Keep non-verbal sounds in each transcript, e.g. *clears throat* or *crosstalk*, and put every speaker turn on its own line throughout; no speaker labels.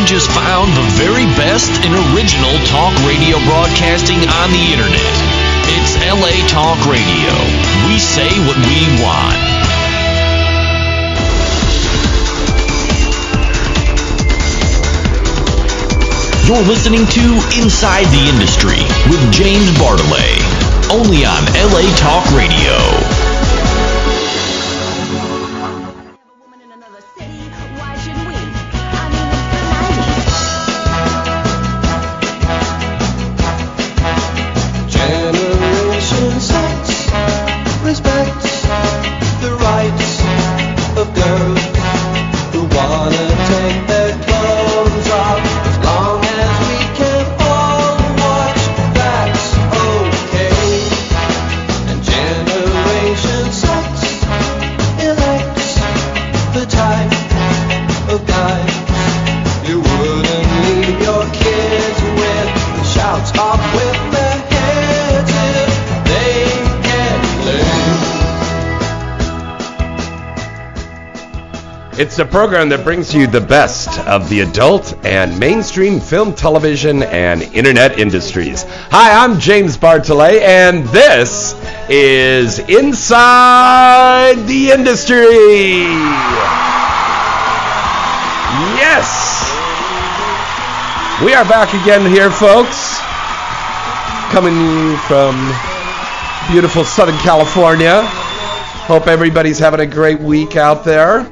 around the very best in original talk radio broadcasting on the internet. It's LA Talk Radio. We say what we want. You're listening to Inside the Industry with James Bartolet, only on LA Talk Radio.
Generation sex respects the rights of girls who wanna take their clothes off. As long as we can all watch, that's okay. And Generation sex elects the type of guy you wouldn't leave your kids with the shouts off with their heads if they can live.
It's a program that brings you the best of the adult and mainstream film, television, and internet industries. Hi, I'm James Bartolet, and this is Inside the Industry. Yes! We are back again here, folks. Coming to you from beautiful Southern California. Hope everybody's having a great week out there.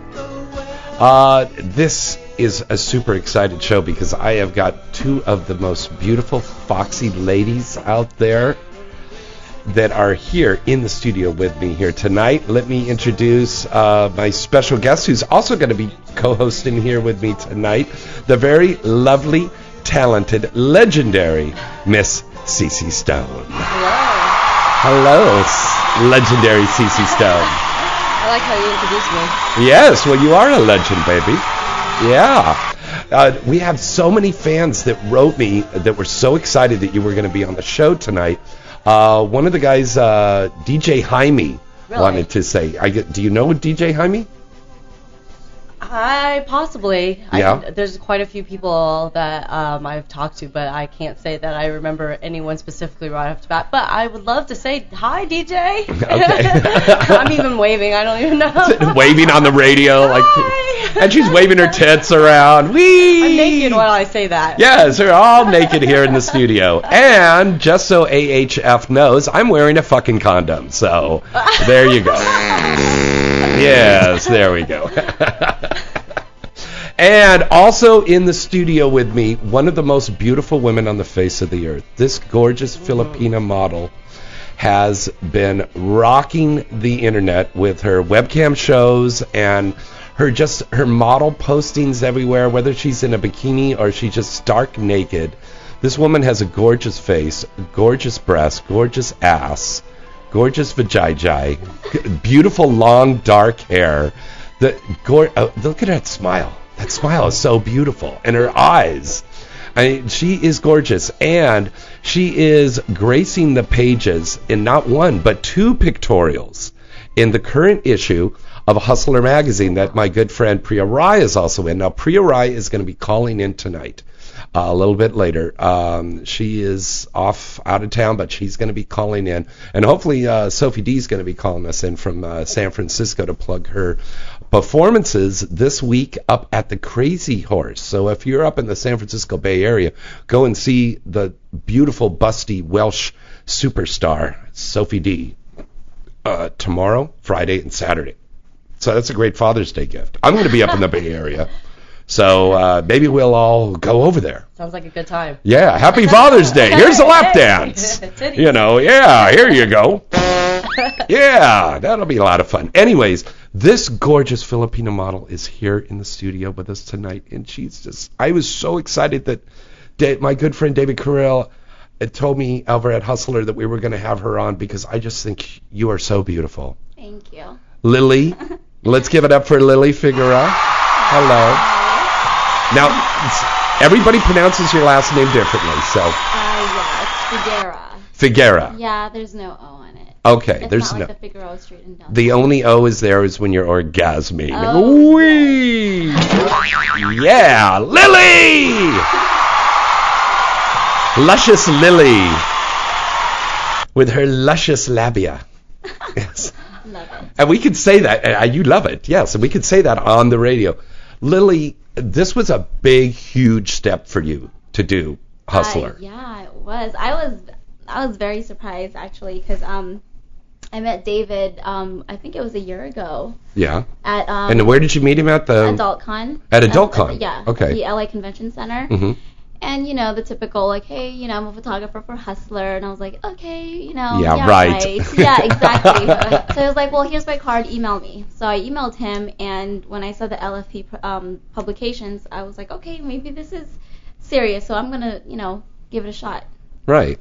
Uh, this is a super excited show because I have got two of the most beautiful foxy ladies out there that are here in the studio with me here tonight. Let me introduce uh, my special guest who's also going to be co hosting here with me tonight the very lovely, talented, legendary Miss Cece Stone.
Hello.
Hello, s- legendary Cece Stone.
I like how you introduced me. *laughs*
Yes, well, you are a legend, baby. Yeah. Uh, we have so many fans that wrote me that were so excited that you were going to be on the show tonight. Uh, one of the guys, uh, DJ Jaime,
Really?
wanted to say, I get, "Do you know DJ
*laughs*
Jaime?"
I possibly.
Yeah.
I, there's quite a few people that um, I've talked to, but I can't say that I remember anyone specifically right off the bat. But I would love to say hi,
*laughs*
DJ.
Okay.
*laughs* I'm even waving. I don't even
*laughs*
know.
waving on the radio, like,
Hi.
and she's waving her tits around. Wee!
I'm naked while I say that.
Yes, we're all naked here in the studio. And just so AHF knows, I'm wearing a fucking condom. So there you go. yes, there we go. *laughs* and also in the studio with me, one of the most beautiful women on the face of the earth. This gorgeous Filipina model has been rocking the internet with her webcam shows and her just her model postings everywhere, whether she's in a bikini or she's just stark naked. This woman has a gorgeous face, gorgeous breasts, gorgeous ass, gorgeous vajayjay, g- beautiful long dark hair. The gor- uh, look at that smile. That smile is so beautiful, and her eyes. I mean, she is gorgeous, and she is gracing the pages in not one but two pictorials in the current issue of Hustler magazine that my good friend Priya Rai is also in. Now Priya Rai is going to be calling in tonight. Uh, a little bit later. Um, she is off out of town, but she's going to be calling in, and hopefully uh, Sophie D is going to be calling us in from uh, San Francisco to plug her performances this week up at the Crazy Horse. So if you're up in the San Francisco Bay Area, go and see the beautiful, busty Welsh superstar Sophie D uh, tomorrow, Friday, and Saturday. So that's a great Father's Day gift. I'm going to be up in the Bay Area. So uh, maybe we'll all go over there.
Sounds like a good time.
Yeah, happy Father's Day. Here's a lap
Hey.
dance.
Titties.
You know, yeah, here you go. *laughs* Yeah, that'll be a lot of fun. Anyways, this gorgeous Filipino model is here in the studio with us tonight, and she's just, I was so excited that da- my good friend David Carell had told me over at Hustler that we were going to have her on because I just think you are so beautiful.
Thank you. *laughs*
Lily, let's give it up for Lily Figueroa. Hello. Now, it's- everybody pronounces your last name differently, so.
Uh, yeah, it's Figuera.
Figuera.
Yeah, there's no O on it.
Okay,
It's
there's
not
no.
like the Figaro Street in Dallas.
The only O is there is when you're orgasming.
Oh,
Wee! Yeah, Lily! Luscious Lily. With her luscious
*laughs*
labia. Yes.
Love it.
And we could say that. uh, You love it. Yes. And we could say that on the radio. Lily, this was a big, huge step for you to do, Hustler.
I, yeah, it was. I was I was very surprised actually because um I met David um I think it was a year ago
yeah.
at um
And where did you meet him at? The
Adult Con.
At Adult Con?
yeah.
Okay.
The LA Convention Center.
Mhm.
And you know the typical like, hey, you know I'm a photographer for Hustler, and I was like, okay, you know,
Yeah, right. *laughs*
yeah, exactly. so I was like, well, here's my card, email me. So I emailed him, and when I saw the LFP um, publications, I was like, okay, maybe this is serious, so I'm gonna, you know, give it a shot.
Right.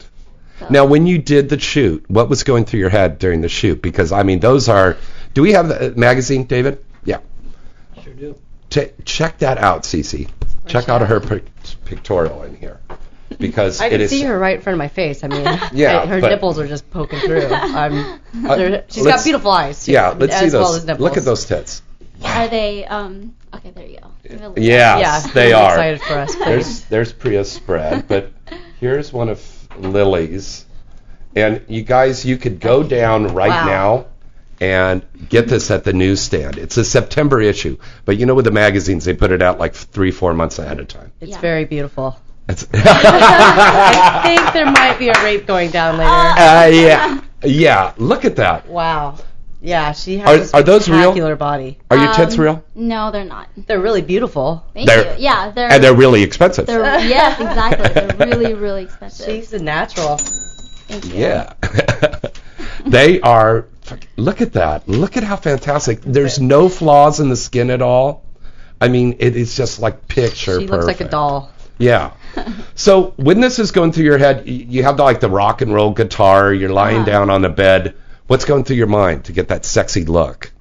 Now, when you did the shoot, what was going through your head during the shoot? Because I mean, those are. Do we have the uh, magazine, David? Yeah.
Sure do.
Che check that out, Cece. Check out her pic- pictorial in here, because
I
it
can
is.
see her right in front of my face. I
*laughs*
mean, *laughs*
Yeah,
I- her
but-
nipples are just poking through. I'm,
Uh,
they're- she's
let's-
got beautiful eyes. Too,
Yeah, let's
as
see those.
Well as nipples.
Look at those tits.
Are they? Um, okay, there you go. Give it a look.
Yes,
Yeah,
*laughs* they
I'm
are.
Excited for us. please.
There's there's Priya's spread, but here's one of Lily's, and you guys, you could go down right
Wow.
now and get this at the newsstand. It's a September issue, but you know with the magazines they put it out like three four months ahead of
*laughs*
time.
It's
Yeah.
very beautiful.
That's
*laughs* I think there might be a rape going down later.
Uh, yeah, yeah. Look at that.
wow. Yeah, she
Are-
has
are
a
those real?
spectacular body.
Are your tits
Um,
real?
No, they're not.
They're really beautiful.
Thank
They're-
you. Yeah, they're.
And they're really expensive.
they're
*laughs*
yes, *laughs* exactly. They're really, *laughs* really expensive.
She's a natural.
Thank you.
Yeah. *laughs* they are. Look at that. Look at how fantastic. There's no flaws in the skin at all. I mean, it is just like picture
She
perfect.
looks like a doll.
*laughs*
Yeah. So when this is going through your head, y- you have like the rock and roll guitar. You're lying
Uh-huh.
down on the bed. What's going through your mind to get that sexy look?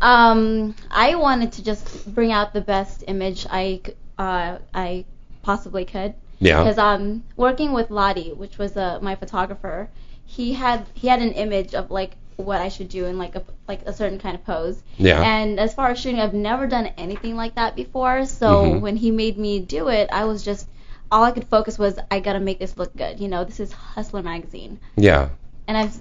Um, I wanted to just bring out the best image I c- uh, I possibly could
Yeah.
because um working with Lottie, which was uh, my photographer, he had he had an image of like what I should do in like a like a certain kind of pose.
Yeah.
And as far as shooting, I've never done anything like that before. So
Mhm.
when he made me do it, I was just all I could focus was I gotta make this look good. You know, this is Hustler magazine,
Yeah.
and I've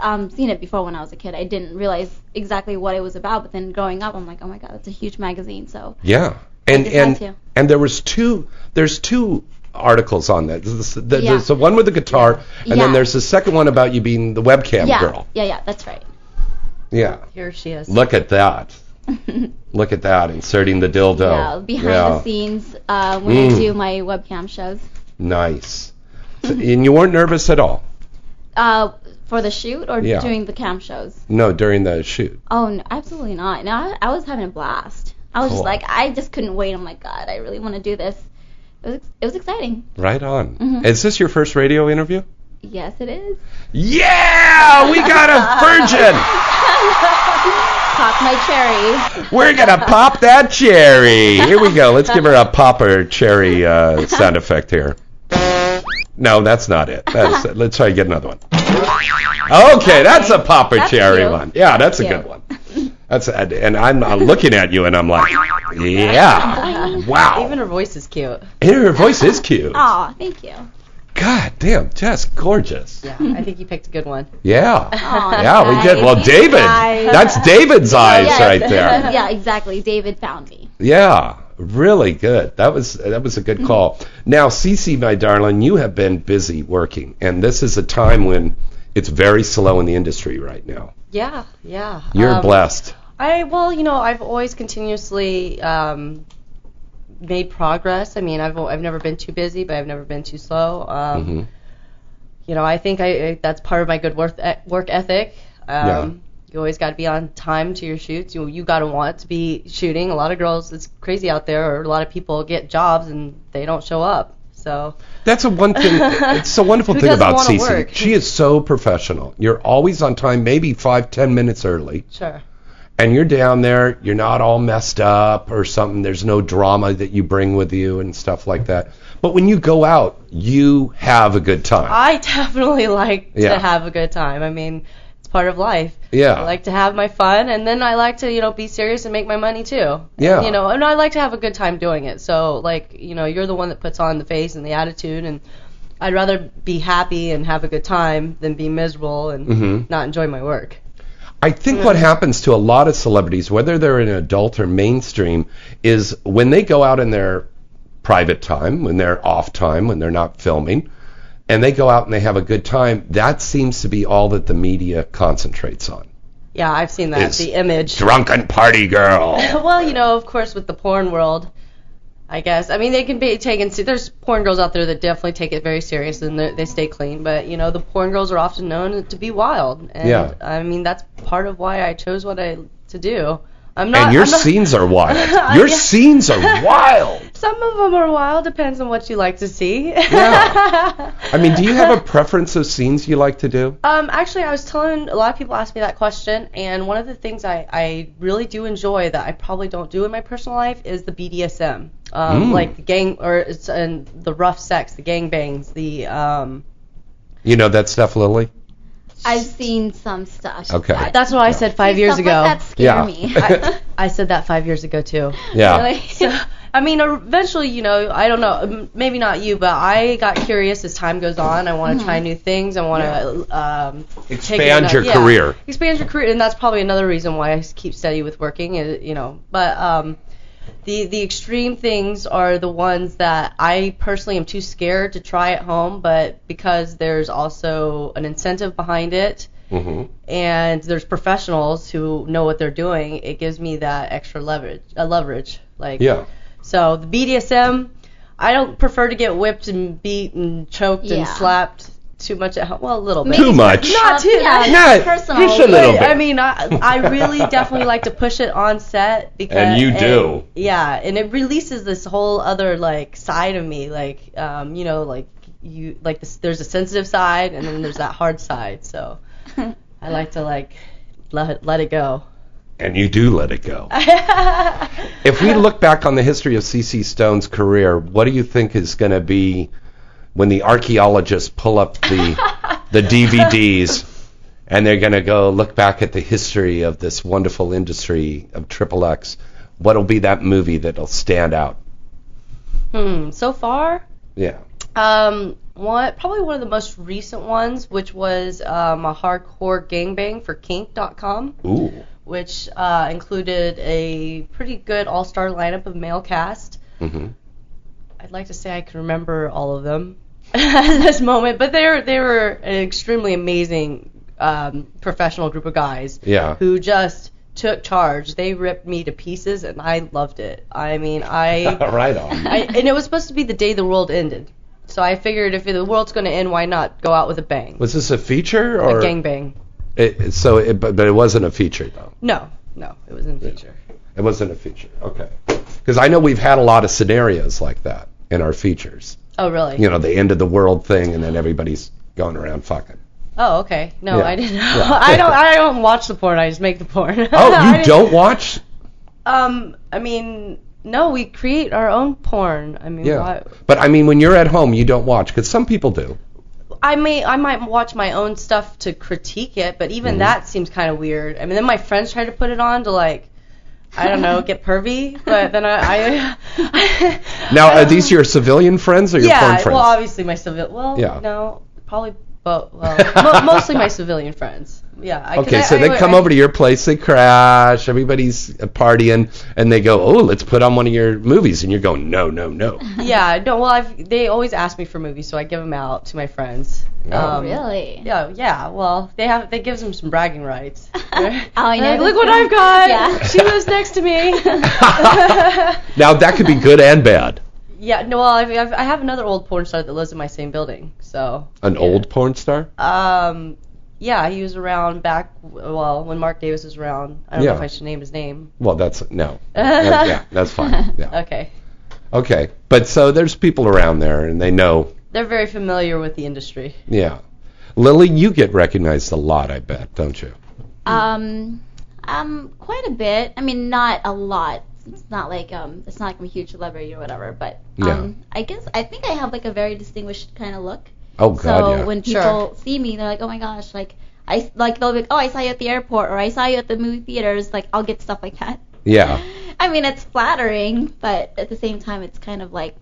um, seen it before when I was a kid. I didn't realize exactly what it was about, but then growing up, I'm like, oh my god, that's a huge magazine. So
Yeah. And
just had
and
to.
and there was two. There's two articles on that. There's the,
Yeah.
there's the one with the guitar, and then
Yeah.
there's the second one about you being the webcam
yeah,
girl.
yeah, yeah, that's right.
Yeah.
Here she is.
Look at that. Look at that. Inserting the dildo.
Yeah, behind
Yeah. Mm.
the scenes uh, when I do my webcam shows.
Nice. So- and you weren't nervous at all.
Uh, for the shoot or
Yeah.
doing the cam shows?
No, during the shoot.
Oh, no, absolutely not. No, I, I was having a blast. I was
Cool.
just like, I just couldn't wait. I'm like, God, I really want to do this. It was, it was exciting.
Right on. Is this your first radio interview?
Yes, it is.
Yeah, we got
*laughs*
a virgin.
Pop my cherry.
We're gonna pop that cherry. Here we go. Let's give her a popper cherry
*laughs*
uh, sound effect here. No, that's not it. That's, let's try to get another one. Okay, that's a popper
That's
cherry
cute.
one. Yeah, that's a
Cute.
good one. That's and I'm, I'm looking at you and I'm like,
*laughs*
yeah, wow.
Even her voice is cute.
And her voice is cute.
Aw, thank you.
God damn, just gorgeous.
Yeah, I think you picked a good one.
Yeah, *laughs*
Aw,
yeah, we did. Well,
guys.
David,
Guys.
that's David's eyes
Yes.
right
*laughs*
there.
yeah, exactly. David found me.
Yeah, really good. That was that was a good call. Now, Cece, my darling, you have been busy working, and this is a time when it's very slow in the industry right now.
Yeah, yeah.
You're
Um,
blessed.
I well, you know, I've always continuously um, made progress. I mean, I've I've never been too busy, but I've never been too slow. Um,
Mhm.
You know, I think I, I that's part of my good work e- work ethic. Um,
Yeah.
You always got to be on time to your shoots. You you got to want to be shooting. A lot of girls, it's crazy out there, or a lot of people get jobs and they don't show up. So
That's a one
*laughs*
thing. It's a wonderful
Who
thing
doesn't
about
wanna
Cece.
work?
She is so professional. You're always on time, maybe five, ten minutes early,
sure.
and you're down there. You're not all messed up or something. There's no drama that you bring with you and stuff like that. But when you go out, you have a good time.
I *laughs* definitely like
Yeah.
to have a good time. I mean, it's part of life.
Yeah.
I like to have my fun, and then I like to, you know, be serious and make my money too.
Yeah.
You know, and I like to have a good time doing it. So, like, you know, you're the one that puts on the face and the attitude, and I'd rather be happy and have a good time than be miserable and
Mm-hmm.
not enjoy my work.
I think what happens to a lot of celebrities, whether they're in adult or mainstream, is when they go out in their private time, when they're off time, when they're not filming, and they go out and they have a good time, that seems to be all that the media concentrates on.
Yeah, I've seen that.
It's
the image.
Drunken party
*laughs*
girl.
Well, you know, of course, with the porn world, I guess. I mean, they can be taken. See, there's porn girls out there that definitely take it very serious and they they stay clean. But you know, the porn girls are often known to be wild. And,
Yeah.
I mean, that's part of why I chose what I to do. I'm not.
And your
I'm not-
scenes are
*laughs*
wild. Your
Yeah.
scenes are
*laughs*
wild.
Some of them are wild. Depends on what you like to see. *laughs*
Yeah. I mean, do you have a preference of scenes you like to do?
Um, actually, I was telling a lot of people ask me that question, and one of the things I, I really do enjoy that I probably don't do in my personal life is the BDSM, um, like the gang or it's, and the rough sex, the gang bangs, the um.
You know that stuff, Lily?
I've seen some stuff.
Okay.
but
That's what I said five years
stuff
ago.
Like that scare
Yeah.
me. *laughs*
I, I said that five years ago too.
Yeah.
Really?
I mean, eventually, you know, I don't know, m- maybe not you, but I got curious as time goes on. I want to
Mm-hmm.
try new things. I want to um, take
Expand
another-
your
yeah,
career.
Expand your career, and that's probably another reason why I s- keep steady with working. Is, you know, but um, the the extreme things are the ones that I personally am too scared to try at home, but because there's also an incentive behind it
hmm
and there's professionals who know what they're doing, it gives me that extra leverage. Uh, leverage, like
Yeah.
So the BDSM, I don't prefer to get whipped and beat and choked and
Yeah.
slapped too much at home. Well, a little bit.
Too much.
Not too much.
Yeah,
No,
personal.
just a
But,
little bit.
I mean, I,
*laughs*
I really definitely like to push it on set because.
And you
it-
do.
yeah, and it releases this whole other like side of me, like um, you know, like you like this, there's a sensitive side and then there's that hard side. *laughs* So I like to like let it, let it go.
and you do let it go. if we look back on the history of CC Stone's career, what do you think is going to be when the archaeologists pull up the the DVDs and they're going to go look back at the history of this wonderful industry of Triple X? What'll be that movie that'll stand out?
Hmm. So far,
Yeah.
um, one probably one of the most recent ones, which was um, a hardcore gangbang for Kink.com.
Ooh.
which uh, included a pretty good all-star lineup of male cast.
hmm
I'd like to say I can remember all of them *laughs* at this moment, but they were they were an extremely amazing um, professional group of guys
Yeah.
who just took charge. They ripped me to pieces, and I loved it. I mean, I,
*laughs* right on.
*laughs* I and it was supposed to be the day the world ended. So I figured if the world's going to end, why not go out with a bang?
Was this a feature or
a gangbang.
It, so, it, but, but it wasn't a feature though.
No, no, it was in the future.
It wasn't a feature. Okay. Because I know we've had a lot of scenarios like that in our features.
Oh, really?
You know, the end of the world thing, and then everybody's going around fucking.
Oh, okay. No,
Yeah.
I didn't.
Yeah.
*laughs* I
*laughs*
don't. I don't watch the porn. I just make the porn. *laughs*
Oh,
I
you
just-
don't watch?
Um, I mean, no, we create our own porn. I mean,
Yeah.
why,
But I mean, when you're at home, you don't watch because some people do.
I may, I might watch my own stuff to critique it, but
Mm-hmm.
even that seems kind of weird. I mean, then my friends try to put it on to like, I don't know, get pervy, but
*laughs*
then I, I
Now, are these your civilian friends or your porn
yeah.
friends?
Well, obviously my civil. Well,
Yeah.
no, probably,
*laughs*
but well, mo- mostly my civilian friends. Yeah. I, 'cause
okay,
I-
so
I-
they
I-
come over to your place, they crash, everybody's partying, and they go, "Oh, let's put on one of your movies," and you're going, "No, no, no."
*laughs* Yeah, no. Well, I've, they always ask me for movies, so I give them out to my friends. Um,
Oh,
really?
Yeah, yeah. Well, they have they gives them some bragging rights.
*laughs* Oh,
*laughs*
I
Like,
know.
Look
this
what I've
one.
got.
Yeah.
*laughs* She lives next
*laughs*
to me. *laughs*
Now that could be good and bad.
yeah. No. Well, I've, I've, I have another old porn star that lives in my same building. So.
An old porn star?
Um. Yeah, he was around back. Well, when Mark Davis was around. I don't know
Yeah.
if I should name his name.
Well, that's no. That- yeah, that's
*laughs*
fine. Yeah.
*laughs* Okay.
Okay, but so there's people around there, and they know.
They're very familiar with the industry.
Yeah, Lily, you get recognized a lot, I bet, don't you? Mm.
Um, um, quite a bit. I mean, not a lot. It's not like um, it's not like I'm a huge celebrity or whatever. But um,
Yeah.
I guess I think I have like a very distinguished kind of look.
Oh God,
so
yeah.
when people
Sure.
see me, they're like, "Oh my gosh!" Like I like they'll be like, oh, I saw you at the airport or I saw you at the movie theaters. Like I'll get stuff like that. *laughs* *gasps*
Yeah.
I mean, it's flattering, but at the same time, it's kind of like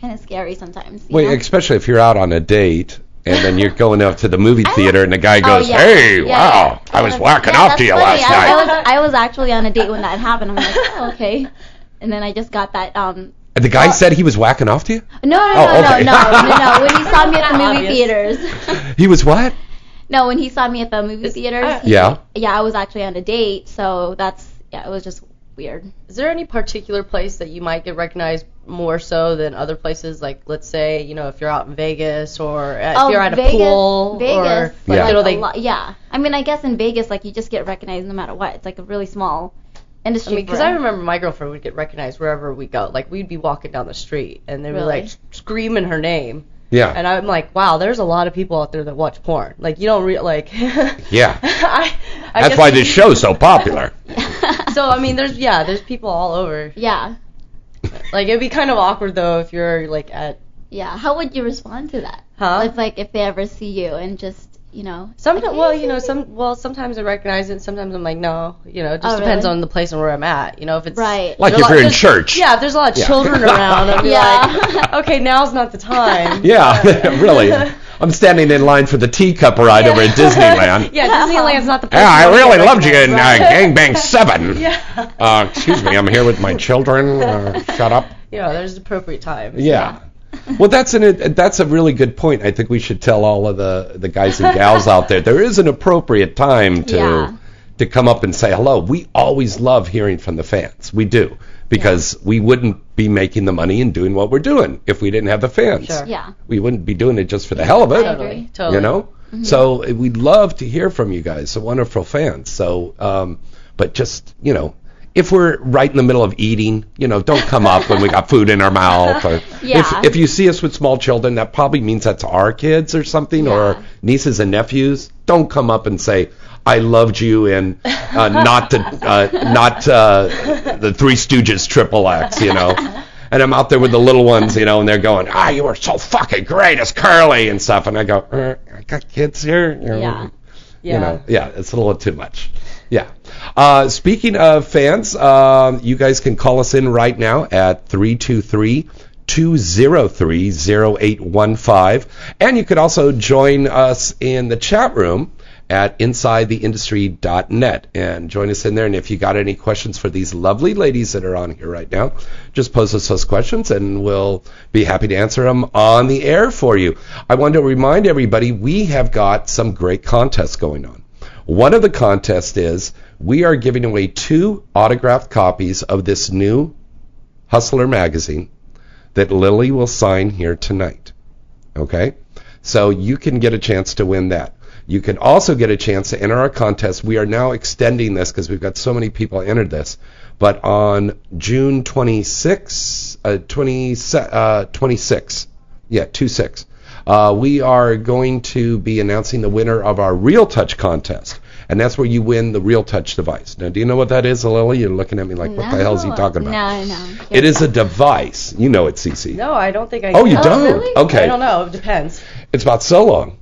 kind of scary sometimes. you
Wait,
know?
especially if you're out on a date and then you're going up to the movie
*laughs* I-
theater and the guy
oh,
goes,
yeah.
"Hey,
Yeah,
wow,
yeah.
I was
Yeah,
walking
yeah,
off
that's
to you
funny.
last
I, I
night."
was I was actually on a date when that happened. I'm like, oh, okay. And then I just got that. Um,
And the guy said he was whacking off to you.
no, no,
Oh,
no, no,
okay.
no, no, no. When he saw me
*laughs*
at the
Kinda
movie
obvious.
theaters. *laughs*
*laughs* He was what?
no, when he saw me at the movie theaters. he-
Yeah.
Yeah, I was actually on a date, so that's yeah, it was just weird.
Is there any particular place that you might get recognized more so than other places? Like, let's say, you know, if you're out in Vegas or uh, if
Oh,
you're at
Vegas,
a pool
Vegas,
or
Yeah.
you know,
Like
they
a lot, yeah. I mean, I guess in Vegas, like you just get recognized no matter what. It's like a really small
I
industry.
mean, because
for-
I remember my girlfriend would get recognized wherever we go. Like we'd be walking down the street, and they were
Really?
like s- screaming her name,
Yeah.
and I'm like, wow, there's a lot of people out there that watch porn. Like you don't re- like. *laughs*
*laughs*
Yeah.
I, I
That's
guess-
why this show's so popular.
*laughs* So I mean, there's yeah, there's people all over.
yeah,
Like it'd be kind of awkward though if you're like at
yeah. How would you respond to that?
huh.
If like if they ever see you and just you know.
Sometimes,
like,
well,
"Hey."
you
*laughs*
know, some well, sometimes I recognize it. and Sometimes I'm like, no, you know, it just
Oh,
depends
really?
on the place and where I'm at. You know, if it's
Right.
Like
there's a
if you're in
there's-
church.
Yeah, if there's a lot of
Yeah.
children around. I'd
*laughs*
be
Yeah.
like, okay,
*laughs*
now's not the time.
Yeah, *laughs* really. I'm standing in line for the teacup ride over
*laughs*
at Disneyland.
*laughs* Yeah, Disneyland's not the place.
Yeah,
you
I
wanna
really
get
loved you in uh,
recognized, *laughs* right?
Gangbang 7.
*laughs* Yeah.
Uh, excuse me, I'm here with my children. Uh, shut up.
You know, there's appropriate times.
Yeah. Well, that's an that's a really good point. I think we should tell all of the the guys and gals out there there is an appropriate time to
Yeah.
to come up and say hello. We always love hearing from the fans. We do because we wouldn't be making the money and doing what we're doing if we didn't have the fans.
Sure.
Yeah.
We wouldn't be doing it just for the hell of it.
I agree.
Totally. Totally.
You know?
Mm-hmm.
So uh, we'd love to hear from you guys, the wonderful fans. So, um, but just, you know, if we're right in the middle of eating, you know, don't come up when we got food in our mouth. Or
*laughs* Yeah.
if, if you see us with small children, that probably means that's our kids or something,
Yeah.
or nieces and nephews. Don't come up and say, I loved you in uh, not the uh, not uh, the Three Stooges triple X, you
*laughs*
know. And I'm out there with the little ones, you know, and they're going, ah, you were so fucking great as Curly and stuff. And I go, er, I got kids here. you know,
Yeah.
Yeah.
you know, yeah, it's a little too much. Yeah. Uh, speaking of fans, um, you guys can call us in right now at 323 203 0815. And you could also join us in the chat room at insidetheindustry.net and join us in there. And if you got any questions for these lovely ladies that are on here right now, just pose us those questions and we'll be happy to answer them on the air for you. I want to remind everybody we have got some great contests going on. One of the contests is we are giving away two autographed copies of this new Hustler magazine that Lily will sign here tonight. Okay? So you can get a chance to win that. You can also get a chance to enter our contest. We are now extending this because we've got so many people entered this. But on June 26, uh, 20, uh, 26, yeah, 26, uh, we are going to be announcing the winner of our Real Touch contest. And that's where you win the Real Touch device. Now, do you know what that is, Lily? You're looking at me like, what the hell is he
No.
talking about?
No, no.
It is a device. You know it, CC.
No, I don't think I.
Oh, you
I
don't?
really?
Okay.
don't know. It depends.
It's about so long,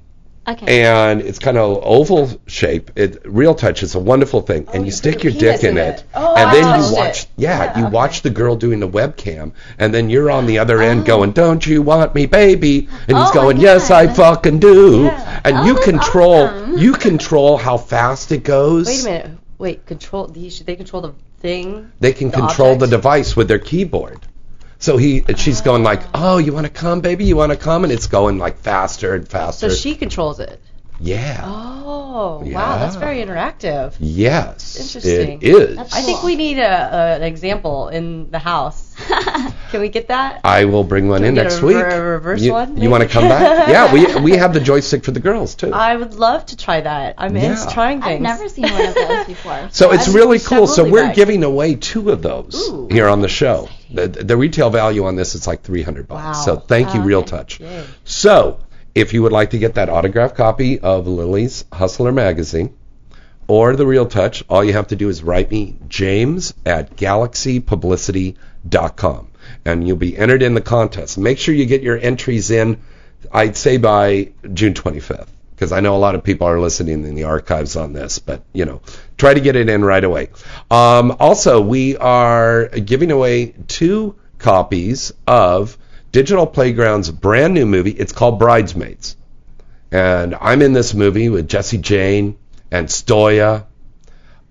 Okay.
and it's kind of oval shape. It real touch is a wonderful thing,
Oh,
and you stick your
penis
dick in
in
it,
it. Oh,
and
I
then
watched
you
it.
watch. Yeah,
Yeah,
you
okay.
watch the girl doing the webcam, and then you're on the other
Oh.
end going, "Don't you want me, baby?" And
Oh,
he's
my
going, "Yes,
God.
I fucking do."
Yeah.
And
Oh,
you
that's
control
awesome.
you control how fast it goes.
Wait a minute. Wait, control. The, should they control the thing?
They can
The
control
object?
the device with their keyboard. So he, and she's going like, "Oh, you want to come, baby? You want to come?" And it's going like faster and
So
faster.
she controls it.
yeah.
Oh, wow. That's
Yeah.
very interactive.
Yes,
Interesting.
it is.
That's
I think we need a, a an example in the
*laughs*
house. Can we get that?
I will bring one
Can
in
we get
next
a
week.
re- a reverse
you,
one,
You want to
maybe? Uh,
come back? yeah, we
*laughs*
we have the joystick for the girls too.
I would love to try that. I'm
Yeah.
into trying things.
I've never seen one of
*laughs*
those before.
so it's
I've
really
seen
cool. So
several
we're
bags.
giving away two of those
Ooh.
here on the show. The, the retail value on this is like 300 bucks.
Wow. Ah,
So thank you,
Oh,
Real
okay.
Touch.
Yay.
So if you would like to get that autographed copy of Lily's Hustler magazine or the Real Touch, all you have to do is write me James at galaxypublicity.com, and you'll be entered in the contest. Make sure you get your entries in. I'd say by June 25th. because I know a lot of people are listening in the archives on this, but you know, try to get it in right away. Um, also, we are giving away two copies of Digital Playground's brand new movie. It's called Bridesmaids, and I'm in this movie with Jesse Jane and Stoya,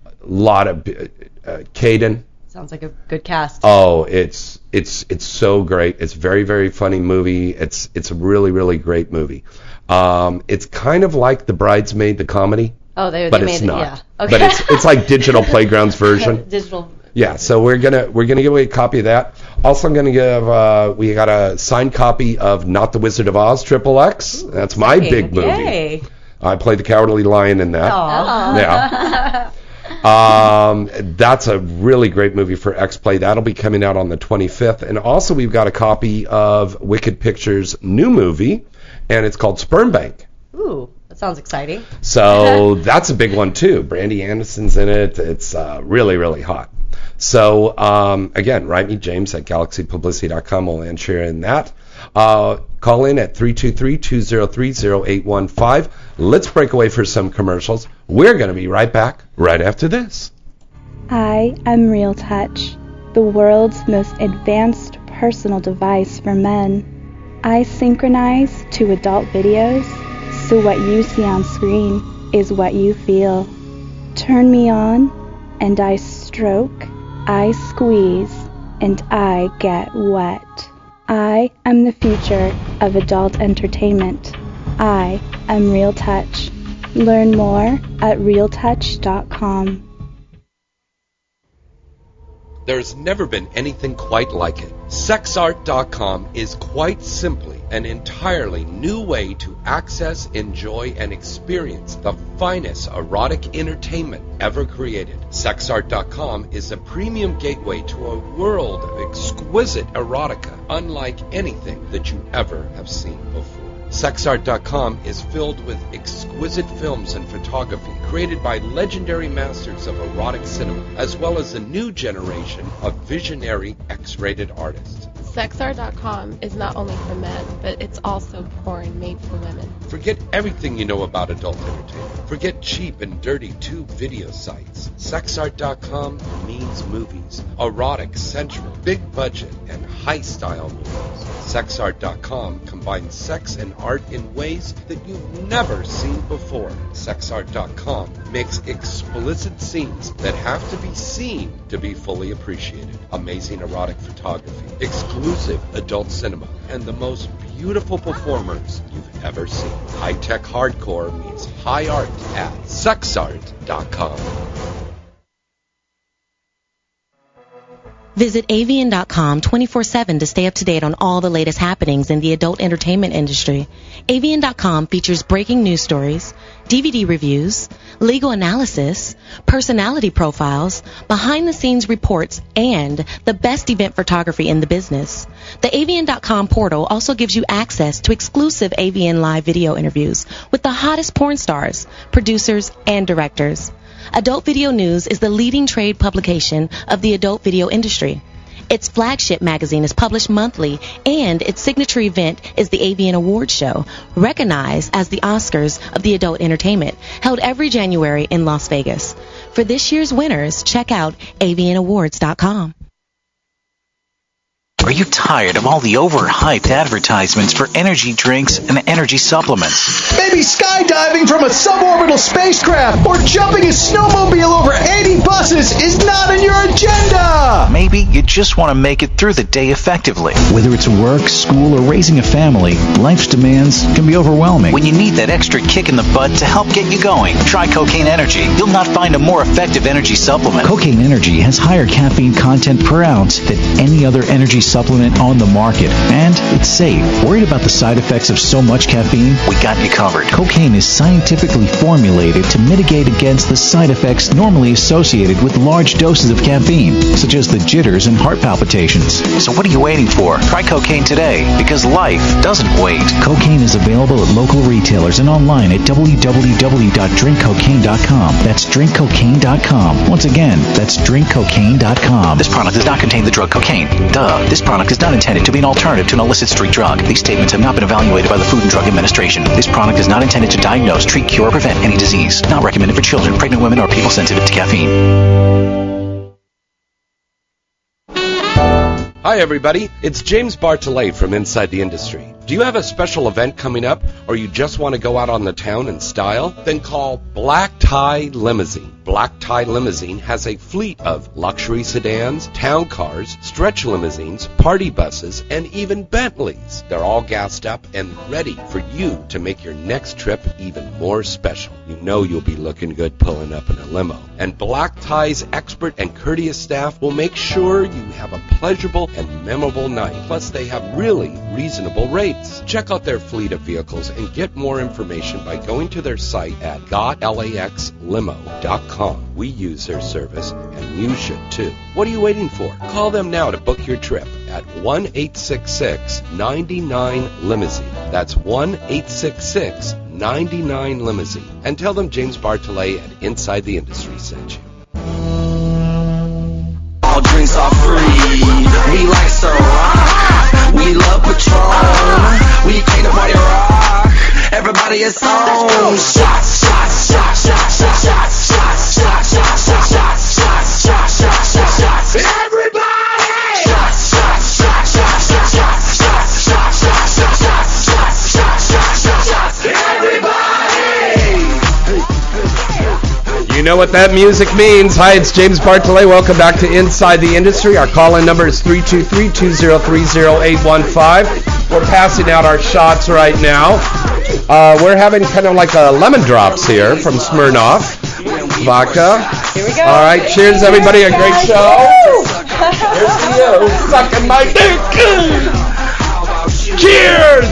a lot of uh, Caden.
Sounds like a good cast.
Oh, it's it's it's so great. It's a very very funny movie. It's it's a really really great movie. Um, it's kind of like The Bridesmaid, the comedy,
oh, they,
but
they made
it's
it.
not.
Yeah. Okay.
But it's it's like
*laughs*
Digital Playground's version.
digital.
Yeah. So we're gonna we're gonna give away a copy of that. Also, I'm gonna give uh, we got a signed copy of Not the Wizard of Oz Triple X. That's my big movie.
Yay.
I play the Cowardly Lion in that.
Aw.
Yeah. um, that's a really great movie for X Play. That'll be coming out on the 25th. And also, we've got a copy of Wicked Pictures' new movie, and it's called Sperm Bank.
*laughs* Ooh, that sounds exciting.
So that's a big one too. Brandy Anderson's in it. It's uh, really, really hot. So um, again, write me James at galaxypublicity.com. We'll answer in that. Uh, call in at 323-203-0815. Let's break away for some commercials. We're going to be right back right after this.
I am Real Touch, the world's most advanced personal device for men. I synchronize to adult videos, so what you see on screen is what you feel. Turn me on, and I stroke, I squeeze, and I get wet. I am the future of adult entertainment. I am Real Touch. Learn more at realtouch.com.
There's never been anything quite like it. SexArt.com is quite simply an entirely new way to access, enjoy, and experience the finest erotic entertainment ever created. SexArt.com is a premium gateway to a world of exquisite erotica unlike anything that you ever have seen before. Sexart.com is filled with exquisite films and photography created by legendary masters of erotic cinema, as well as a new generation of visionary X rated artists.
Sexar.com is not only for men, but it's also porn made for women.
Forget everything you know about adult entertainment. Forget cheap and dirty tube video sites. Sexart.com means movies, erotic, sensual, big budget, and high style movies. Sexart.com combines sex and art in ways that you've never seen before. Sexart.com makes explicit scenes that have to be seen to be fully appreciated. Amazing erotic photography, exclusive adult cinema, and the most beautiful performers you've ever seen. High tech hardcore means high art at sexart.com.
Visit avian.com 24/7 to stay up to date on all the latest happenings in the adult entertainment industry. avian.com features breaking news stories, DVD reviews, legal analysis, personality profiles, behind the scenes reports, and the best event photography in the business. The avian.com portal also gives you access to exclusive avian live video interviews with the hottest porn stars, producers, and directors. Adult Video News is the leading trade publication of the adult video industry. Its flagship magazine is published monthly, and its signature event is the Avian Awards Show, recognized as the Oscars of the adult entertainment, held every January in Las Vegas. For this year's winners, check out avianawards.com.
Are you tired of all the overhyped advertisements for energy drinks and energy supplements?
Maybe skydiving from a suborbital spacecraft or jumping a snowmobile over 80 buses is not on your agenda.
Maybe you just want to make it through the day effectively. Whether it's work, school, or raising a family, life's demands can be overwhelming. When you need that extra kick in the butt to help get you going, try Cocaine Energy. You'll not find a more effective energy supplement. Cocaine Energy has higher caffeine content per ounce than any other energy supplement on the market, and it's safe. Worried about the side effects of so much caffeine? We got you covered. Cocaine is scientifically formulated formulated to mitigate against the side effects normally associated with large doses of caffeine, such as the jitters and heart palpitations.
So what are you waiting for?
Try cocaine today because life doesn't wait.
Cocaine is available at local retailers and online at
www.drinkcocaine.com. That's drinkcocaine.com. Once again, that's drinkcocaine.com.
This product does not contain the drug cocaine. Duh. This product is not intended to be an alternative to an illicit street drug. These statements have not been evaluated by the Food and Drug Administration. This product is not intended to diagnose, treat, cure, or prevent any disease. Not recommended for children, pregnant women, or people sensitive to caffeine.
Hi, everybody. It's James Bartolet from Inside the Industry. Do you have a special event coming up, or you just want to go out on the town in style? Then call Black Tie Limousine. Black Tie Limousine has a fleet of luxury sedans, town cars, stretch limousines, party buses, and even Bentleys. They're all gassed up and ready for you to make your next trip even more special. You know you'll be looking good pulling up in a limo. And Black Tie's expert and courteous staff will make sure you have a pleasurable and memorable night. Plus, they have really reasonable rates. Check out their fleet of vehicles and get more information by going to their site at gotlaxlimo.com. We use their service and you should too. What are you waiting for? Call them now to book your trip at 1 866 99 Limousine. That's 1 866 99 Limousine. And tell them James Bartolet at Inside the Industry sent you.
All drinks are free. We like Ciroc. We love Patron. We came to party rock. Everybody is on. Shots, shots, shots, shots, shots, shots, shots, shots, shots, shots, shots, shots, shots, shots, shots, shots. Everybody! Shots, shots, shots, shots, shots, shots, shots, shots, shots, shots, shots, shots, shots, shots, shots, shots. Everybody!
You know what that music means. Hi, it's James Bartolet. Welcome back to Inside the Industry. Our call-in number is 323-203-0815. We're passing out our shots right now. Uh, we're having kind of like a lemon drops here from Smirnoff Vodka. Here we go. All right, cheers everybody. A great show. Here's to you. Sucking my dick. Cheers!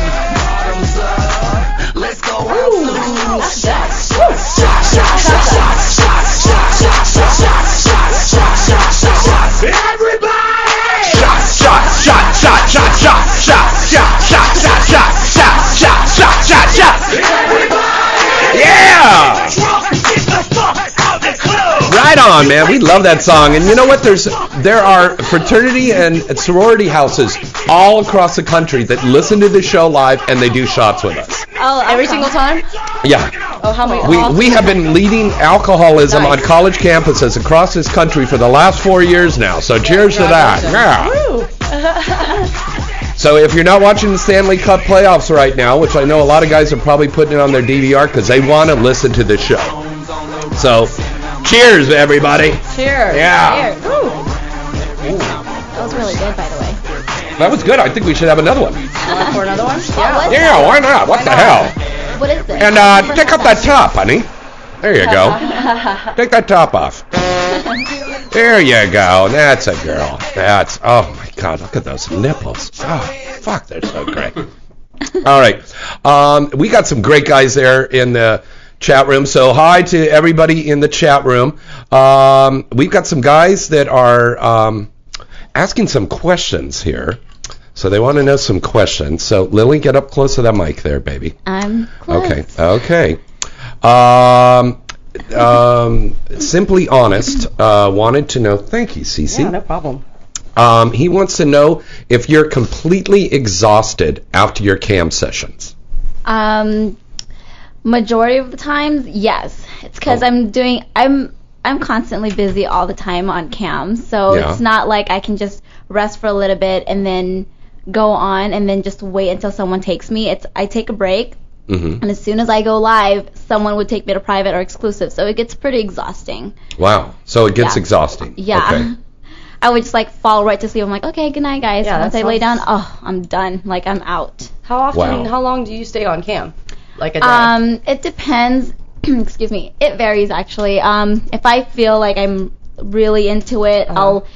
Yeah! Right on, man. We love that song. And you know what? There's there are fraternity and sorority houses all across the country that listen to the show live and they do shots with us.
Oh, every single time?
Yeah.
Oh, how many?
We, we have been leading alcoholism on college campuses across this country for the last four years now. So cheers to that. Yeah. So if you're not watching the Stanley Cup playoffs right now, which I know a lot of guys are probably putting it on their DVR because they want to listen to this show. So cheers, everybody.
Cheers.
Yeah.
Cheers. Woo.
That was really good, by the
*laughs*
way.
That was good. I think we should have another one.
Want for another one?
What was
Yeah,
that?
why not? What the hell?
What is this?
And uh, take off that top, honey. There you
*laughs*
go. Take that top off. There you go. That's a girl. That's oh my god, look at those nipples. Oh fuck, they're so great. All right. Um, we got some great guys there in the chat room. So hi to everybody in the chat room. Um, we've got some guys that are um, asking some questions here. So they want to know some questions. So Lily, get up close to that mic there, baby.
I'm close.
Okay. Okay. Um, um, Simply Honest uh, wanted to know. Thank you, Cece.
Yeah, no problem.
Um, he wants to know if you're completely exhausted after your cam sessions.
Um, majority of the times, yes. It's because
Oh.
I'm doing I'm I'm constantly busy all the time on cam, so
Yeah.
it's not like I can just rest for a little bit and then go on and then just wait until someone takes me. It's I take a break.
Mm-hmm.
And as soon as I go live, someone would take me to private or exclusive. So it gets pretty exhausting.
Wow. So it gets
Yeah.
exhausting.
Yeah.
Okay.
*laughs* I would just like fall right to sleep. I'm like, okay, good night, guys.
Yeah,
Once
that
I lay down,
sounds-
oh, I'm done. Like I'm out.
How often?
Wow.
How long do you stay on cam? Like a day.
Um, it depends. *clears throat* Excuse me. It varies actually.
Uh-huh.
Um, if I feel like I'm really into it, I'll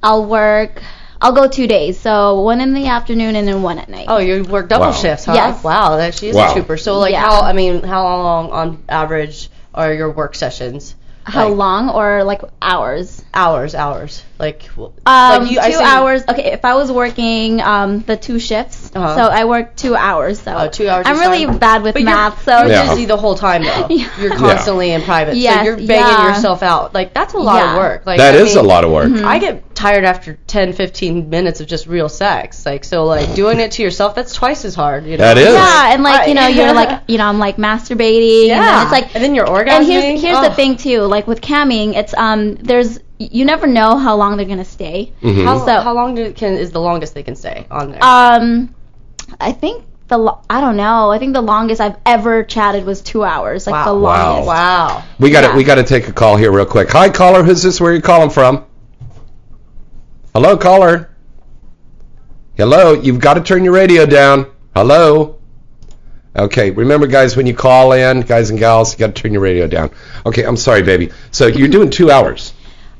I'll work. I'll go two days. So one in the afternoon and then one at night.
Oh, you work double
Wow.
shifts, huh?
Yes.
Wow, that she is
Wow.
a trooper. So like
Yeah.
how I mean, how long on average are your work sessions?
How
Like-
long or like hours?
Hours, hours. Like, w-
Um,
like you- I
two
see-
hours. Okay, if I was working um, the two shifts,
Uh-huh. Oh,
so I worked two hours. So
two hours
I'm
is
really
fine.
bad with
But you're-
math, so
you're busy the whole time though. You're constantly in private,
Yes,
so you're banging
yeah.
yourself out. Like that's a lot
Yeah. Mm-hmm.
of work. Like
That
that is
is a lot of work. Mhm.
I get tired after 10, 15 minutes of just real sex. Like so, like doing it to yourself, that's twice as hard. You know?
That is.
*laughs* Yeah, and like you know,
*laughs*
you're like you know, I'm like masturbating. and then
Yeah.
it's like
and then you're orgasming.
And here's here's the
Ugh.
thing too, like with camming, it's um there's you never know how long they're gonna stay.
Mhm. How-
how
long do, can is the longest they can stay on there?
Um, I think the lo- I don't know. I think the longest I've ever chatted was two hours. Like the longest.
Wow.
We got to we got to take a call here real quick. Hi caller, who's this? Where you calling from? Hello caller. Hello, you've got to turn your radio down. Hello. Okay, remember guys when you call in, guys and gals, you got to turn your radio down. Okay, I'm sorry baby. So you're doing 2 hours.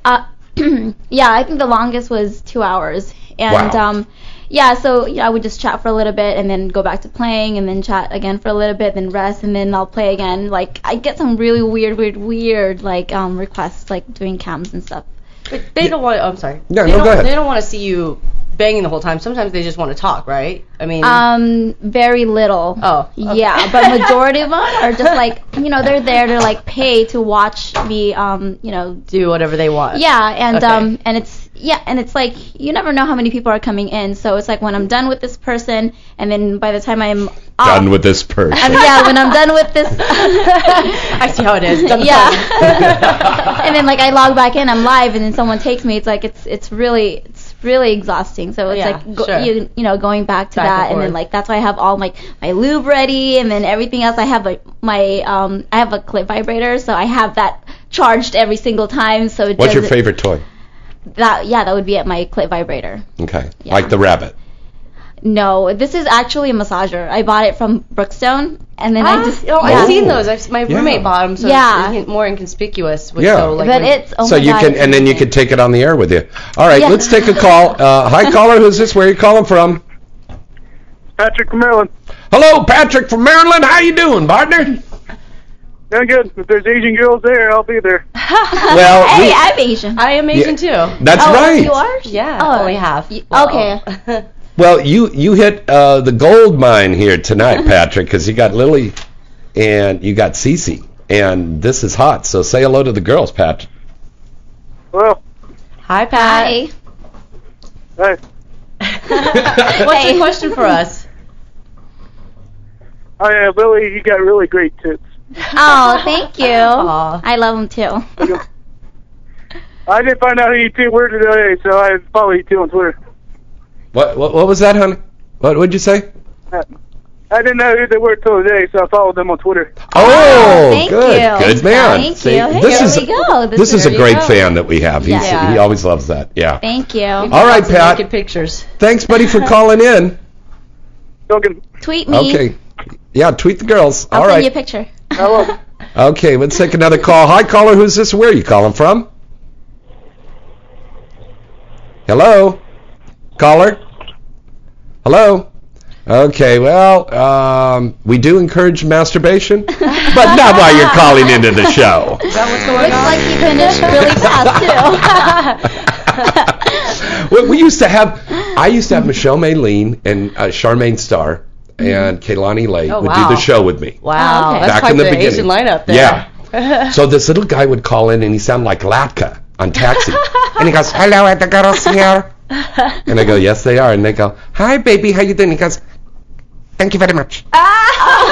Uh, *clears throat* yeah, I think the longest was two hours. And
Wow.
um, yeah, so you know, I would just chat for a little bit and then go back to playing and then chat again for a little bit, then rest and then I'll play again. Like I get some really weird, weird, weird like um requests like doing cams and stuff.
But they don't want. I'm sorry.
Yeah,
they
no,
don't,
go ahead.
They don't want to see you banging the whole time. Sometimes they just want to talk, right? I mean,
Um, very little.
Oh, okay.
Yeah, but
*laughs*
majority of them are just like you know they're there to like pay to watch the um you know
do whatever they want.
Yeah, and
Okay.
um, and it's yeah, and it's like you never know how many people are coming in. So it's like when I'm done with this person, and then by the time I'm,
Done with this
I'm
*laughs*
person.
Uh, yeah, when I'm done with this,
I see how it is. Done with
yeah, *laughs* and then like I log back in, I'm live, and then someone takes me. It's like it's it's really it's really exhausting. So it's
Yeah,
like go,
sure.
you you know going back to
Back and
that, and, then
forth.
like that's why I have all my my lube ready, and then everything else. I have like my um I have a clip vibrator, so I have that charged every single time. So it
What's your
doesn't-
favorite toy?
that yeah, that would be at my clit vibrator.
Okay. Like the rabbit.
No, this is actually a massager. I bought it from Brookstone, and then I
Ah,
just
oh,
yeah.
I've seen those. I've, my
Yeah.
roommate bought
*laughs*
them, so
Yeah.
it's more inconspicuous. Which
Yeah.
So, like,
But
when-
it's oh
so
my
you
God,
can
it's
and
*laughs*
then you can take it on the air with you. All right,
Yeah.
let's take a call. Uh,
*laughs*
hi caller, who's this? Where you calling from?
Patrick from Maryland.
Hello, Patrick from Maryland. How you doing, partner?
Doing good. If there's Asian girls there, I'll be
*laughs*
there.
Well,
hey,
we-
I'm Asian.
I am
Asian,
Yeah.
too. That's
oh,
right.
You are?
Yeah,
Oh,
only half.
Okay.
Well, you you hit uh, the gold mine here
*laughs*
tonight, Patrick, because you got Lily and you got Cece, and this is hot. So say hello to the girls, Patrick.
Well,
Hi, Pat.
Hi.
hey,
*laughs* *laughs* What's your question for us?
*laughs* oh yeah, Lily, you got really great tits.
*laughs* Oh, thank you. I love them too.
I didn't find out who you two were today, so I follow you two on Twitter.
What what, what was that, honey? What would you say?
I didn't know who they were till today, so I followed them on
*laughs*
Twitter.
Oh,
thank
good,
you.
good man.
Thank
See,
you. Hey,
this
there
is
we go. This
this, is a
is-
great
yeah.
fan that we have. He's,
Yeah.
He always loves that. Yeah.
Thank you.
All right, Pat.
pictures.
Thanks, buddy,
*laughs*
for calling in.
Tweet me.
Okay. Yeah, tweet the girls.
I'll
All
send
right.
you a picture. *laughs*
Okay, let's take another call. Hi, caller. Who's this? Where are you calling from? Hello? Caller? Hello? Okay, well, um, we do encourage
*laughs*
masturbation, but not while you're calling into the *laughs* show.
Looks like you finished really fast too.
we, we used to have, I used to have Michelle Maylene and uh, Charmaine Starr and Kaylani Lay
Oh,
would
wow.
do the show with me.
Wow, that's
Back
quite
in the
the
beginning.
Asian lineup. There.
Yeah.
*laughs*
So this little guy would call in and he sounded like Latka on Taxi. and he goes, hello, are the girls here? and I go, yes, they are. And they go, hi, baby, how you doing? He goes, thank you very much.
Ah.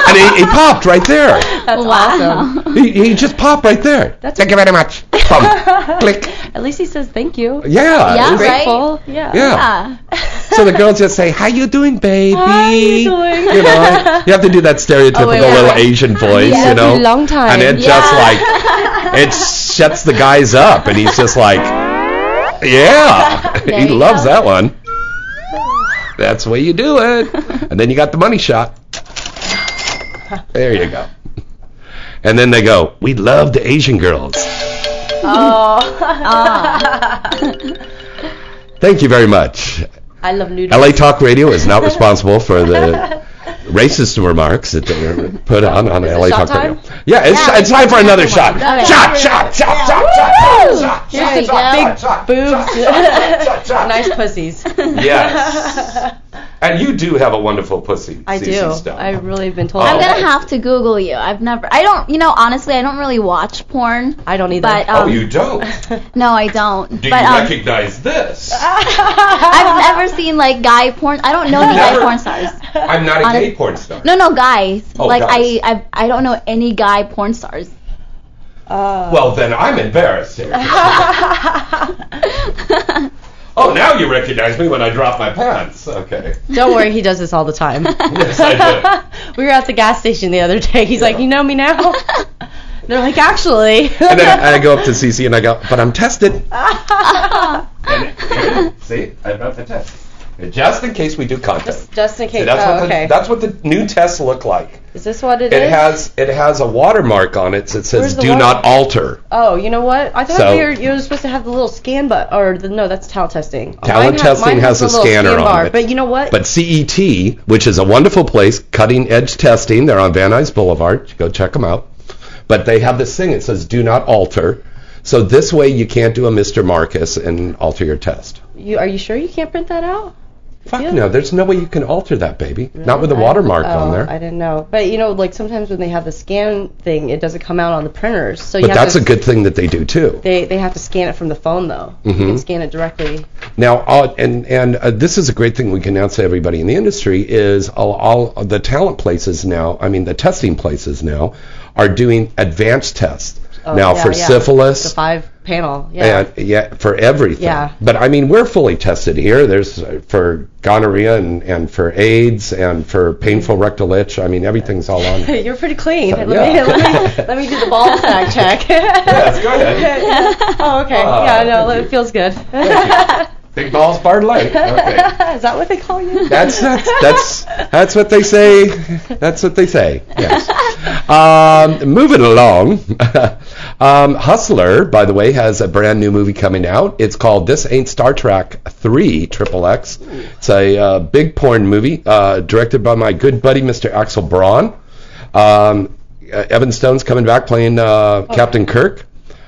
and he, he popped right there.
That's awesome.
He, he just popped right there. thank you very much. Boom. Um,
*laughs*
Click.
At least he says thank you.
Yeah, Yeah, it's- right?
Grateful. Yeah.
Yeah. so the girls just say, how you doing, baby? How you
doing?
You know, you have to do that stereotypical
Oh, wait, wait,
little
wait.
Asian *laughs* voice,
Yeah,
you know.
long time.
And it just like it shuts the guys up, and he's just like, yeah,
There
he
you
loves
go.
that one. That's the way you do it. And then you got the money shot. There you go. And then they go, we love
*laughs*
the Asian girls.
Oh.
Thank you very much.
I love noodles. *laughs*
LA Talk Radio is not responsible for the racist remarks that they were put on on LA
shot
Talk
time?
Radio. Yeah, it's, it's time for another shot.
Okay.
Shot, shot, shot, shot, shot, shot, shot.
Here's to
shot,
big boobs, *laughs* nice pussies.
Yes. And you do have a wonderful pussy.
*laughs* I
CC
do.
Stone.
I've really been told.
I'm
that.
gonna have to Google you. I've never. I don't. You know, honestly, I don't really watch porn.
I don't either.
But
oh,
um,
you
*laughs*
don't.
no, I don't.
Do
but
you
um,
recognize this?
*laughs* I've never seen like guy porn. I don't know any guy
Never?
porn stars.
I'm not a
honest-
gay porn star.
No, no, guys.
Oh,
like
guys.
I, I, I don't know any guy porn stars.
Uh,
Well, then I'm embarrassed
*laughs*
here. oh, now you recognize me when I drop my pants. Okay.
Don't worry, he does this all the time.
*laughs* Yes, I
*laughs* we were at the gas station the other day. He's like, "You know
*laughs*
me now." They're like, "Actually."
do. And then I go up to CC and I go, but I'm tested. See, I wrote the test. Just in case we do contest.
*laughs* Just in case.
See, that's,
oh,
what the,
okay.
that's what the new tests look like.
is this what
It,
it is?
has it has a watermark on it that
Where's
says
the
"Do not
watermark?
alter."
Oh, you know what? I thought
So-
we were, you were supposed to have the little scan button, or the, no, that's talent testing.
Talent
ha-
testing has a
the little
scanner
scan
on
bar,
it.
But you know what?
But CET, which is a wonderful place, cutting edge testing. They're on Van Nuys Boulevard. Go check them out. But they have this thing. It says "Do not alter." So this way, you can't do a Mr. Marcus and alter your test.
you, are you sure you can't print that out?
Fuck no, there's no way you can alter that, baby. Not with a watermark on
Oh,
there.
I didn't know. But you know, like sometimes when they have the scan thing, it doesn't come out on the printers. So you
but
have
that's
to,
a good thing that they do too.
They they have to scan it from the phone though. You
Mhm.
can scan it directly.
Now, uh, and and uh, this is a great thing we can announce to everybody in the industry is all, all of the talent places now. I mean, the testing places now are doing advanced tests
Oh,
now
yeah,
for
yeah.
syphilis.
The five panel. Yeah.
And yeah, for everything.
Yeah.
But I mean, we're fully tested here. There's uh, for gonorrhea and, and for AIDS and for painful rectal itch. I mean, everything's all on.
*laughs* You're pretty clean.
So,
let, me, *laughs* let me let me do the
*laughs*
ball sack check.
Yes, go ahead.
*laughs* oh, okay.
Oh,
yeah, no,
thank
it feels good.
Big balls, barred *laughs*
*laughs*
leg. Okay.
Is that what they call you?
That's that's that's that's what they say. That's what they say. Yes. Um, moving along, *laughs* um, Hustler, by the way, has a brand new movie coming out. It's called This Ain't Star Trek Three Triple X. It's a uh, big porn movie uh, directed by my good buddy Mr. Axel Braun. Um, uh, Evan Stone's coming back playing
Oh.
uh, Captain Kirk.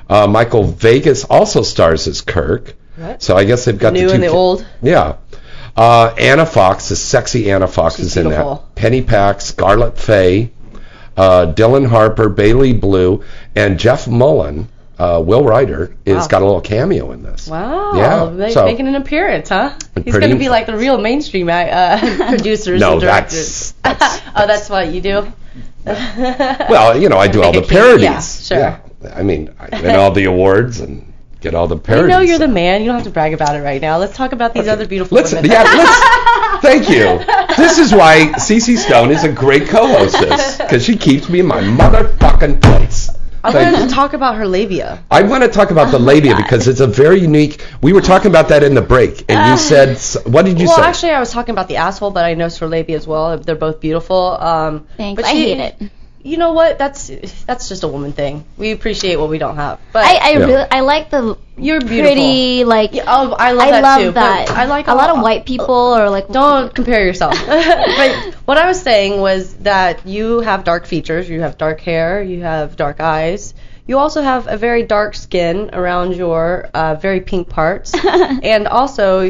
Uh, Michael Vegas also stars as Kirk.
What?
So I guess they've got
New
the two
and the
ca-
old.
yeah. Uh, Anna Fox, the sexy Anna Fox is in
beautiful.
that. Penny Pax, Scarlett Fay, uh, Dylan Harper, Bailey Blue, and Jeff Mullen, uh, Will Ryder, is
Wow.
got a little cameo in this.
*laughs* Wow.
Yeah,
ma-
so-
making an appearance, huh? He's
Pretty-
going to be like the real
*laughs*
mainstream uh, producers
No, *laughs*
and
that's-
directors. *laughs* oh, that's what you do. *laughs*
Well, you know, I do all the
Make a king-
parodies.
yeah, sure.
I mean, I win all the awards and get
*laughs*
all the
You
parodies.
know you're the man. You don't have to brag about it right now. Let's talk about these other beautiful
Let's,
women. *laughs*
yeah, let's, thank you. This is why Cece Stone is a great co-hostess because she keeps me in my motherfucking place.
I
Thank
wanted to talk about her labia.
I want to talk about the labia because it's a very unique. We were talking about that in the break, and you said, s- "What did you
well,
say?"
actually, I was talking about the asshole, but I know her labia as well. They're both beautiful. Um,
Thanks.
But
I
she-
hate it.
you know what? That's that's just a woman thing. We appreciate what we don't have. But
I, I
Yeah.
really, I like the
you're beautiful.
pretty like.
oh, I love
I
that
love
too, but
that.
I like
a lot
all-
of white people or like.
Don't
*laughs*
compare yourself. but what I was saying was that you have dark features. You have dark hair. You have dark eyes. You also have a very dark skin around your uh, very
*laughs*
pink parts. and also,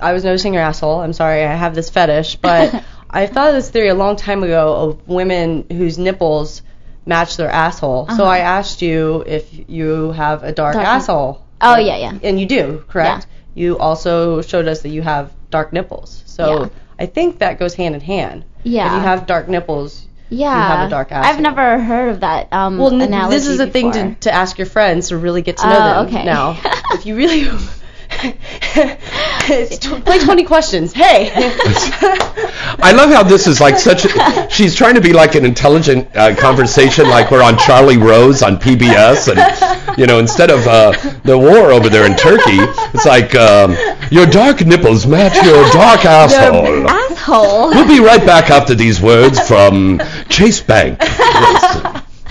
I was noticing your asshole. I'm sorry, I have this
*laughs*
fetish, but I thought of this theory a long time ago of women whose nipples match their asshole. So I asked you if you have a dark,
Uh-huh. Dark-
asshole.
Oh yeah, yeah.
And you do, correct? You also showed us that you have dark nipples. So
Yeah.
I think that goes hand in hand.
Yeah.
If you have dark nipples,
yeah.
you have a dark
I've
asshole.
never heard of that um
well, n-
analogy
this is a thing
before.
to, to ask your friends to really get to know
Oh,
them
okay. *laughs*
now. if you really. *laughs* It's
*laughs*
tw- play 20 questions. Hey! *laughs*
I love how this is like such. A, she's trying to be like an intelligent uh, conversation, like we're on Charlie Rose on PBS, and you know, instead of uh, the war over there in Turkey, it's like um, your dark nipples match your dark asshole.
*laughs*
*laughs*
Asshole.
We'll be right back after these words from Chase Bank.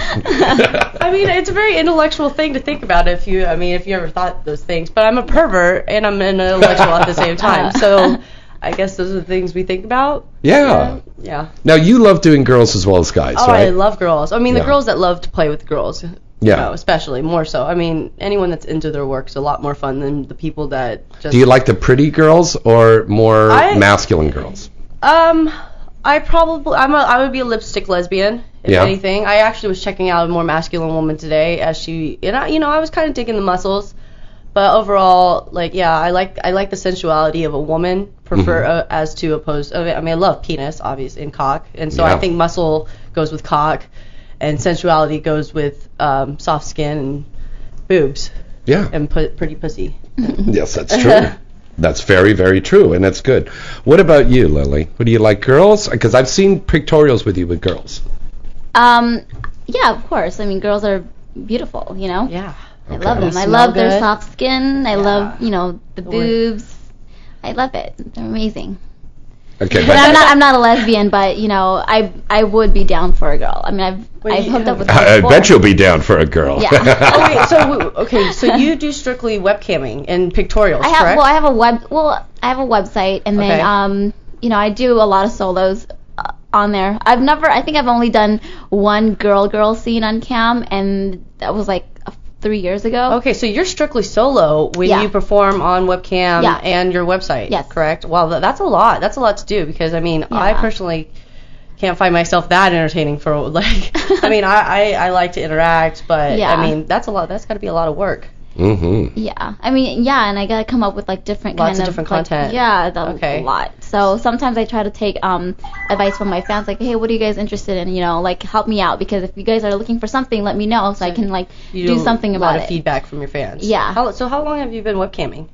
I mean, it's a very intellectual thing to think about if you, I mean, if you ever thought those things. But I'm a pervert and I'm an intellectual at the same
*laughs*
time. So I guess those are the things we think about.
Yeah.
Yeah.
Now you love doing girls as well as guys,
oh,
right?
I love girls. I mean, the
Yeah.
girls that love to play with girls.
Yeah.
You know, especially more so. I mean, anyone that's into their work's a lot more fun than the people that just.
Do you like the pretty girls or more
I-
masculine girls?
Um, I probably I'm a I would be a lipstick lesbian if
Yeah.
anything. I actually was checking out a more masculine woman today as she and I you know I was kind of digging the muscles, but overall like yeah I like I like the sensuality of a woman prefer
Mhm.
Mm-hmm.
uh, as to opposed. I mean, I mean I love penis obviously and cock and so I
Yeah.
think muscle goes with cock, and sensuality goes with um, soft skin and boobs.
Yeah.
And put pretty pussy. *laughs* Oh, Mm-hmm.
Yes, that's true. that's very, very true, and that's good. What about you, Lily? What do you like, girls? Because I've seen pictorials with you with girls.
Um, yeah, of course. I mean, girls are beautiful, you know.
Yeah.
I love
They
them. I
smell
love their
good.
soft skin. I love, you know, the
way-
boobs. I love it. They're amazing.
Okay,
But I'm
but
not. I'm not a lesbian, but you know, I I would be down for a girl. I mean, I've I've hooked up with.
I, I
before.
bet you'll be down for a *laughs* girl.
Yeah.
Oh wait, so w-
*laughs*
okay, so you do strictly webcamming and pictorials,
I have.
correct?
Well, I have a web. Well, I have a website, and then
Okay.
um, you know, I do a lot of solos uh, on there. I've never. I think I've only done one girl girl scene on cam, and that was like a- three years ago.
Okay, so you're strictly solo when
Oh. Yeah.
you perform on webcam
Yeah.
and your website,
Yes.
correct? Wow, tha- that's a lot. That's a lot to do because I mean, I personally can't find myself that entertaining for *laughs* like. I mean, I, I I like to interact, but
Yeah.
I mean, that's a lot. That's got to be a lot of work.
Mm-hmm.
Yeah, I mean, yeah, and I gotta come up with like different
Lots
kind
of
of
different
like,
content.
Yeah, that
Okay.
a lot. So sometimes I try to take um advice from my fans, like, hey, what are you guys interested in? You know, like help me out because if you guys are looking for something, let me know so I can like
You
do something
a
about
lot of
it.
feedback from your fans.
Yeah.
How, so how long have you been webcamming?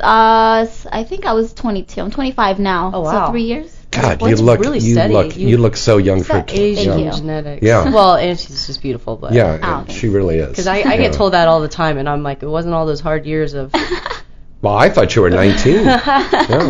Uh, s- I think I was 22. I'm 25 now.
Oh, wow.
So three years.
God,
Well,
you
it's
look
really
you
steady.
look you,
You-
look so young
It's
for
that
tw-
Asian
young.
Yeah.
genetics.
Yeah.
Well, and she's just beautiful, but
Oh,
Yeah, she really is.
Because I, I get told that all the time, and I'm like, it wasn't all those hard years of.
Well, I thought you were
*laughs*
19.
yeah.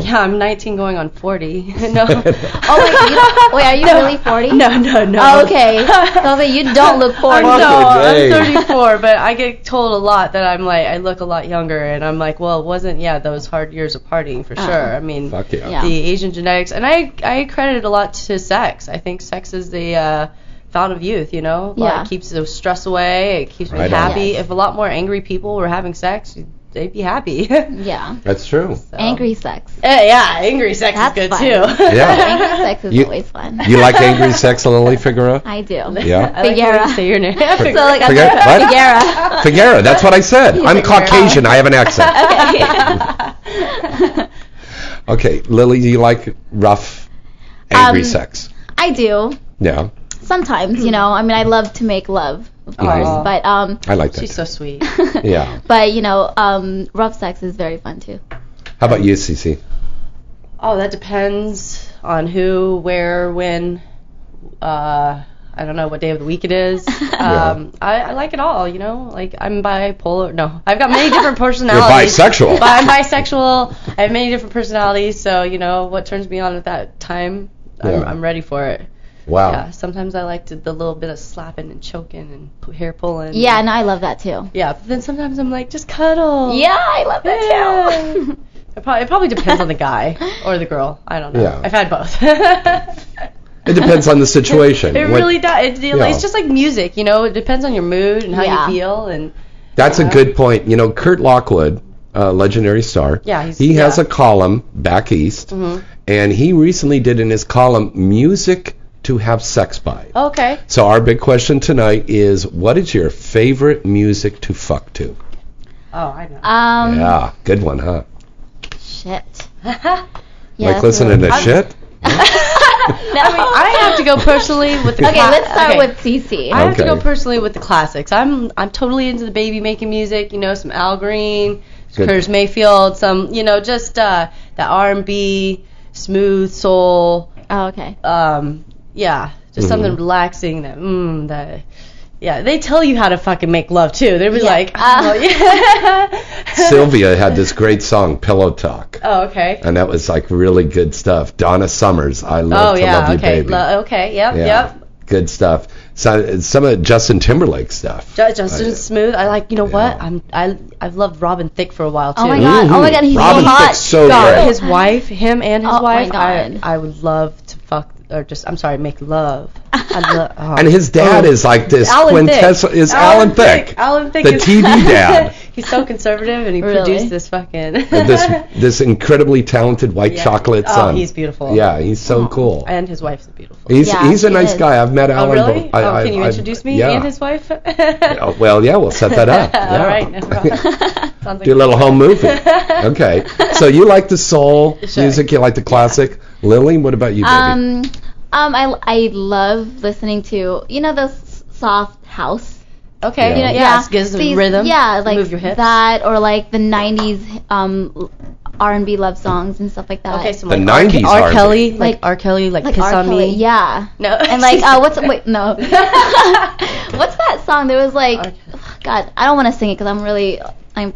I'm 19 going on 40. *laughs* no.
*laughs* Oh *laughs* wait, you don't, wait, are you really 40?
No, no, no.
*laughs* Oh,
*laughs*
okay. So I was like, you don't look 40.
I'm, no, I'm
Dang.
34, but I get told a lot that I'm like, I look a lot younger, and I'm like, well, it wasn't, yeah, those hard years of partying for
Oh.
sure. I mean,
Fuck yeah.
Yeah.
the Asian genetics, and I, I credit it a lot to sex. I think sex is the uh, fountain of youth, you know? Like,
Yeah.
It keeps the stress away, it keeps me
Right on.
happy.
Yes.
If a lot more angry people were having sex, they'd be happy. *laughs*
Yeah.
That's true.
Angry sex.
Eh, yeah, angry sex
That's
is good
fun.
too.
Yeah.
*laughs* Angry sex is
You-
always fun.
You like
*laughs*
angry sex, Lily Figueroa?
I do.
Yeah.
I like the way you
Figuera.
say your
*laughs*
name.
so like I'm
Figuera- what?
Figuera.
Figueroa, that's what I said.
*laughs*
I'm Caucasian. I have an accent. Okay, Lily, do you like rough, angry
Um,
sex?
I do.
Yeah,
Sometimes, you know. I mean, I love to make love, of course.
Aw.
But um,
I like that.
She's so sweet.
too. yeah.
*laughs* but you know, um, rough sex is very fun too.
How about you, Cece?
Oh, that depends on who, where, when. Uh, I don't know what day of the week
*laughs*
it is. Um, I, I like it all, you know. Like I'm bipolar. No, I've got many
*laughs*
different personalities.
bisexual.
But I'm bisexual. I have many different personalities. So you know what turns me on at that time, I'm,
Yeah.
I'm ready for it.
Wow.
Yeah. Sometimes I like to, the little bit of slapping and choking and p- hair pulling.
Yeah, and I love that too.
Yeah, but then sometimes I'm like, just cuddle.
Yeah, I love that too.
Oh. Yeah. *laughs* It probably, it probably depends on the guy or the girl. I don't know.
Yeah.
I've had both.
*laughs*
*laughs*
It depends on the situation.
it
What-
really does. It, it-
Yeah.
It's just like music, you know. It depends on your mood and how
Yeah.
you feel. And
That's a good point. You know, Kurt Lockwood, a legendary star.
Yeah, he's-
he has
yeah.
a column back east,
Mm-hmm.
Mhm.
and he recently did in his column music to have sex by.
*laughs* okay,
So our big question tonight is, what is your favorite music to fuck to?
oh, I know.
Um,
yeah, good one, huh?
shit.
*laughs*
Yeah,
Like
that's
listening
really-
to shit.
I mean, I have to go personally with the.
Okay,
cla-
let's start
okay.
with CC.
I have to
Okay.
go personally with the classics. I'm I'm totally into the baby making music. You know, some Al Green,
Good.
Curtis Mayfield, some you know just uh, that R&B, smooth soul.
Oh, okay.
um, yeah, just
Mhm.
something relaxing that, mm, that, yeah, they tell you how to fucking make love too. *laughs* They'll be like, oh,
Uh.
yeah.
Sylvia had this great song, Pillow Talk,
*laughs* oh, okay.
and that was like really good stuff. Donna Summers, I love
oh,
to
yeah,
love you,
okay.
baby.
Lo- okay, yep,
Yeah.
yep.
Good stuff. So, some of Justin Timberlake stuff.
Ju- Justin Smooth. I like. You know what? I'm. I. I've loved Robin Thicke for a while too.
Oh my god! Oh my god! He's
Robin
so hot.
Thicke's so
God.
great.
His wife, him and his
Oh my
wife.
God.
I. I would love to fuck or just. I'm sorry. Make love. I
*laughs*
love. Oh.
And his dad is like this
Alan Thicke.
quintessential. Is Alan, Thicke?
Alan Thicke.
The
is- *laughs*
TV dad.
He's so conservative, and he
Really?
produced this fucking. *laughs*
this this incredibly talented white
Yeah.
chocolate
Oh,
son.
he's beautiful.
Yeah, he's so cool.
and his wife's beautiful.
He's he's a nice guy. I've met
Oh
Alan.
really?
I-
oh,
I-
can you
I-
introduce me
yeah.
and his wife? *laughs*
Oh, well, yeah, we'll set that up. Yeah.
All right. No
*laughs*
problem. Sounds
Do a
like-
little home
*laughs*
movie. Okay. So you like the soul music? You like the classic? Lily, what about you, baby?
Um, um, I I love listening to you know those s- soft house.
Okay.
You know,
Yeah.
yeah,
it gives them
these-
rhythm.
Yeah,
You
like
move your hips.
that, or like the '90s um R&B love songs and stuff like that.
Okay, so
The
like R-
90s
R.
are
Kelly, like, R. Kelly, like, Kiss
R.
on
Kelly,
Me.
Yeah.
No.
And like, uh, what's wait
*laughs*
no? *laughs* what's that song? There was like, God, I don't want to sing it because I'm really I'm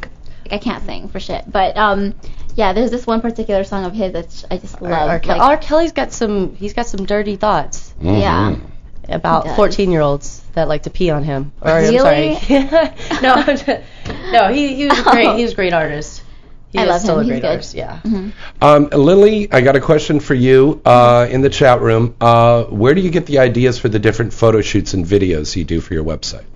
I can't sing for shit. But um, yeah, there's this one particular song of his that sh- I just
R.
love.
R. Kelly.
like-
R. Kelly's got some. He's got some dirty thoughts
Mm-hmm.
yeah. He
about
does.
14-year-olds that like to pee on him. Or, I'm
Really?
sorry. *laughs* no, I'm just- no. He he was a great. He was a great artist. He
I
is
love
still
him.
a
He's
great
good.
artist. Yeah.
Um, Lily, I got a question for you uh, in the chat room. Uh, where do you get the ideas for the different photo shoots and videos you do for your website?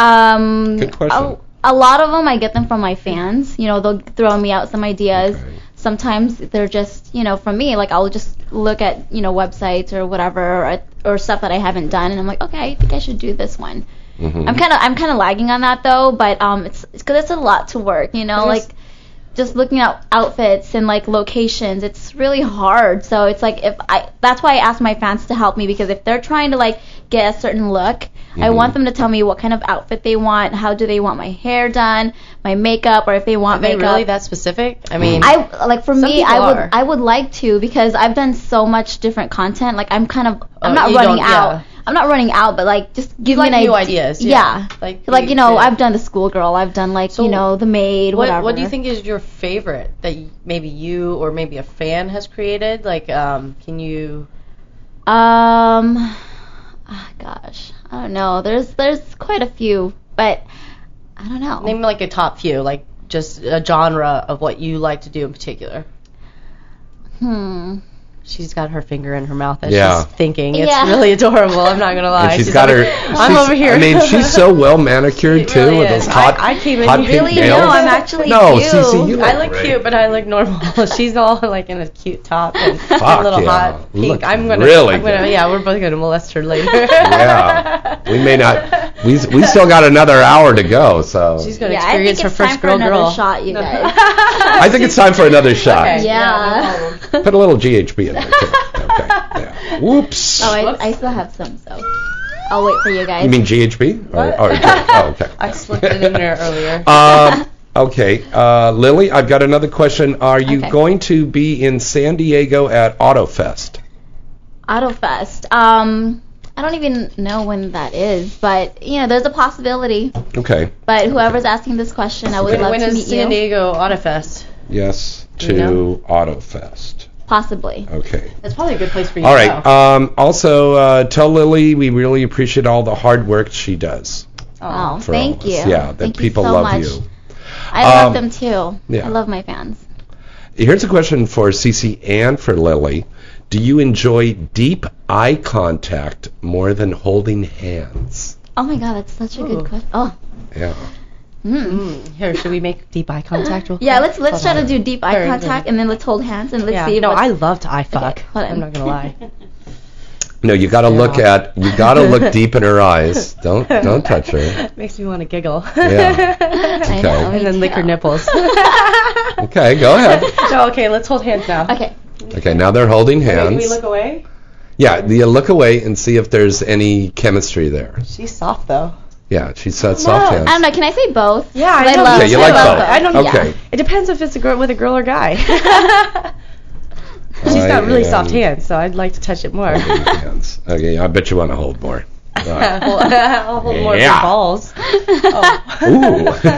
Um,
Good question.
A, a lot of them I get them from my fans. You know, they'll throw me out some ideas. Sometimes they're just, you know, from me. Like I'll just look at, you know, websites or whatever, or, or stuff that I haven't done, and I'm like, okay, I think I should do this one.
mm-hmm.
Mm-hmm.
I'm kind of, I'm kind of lagging on that though, but um, it's because it's, a lot to work. You know,
There's-
like just looking at outfits and like locations, it's really hard. So it's like if I, that's why I ask my fans to help me because if they're trying to like get a certain look, I want them to tell me what kind of outfit they want, how do they want my hair done, my makeup, or if they want
Are they
makeup.
really that specific? I mean,
I like for
Some
me, I
people
would
are.
I would like to because I've done so much different content. Like I'm kind of I'm
Oh,
not
you
running
don't-
out.
yeah.
I'm not running out, but like just give
like
me an
new
idea.
ideas, yeah. Like
Like,
you-
you know,
yeah.
I've done the schoolgirl. I've done like
So
you know the maid.
What,
whatever.
what do you think is your favorite that y- maybe you or maybe a fan has created? Like, um, can you?
Um, ah, gosh, I don't know. There's there's quite a few, but I don't know.
Name like a top few, like just a genre of what you like to do in particular.
Hmm.
She's got her finger in her mouth as
Yeah.
she's thinking. It's
Yeah.
really adorable. I'm not gonna lie.
and she's got
over-
her.
I'm
she's-
over here.
I mean, she's
*laughs*
so well manicured
It
too
really
with
is.
those hot,
I, I came in
hot pink
here-
nails.
No, I'm actually
no,
cute.
Cece, you look
I look
great.
cute, but I look normal. *laughs* she's all like in a cute top
*laughs*
and
Fuck
a little
yeah.
hot pink.
Look
I'm gonna.
really
I'm gonna
good.
yeah, we're both gonna molest her later. *laughs*
Yeah, we may not. We we still got another hour to go, so
*laughs* She's gonna
yeah, I think
experience
it's
her first
time for
girl
another
girl.
shot, you
*laughs*
guys.
I think it's time for another shot.
Okay.
yeah.
Put a little GHB in there. Too. Okay. Yeah. Whoops.
Oh, I, I still have some, so I'll wait for you guys.
you mean GHB? Or,
What?
or, oh, okay.
I slipped it in there earlier.
Um, okay, uh, Lily, I've got another question. Are you
Okay.
going to be in San Diego at AutoFest?
Autofest. Um, I don't even know when that is, but you know, there's a possibility.
Okay.
But whoever's asking this question, I would
When,
love
when
to
is
meet
San
you.
Diego Autofest?
Yes, to
No.
AutoFest.
Possibly.
Okay.
That's probably a good place for you
All
to
right.
go.
Um, also, uh, tell Lily we really appreciate all the hard work she does. for
Oh,
all
thank
of
you.
us. Yeah, that
Thank you
people
so
love
much.
you.
I love
Um,
them too.
yeah.
I love my fans.
Here's a question for Cece and for Lily. Do you enjoy deep eye contact more than holding hands?
Oh my god, that's such a good question. Oh,
Yeah.
Mm, Here, should we make deep eye contact? Real
Mm-hmm. yeah. Let's
quick?
let's try to do deep eye
Very
contact and then let's hold hands and let's
Yeah.
see.
No,
what-
I love to eye fuck.
hold
I'm
on.
not gonna lie.
No, you got to look at you got to
*laughs*
look deep in her *laughs* eyes. Don't don't touch her.
Makes me want to giggle. *laughs*
Yeah.
I
Okay.
know, me
and then lick her
too. *laughs*
nipples. *laughs*
Okay, go ahead.
no, okay, let's hold hands now.
Okay.
Okay, now they're holding
Can
hands.
we look away?
yeah, you look away and see if there's any chemistry there.
She's soft though.
Yeah, she said soft
um,
I don't
hands.
know. Can I say both?
Yeah, I,
I
know.
love-
Okay, you
I
like
love
both.
both.
I don't.
Okay.
It depends if it's a girl with a girl or guy. *laughs* She's got really soft hands, so I'd like to touch it more.
hands. Okay, I bet you want to hold more. All right.
*laughs* I'll hold more of
Yeah.
your balls.
*laughs*
Oh.
Ooh.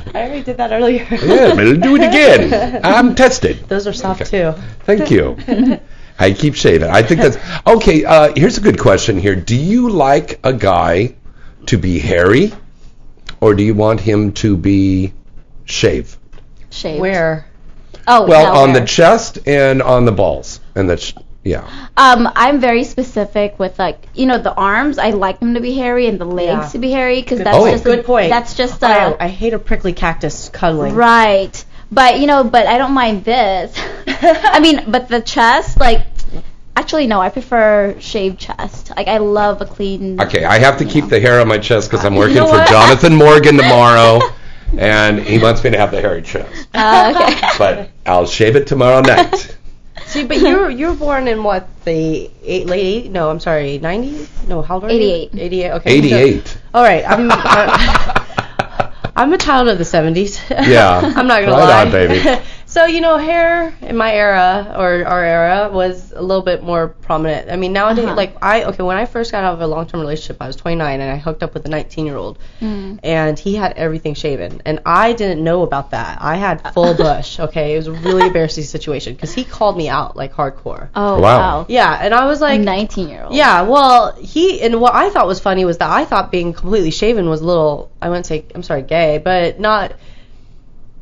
*laughs*
I already did that earlier. *laughs*
*laughs* yeah, but do it again. I'm tested.
Those are soft too.
Thank you. I keep shaving. I think that's okay. Uh, here's a good question here. Do you like a guy to be hairy, or do you want him to be shaved?
Shaved.
Where?
Oh,
well,
yeah,
on
where?
the chest and on the balls, and that's yeah.
Um, I'm very specific with like you know the arms. I like them to be hairy and the legs
Yeah.
to be hairy because
Good
that's
point.
just
Good point.
That's just
I-
uh
I hate a prickly cactus cuddling. *laughs*
right. But you know, but I don't mind this. I mean, but the chest, like, actually no, I prefer shaved chest. Like I love a clean.
Okay, I have to keep the hair on my chest because I'm
You
working
know
for
what? *laughs*
Jonathan Morgan tomorrow, and he wants me to have the hairy chest.
Uh, okay.
But I'll shave it tomorrow
*laughs*
night.
*laughs* See, but you were you were born in what the eight, late eight? No, I'm sorry, nineties? No, how old are you?
88.
Eighty-eight. Okay. so-
88.
all right,
*laughs*
I'm. uh, I'm a child of the 70s.
Yeah.
*laughs* I'm not gonna
Right
lie.
on, baby.
*laughs* so you know, hair in my era or our era was a little bit more prominent. I mean, nowadays,
Uh-huh.
like I okay, when I first got out of a long-term relationship, I was 29 and I hooked up with a 19-year-old,
Mm.
and he had everything shaven, and I didn't know about that. I
*laughs*
had full bush. Okay, it was a really embarrassing situation because he called me out like hardcore.
Oh
Wow.
wow.
Yeah, and I was like,
19 year old.
yeah, well, he and what I thought was funny was that I thought being completely shaven was a little, I wouldn't say, I'm sorry, gay, but not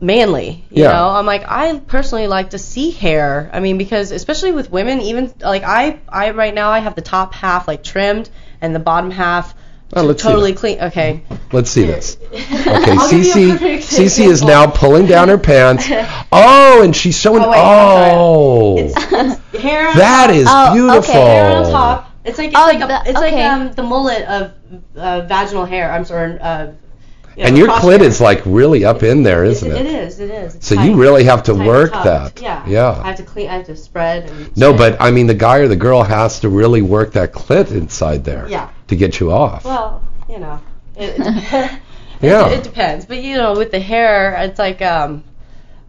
manly. You
Yeah.
know, I'm like, I personally like to see hair. I mean, because especially with women, even like I, I right now I have the top half like trimmed and the bottom half
Oh, let's see
totally clean. Okay,
Let's see this.
*laughs*
Okay,
give you
Cece,
a perfect
Cece is now pulling down her
*laughs*
pants. Oh, and she's showing.
Oh, wait, I'm
Oh,
*laughs* hair. On
that
top.
is
Oh, okay,
beautiful.
Hair on top. It's like it's
Oh,
like a,
the-
it's like
okay.
um the mullet of uh, vaginal hair. I'm sorry. Uh, you know,
and your
cross
clit
hair.
is like really up in there, isn't
It
it?
is. It is. It's
So
tight.
you really have to
Tight
work
tucked.
that.
Yeah. I
Yeah.
have to clean. I have to spread. And
No, but I mean, the guy or the girl has to really work that clit inside there
Yeah.
to get you off.
Well, you know, it,
*laughs*
it,
yeah.
it depends. But you know, with the hair, it's like um,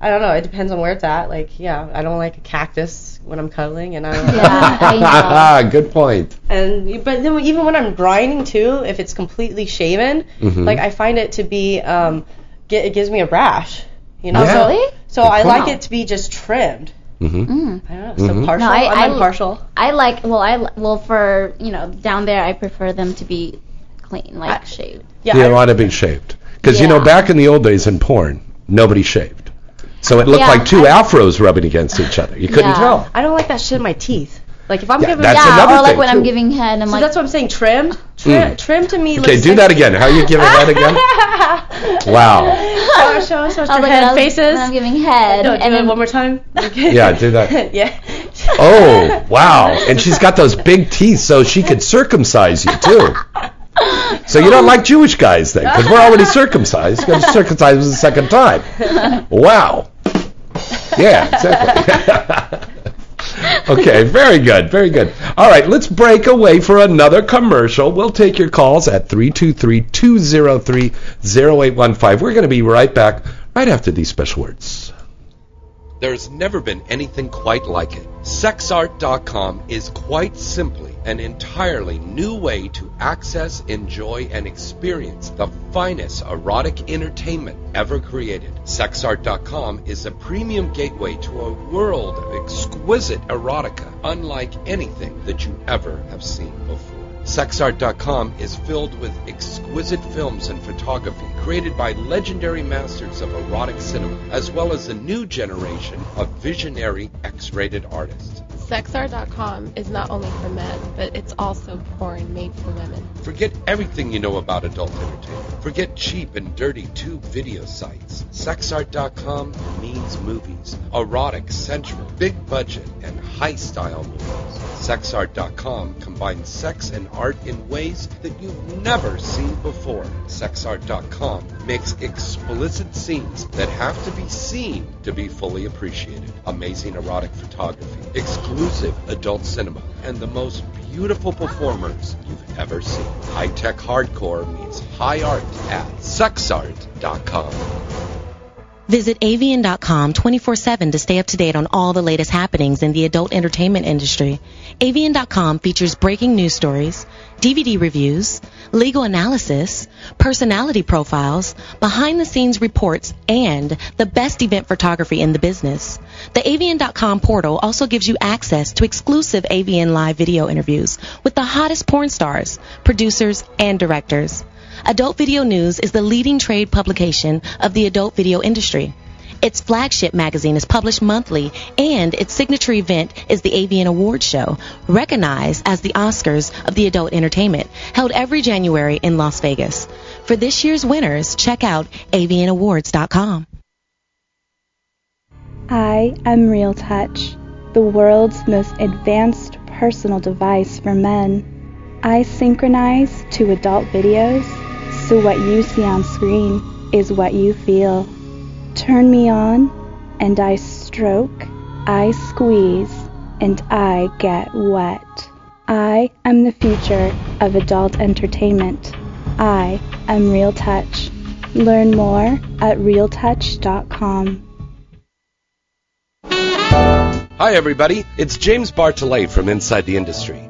I don't know. It depends on where it's at. Like, yeah, I don't like a cactus when I'm cuddling, and I don't.
Yeah,
*laughs*
I know.
*laughs* Good point.
And but then even when I'm grinding too, if it's completely shaven,
Mhm.
like I find it to be um, get, it gives me a rash. You know.
Yeah.
So-
Really?
So,
Good
I
point.
like it to be just trimmed.
hmm
Mm.
I don't know. So
Mhm.
partial.
No, I-
I,
I-
am impartial.
I like well I li- well for you know down there I prefer them to be clean like shaved.
Yeah.
Yeah,
I-
a lot of being shaved. Because, you know,
Yeah.
back in the old days in porn, nobody shaved. So it looked
Yeah,
like two
I-
afros rubbing against each other. You couldn't
Yeah.
tell.
I don't like that shit in my teeth. Like if I'm
Yeah,
giving
that's
yeah,
yeah,
another
or like
thing,
when
too.
I'm giving head, I'm
so
like,
that's what I'm saying. Trim,
Hmm.
trim, trim to me.
Okay,
looks
do that
sexy.
again. How you giving that again?
*laughs*
Wow.
Show, show us what
I was
your
like,
head
when I was-
faces.
when I'm giving head,
no, do
and
it
then
one more time.
Yeah, do that.
*laughs* yeah.
Oh, wow. And she's got those big teeth, so she could circumcise you, too. So you don't like Jewish guys then, because we're already circumcised. You got to circumcise us a second time. *laughs* Wow. Yeah, exactly. *laughs* okay, very good, very good. All right, let's break away for another commercial. We'll take your calls at 323-203-0815. We're going to be right back right after these special words. There's never been anything quite like it. SexArt.com is quite simply an entirely new way to access, enjoy, and experience the finest erotic entertainment ever created. SexArt.com is a premium gateway to a world of exquisite erotica unlike anything that you ever have seen before. SexArt.com is filled with exquisite films and photography created by legendary masters of erotic cinema, as well as a new generation of visionary X rated artists.
Sexr.com is not only for men, but it's also porn made for women.
Forget everything you know about adult entertainment. Forget cheap and dirty tube video sites. Sexart.com means movies. Erotic, sensual, big budget, and high style movies. Sexart.com combines sex and art in ways that you've never seen before. Sexart.com makes explicit scenes that have to be seen to be fully appreciated. Amazing erotic photography, exclusive adult cinema, and the most beautiful performers you've ever seen. High tech hardcore means high art at sexart.com.
Visit avian.com 24/7 to stay up to date on all the latest happenings in the adult entertainment industry. avian.com features breaking news stories, DVD reviews, legal analysis, personality profiles, behind-the-scenes reports, and the best event photography in the business. The avian.com portal also gives you access to exclusive avian live video interviews with the hottest porn stars, producers, and directors. Adult Video News is the leading trade publication of the adult video industry. Its flagship magazine is published monthly, and its signature event is the Avian Awards Show, recognized as the Oscars of the adult entertainment, held every January in Las Vegas. For this year's winners, check out avianawards.com.
I am Real Touch, the world's most advanced personal device for men. I synchronize to adult videos, so what you see on screen is what you feel. Turn me on, and I stroke, I squeeze, and I get wet. I am the future of adult entertainment. I am Real Touch. Learn more at realtouch.com.
Hi, everybody. It's James Bartolet from Inside the Industry.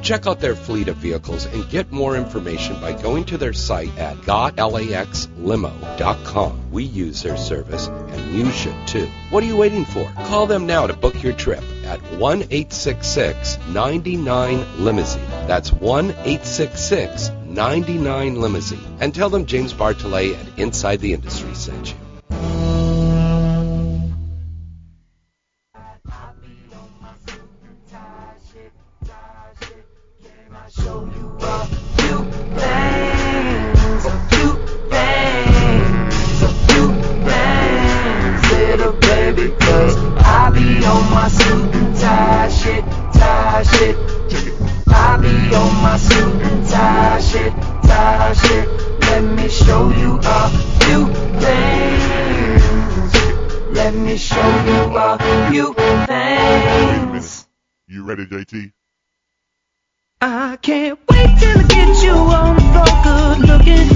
Check out their fleet of vehicles and get more information by going to their site at gotlaxlimo.com. We use their service and you should too. What are you waiting for? Call them now to book your trip at 1 866 99 Limousine. That's 1 866 99 Limousine. And tell them James Bartolet at Inside the Industry sent you.
Little baby, cause I be on my suit and tie shit, tie shit. I be on my suit and tie shit, tie shit. Let me show you a few things. Let me show you a few things.
You ready, JT?
I can't wait till I get you on the floor, good looking.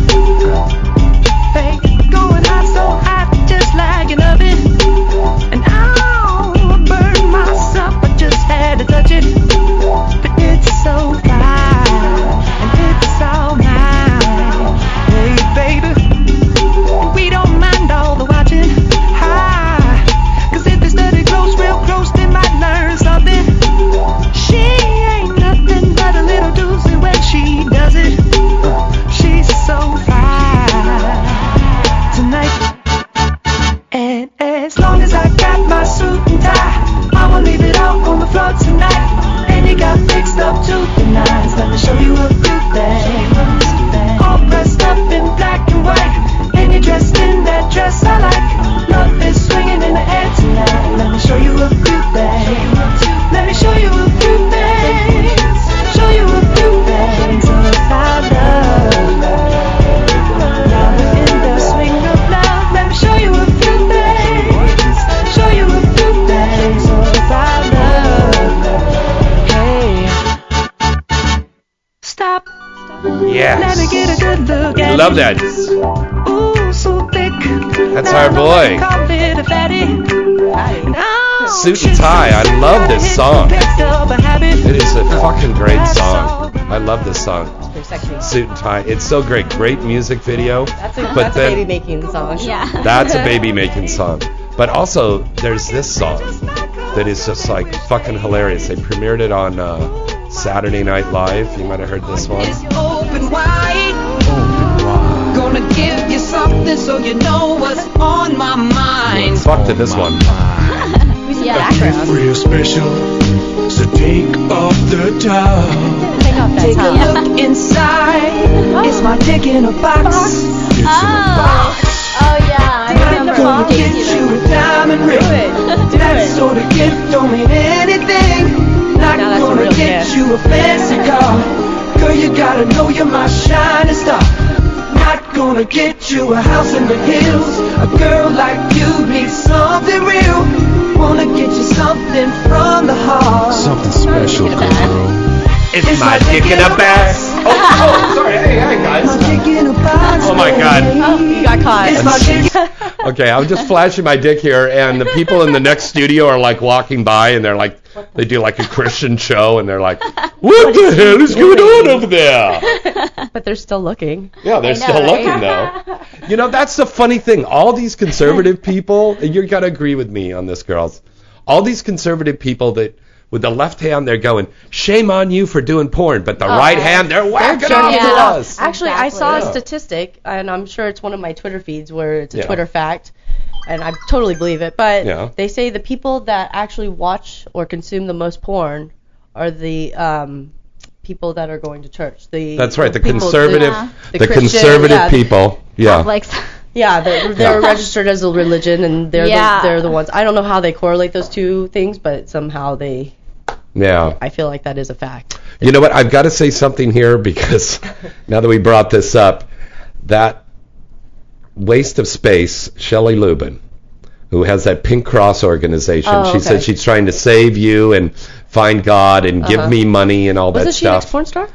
Hey, going hot, so hot, just like an oven. And I'll burn myself, I just had to touch it. But it's so fine, and it's all mine. Hey, baby, we don't mind all the watching. Hi, cause if they study close, real close, they might learn something. She ain't nothing but a little doozy when she does it. She's so fine tonight. And as long as I got my suit and tie, I will leave it out on the floor tonight. And you got fixed up to the nines. Let me show you a few things. All dressed up in black and white, and you're dressed in that dress I like. Love is swinging in the air tonight. Let me show you a few things. Let me show you a few things. Show you a few things about love. Love in the swing of love. Let me show you a few things. Show you a few things about love. Hey, stop. Let me get a good look at
Love that.
Ooh, so thick.
That's our boy.
Call it a fatty. Now
Suit and tie. I love this song.
picked up a habit.
It is a fucking great song. I love this song. Suit and tie. It's so great. Great music video.
That's a,
But
that's a
then-
baby making song.
Yeah.
That's a *laughs*
*laughs*
baby making song. But also, there's this song that is just like fucking hilarious. They premiered it on uh, Saturday Night Live. You might have heard this one.
Open wide. Gonna give you something so you know what's on my mind.
Fuck to this one.
For your special, so take off the towel.
Take off that Take a look inside. Is my dick in a box?
Oh. Oh yeah, I remember.
Gonna get grip. That's sort of gift don't mean anything. Not gonna get you a fancy car. Girl, you gotta know you're my shining star. Not gonna get you a house in the hills. A girl like you needs something real. Wanna get you something from the heart.
Something special, girl.
It's, my, dick in a box.
Oh, oh, sorry. Hey, hi guys. My dick in a box.
Oh my God.
Oh, you got caught. It's my dick.
Okay, I'm just flashing my dick here, and the people in the next studio are like walking by, and they're like, they do like a Christian show, and they're like, what the hell is going on over *laughs* there?
but they're still looking.
Yeah, they're still looking though. You know, that's the funny thing. All these conservative people, and you're gonna agree with me on this, girls. All these conservative people that with the left hand they're going, shame on you for doing porn, but the
Oh.
right hand they're whacking off
Yeah.
to us.
Actually, I saw a
Yeah.
statistic, and I'm sure it's one of my Twitter feeds where it's a
Yeah.
Twitter fact, and I totally believe it. But
Yeah.
they say the people that actually watch or consume the most porn are the um, people that are going to church. The
That's right, the
people-
conservative, the,
Christian-
conservative
yeah,
people. Yeah.
*laughs* Yeah, they're, they're registered as a religion, and they're
Yeah.
the, they're the ones. I don't know how they correlate those two things, but somehow they.
Yeah.
I feel like that is a fact.
You know what? I've got to say something here
*laughs*
because now that we brought this up, that waste of space, Shelley Lubin, who has that Pink Cross organization,
Oh,
she said
okay.
she's trying to save you and find God and give
Uh-huh.
me money and all that
Wasn't she an
stuff.
ex porn star?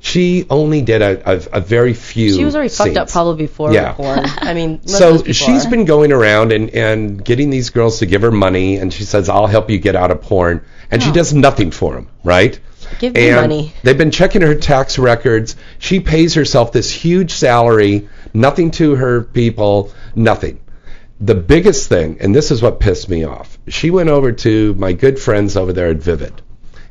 she only did a, a, a very few.
She was already fucked up
scenes.
probably before
Yeah.
porn. I
*laughs*
mean, most of those
So
people
she's
are.
been going around and, and getting these girls to give her money, and she says, I'll help you get out of porn. And she does nothing for them, right?
Oh. Give me
and
money.
They've been checking her tax records. She pays herself this huge salary, nothing to her people, nothing. The biggest thing, and this is what pissed me off, she went over to my good friends over there at Vivid,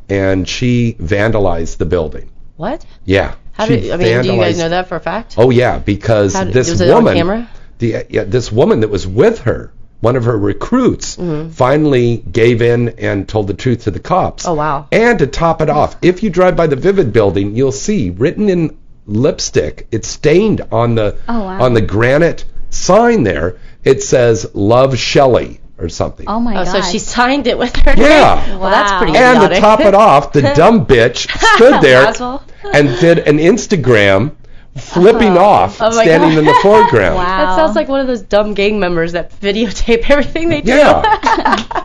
and she vandalized the building.
What?
Yeah.
How
she
do I mean? Do you
vandalized-
guys know that for a fact?
Oh yeah, because
How did-
this
was it on
woman,
camera?
the yeah, this woman that was with her, one of her recruits,
Mhm.
finally gave in and told the truth to the cops.
Oh wow.
And to top it off, if you drive by the Vivid building, you'll see written in lipstick, it's stained on the
Oh, wow.
on the granite sign there. It says "Love Shelley" or something.
Oh my
oh,
god.
so she signed it with her.
Yeah.
Well, that's pretty
And to
idiotic.
top it off,
*laughs*
the dumb bitch stood there
Roswell.
and did an Instagram flipping off,
Oh my
standing
God. *laughs*
in the
*laughs*
foreground.
That sounds like one of those dumb gang members that videotape *laughs* everything they do.
Yeah.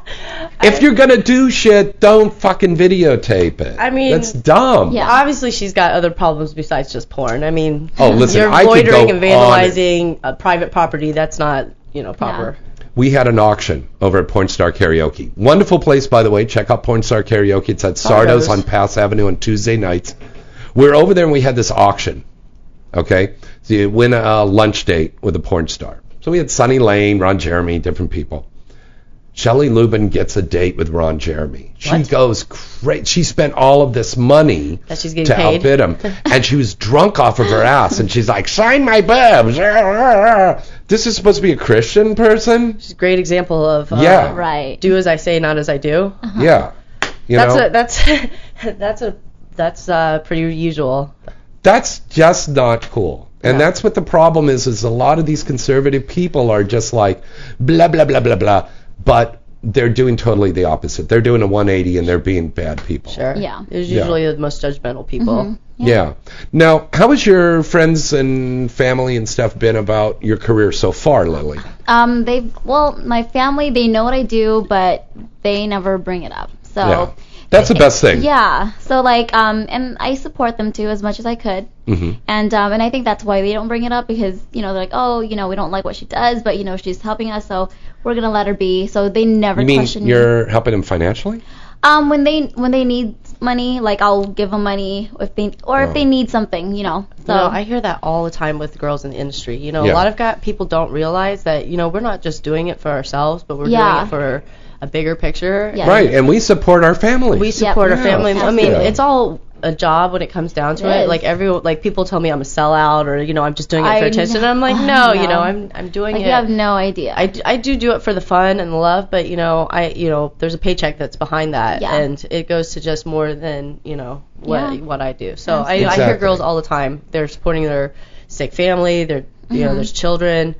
if you're gonna do shit, don't fucking videotape it.
*laughs* I mean-
that's dumb.
Yeah. Obviously, she's got other problems besides just porn. I mean,
Oh, listen,
you're
I could go
loitering
on.
and vandalizing a private property. That's not, you know, proper.
We had an auction over at Porn Star Karaoke. Wonderful place, by the way. Check out Porn Star Karaoke.
Oh,
It's at Sardo's
Sardo's.
on Pass Avenue on Tuesday nights. We're over there and we had this auction. Okay, so you win a lunch date with a porn star. So we had Sonny Lane, Ron Jeremy, different people. Shelley Lubin gets a date with Ron Jeremy. She goes great. She spent all of this money
That she's
to
getting
outbid
paid. *laughs*
him, and she was drunk off of her ass, and she's like, "Sign my boobs." This is supposed to be a Christian person.
She's a great example of uh,
Yeah.
right. Uh-huh. Do as I say, not as I do.
Yeah, *laughs* you
that's *laughs*
know,
a that's that's a that's uh, pretty usual.
that's just not cool. And that's what the problem is. Is a lot of these conservative people are just like blah blah blah blah blah, but they're doing totally the opposite. They're doing a 180 and they're being bad people.
Sure. Yeah. There's
Yeah.
usually the most judgmental people.
Mm-hmm.
Yeah. Now, how has your friends and family and stuff been about your career so far, Lily?
Um, they well, my family they know what I do, but they never bring it up. So
yeah. That's the best thing.
Yeah. So like um and I support them too as much as I could.
hmm
And um and I think that's why they don't bring it up because, you know, they're like, "Oh, you know, we don't like what she does, but you know, she's helping us, so we're going to let her be." So they never
You mean
question me.
you're helping them financially?
Um when they when they need money, like I'll give them money if they or
Oh.
if they need something, you know. So
So I hear that all the time with girls in the industry. You know,
Yeah.
a lot of guy, people don't realize that you know we're not just doing it for ourselves, but we're
Yeah.
doing it for a bigger picture. And
Right. And we support our family.
We support our family. I mean,
Yeah.
it's all a job when it comes down to
It
it.
is.
Like everyone, like people tell me I'm a sellout or you know I'm just doing it
I
for attention.
know.
I'm like,
I
no, you
know.
know, I'm I'm doing
like,
it.
you have no idea.
I, d- I do do it for the fun and the love, but you know I you know there's a paycheck that's behind that,
Yeah.
and it goes to just more than you know what
Yeah.
what I do. So I, I
Exactly.
hear girls all the time. They're supporting their sick family. They're you know
Mhm.
there's children.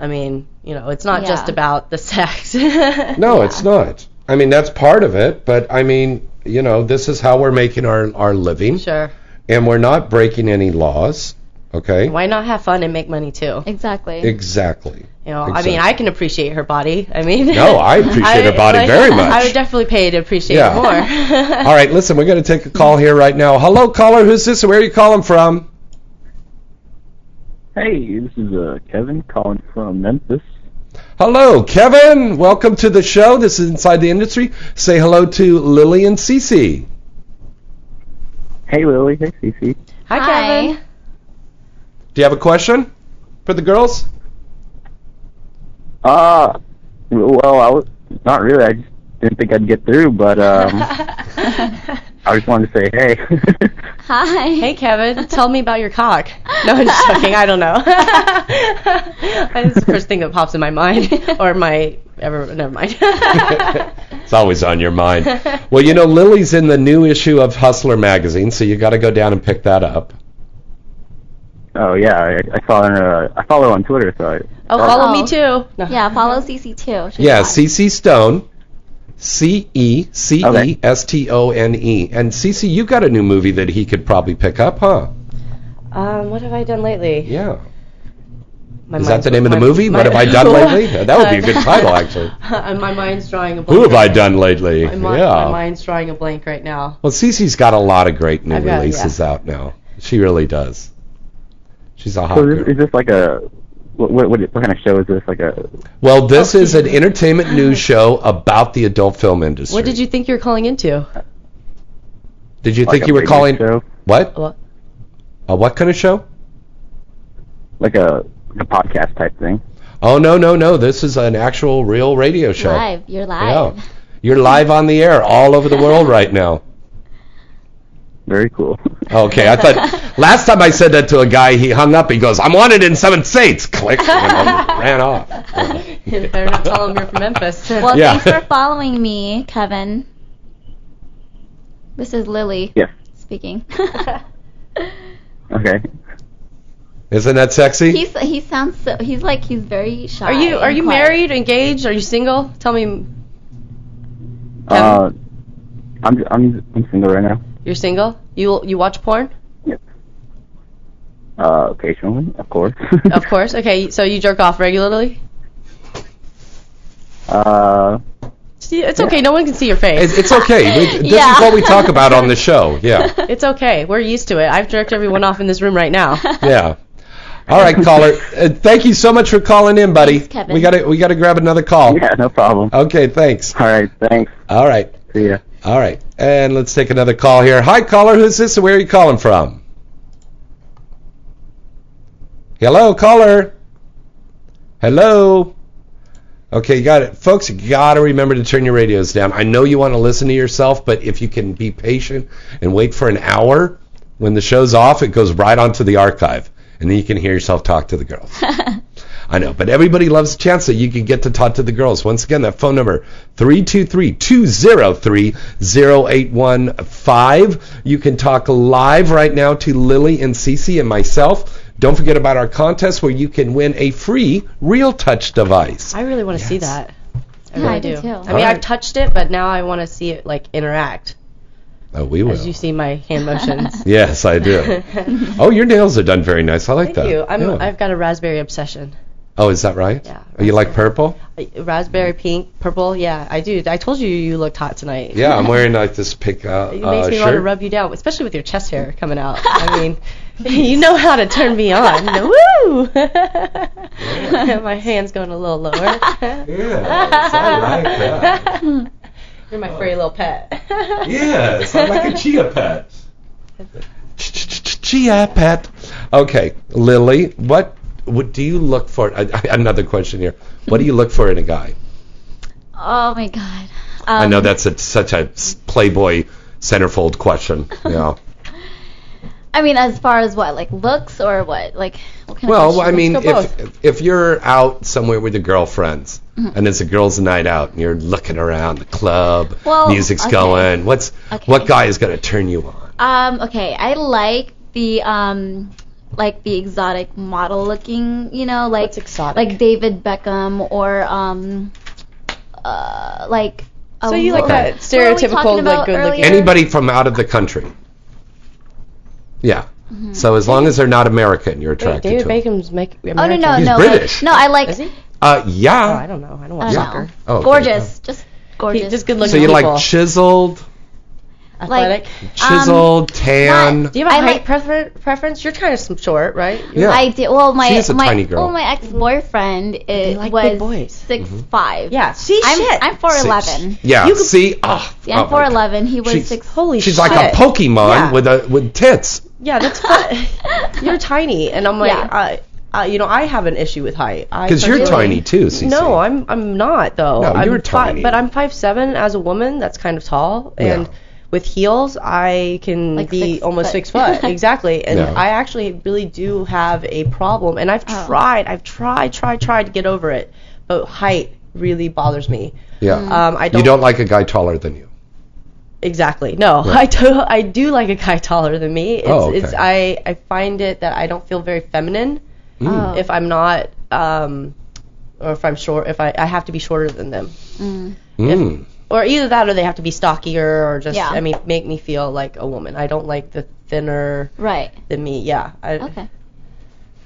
I mean, you know, it's not just
Yeah.
about the sex. *laughs*
No, it's not. I mean, that's part of it, but I mean, you know, this is how we're making our, our living.
Sure.
And we're not breaking any laws. Okay?
Why not have fun and make money too?
Exactly.
Exactly.
You know, I
Exactly.
mean, I can appreciate her body. I mean,
No, I
*laughs*
appreciate her body very much.
I would definitely pay to appreciate
Yeah.
it *laughs* more.
*laughs* All right, listen, we're going to take a call here right now. Hello, caller. Who's this? and Where are you calling from?
Hey, this is uh, Kevin calling from Memphis.
Hello, Kevin. Welcome to the show. This is Inside the Industry. Say hello to Lily and Cece.
Hey, Lily. Hey, Cece.
Hi, Kevin.
Do you have a question for the girls?
Uh, well, I was not really. I just didn't think I'd get through, but
*laughs*
um, I just wanted to say hey.
Hi.
Hey, Kevin. Tell me about your cock. No, I'm just joking. I don't know. *laughs* That's the first thing that pops in my *laughs* mind, or my ever. Never *laughs* mind.
It's always on your mind. well, you know, Lily's in the new issue of Hustler magazine, so you got to go down and pick that up.
oh yeah, I, I saw her. Uh, I follow her on Twitter, so I.
Oh, follow me too.
Yeah, follow CC too. She's
Yeah,
hot.
CC Stone. C E C E S T O N E. And CC, you got a new movie that he could probably pick up, huh?
Um, what have I done lately?
Yeah. *laughs*
My
Is that
mind's-
the name of the
my-
movie?
my-
what have I
*laughs*
done lately? That would be a good title, actually.
Uh, my mind's drawing a blank.
Who have I done lately?
My, mi- my
yeah.
mind's drawing a blank right now.
Well, Cece's got a lot of great new
I've got-
releases out now. She really does. She's a hot
So
girl.
is, is this like a what, what? What kind of show is this? Like a
Well, this is an entertainment
*laughs*
news show about the adult film industry.
What did you think you were calling into?
Did you
Like
think
a
you were
radio
calling
show?
what?
What?
A what kind of show?
like a like a podcast type thing?
Oh no no no! This is an actual real radio show.
live. You're live.
Yeah. You're live on the air all
*laughs*
over the world right now.
Very cool.
Okay, I
*laughs*
thought last time I said that to a guy, he hung up. He goes, "I'm wanted in seven states." Click, and
*laughs*
I ran off. *laughs*
You better not tell him you're from Memphis.
Well,
Yeah.
thanks for following me, Kevin. This is Lily
Yeah.
*laughs*
speaking.
Okay.
Isn't that sexy?
he's he sounds so he's like he's very shy.
Are you are
and
you
quiet.
married, engaged? Are you single? Tell me
Uh, I'm I'm I'm single right now.
you're single. You you watch porn,
Uh, occasionally, of course. *laughs*
of course. Okay, so you jerk off regularly.
uh,
See, It's okay. No one can see your face.
It's, it's okay. We, this
Yeah.
is what we talk
*laughs*
about on the show. Yeah,
It's okay. We're used to it. I've jerked everyone off in this room right
*laughs*
now.
yeah. All right, caller. Uh, thank you so much for calling in, buddy.
Thanks, Kevin.
We got to we got to grab another call.
yeah, no problem.
Okay, thanks.
All right, thanks.
All right.
See ya.
All right. And let's take another call here. Hi, caller. Who's this? and Where are you calling from? Hello, caller. Hello. Okay, you got it. Folks, you got to remember to turn your radios down. I know you want to listen to yourself, but if you can be patient and wait for an hour, when the show's off, it goes right onto the archive. And then you can hear yourself talk to the girls. I know, but everybody loves a chance that you could get to talk to the girls. Once again, that phone number, 323-203-0815. You can talk live right now to Lily and Cece and myself. Don't forget about our contest where you can win a free Real Touch device.
I really want to see that. I
Yeah,
really
I do
do.
too.
I mean,
All right.
I've touched it, but now I want to see it like interact.
Oh, we
*laughs* As
will.
you see my
*laughs*
hand motions.
Yes, I
*laughs*
do. Oh, your nails are done very nice. I like
Thank
that.
you. I'm,
Yeah.
I've got a raspberry obsession.
Oh, is that right? Yeah. Oh, you like purple?
I- Raspberry, pink, purple. Yeah, I do. I told you you looked hot tonight.
Yeah, I'm wearing like this pink uh,
It
uh,
makes me
shirt.
want to rub you down, especially with your chest hair
*laughs*
coming out. I mean, *laughs* you know how to turn me on. Woo! *laughs* My hand's going a little lower. *laughs*
I like that.
You're my furry little pet.
Yes, I'm like a chia pet. Chia pet. Okay, Lily, what what do you look for? I, I, another question here. What do you look for in a guy?
Oh my god. Um,
I know that's a, such a s- playboy centerfold question. Yeah.
I mean, as far as what like looks or what like what kind of
well, I
question?
mean, if if you're out somewhere with your girlfriends
Mm-hmm.
and it's a girls' night out and you're looking around the club,
Well,
music's
okay.
going, what's what guy is going to turn you on?
Um, okay, I like the um like the exotic model looking, you know, like like David Beckham or um uh like
So you like that stereotypical, like, good-looking-
Anybody from out of the country. Yeah.
Mm-hmm.
So as long as they're not American, you're
Wait,
attracted
David
to. 'em.
Beckham's make.
Oh no no
He's
no
British.
Like, no I like
Uh, yeah.
Oh, I don't know. I don't
I
watch
don't
soccer.
know.
Oh, okay.
gorgeous, just gorgeous,
just good looking.
So you like chiseled,
athletic? Um,
chiseled, tan.
Do you have a
I
height prefer- preference? You're kind of some short, right?
Yeah.
I did. Well, my
She's a
my
tiny girl. Mm-hmm.
well, my ex boyfriend
like big
was six five. Yeah,
see
I'm,
shit.
I'm four eleven.
Yeah. see. Oh,
Yeah, I'm
oh
four
my God.
eleven. He was
She's-
six.
Holy
She's like a Pokemon
Yeah.
with a with tits.
Yeah, that's fun. you're tiny, and I'm like, I, I, you know, I have an issue with height. I
'Cause you're
personally-
tiny too, Cece.
No, I'm I'm not though.
No,
I'm
you're
fi-
tiny.
but I'm five seven as a woman. That's kind of tall,
Yeah.
and with heels, I can be almost
foot.
six foot exactly. And
Yeah.
I actually really do have a problem, and I've tried, I've tried, tried, tried to get over it, but height really bothers me.
Yeah.
Um, I
you
don't-
don't like a guy taller than you.
Exactly. No,
Right.
*laughs* I do. I do like a guy *laughs* taller than me. It's,
Oh,
it's I. I find it that I don't feel very feminine
Mm.
if I'm not, um, or if I'm short. If I, I have to be shorter than them,
Mm.
or either that, or they have to be stockier, or just.
Yeah.
I mean, make me feel like a woman. I don't like the thinner
right
than me. Yeah. I,
okay.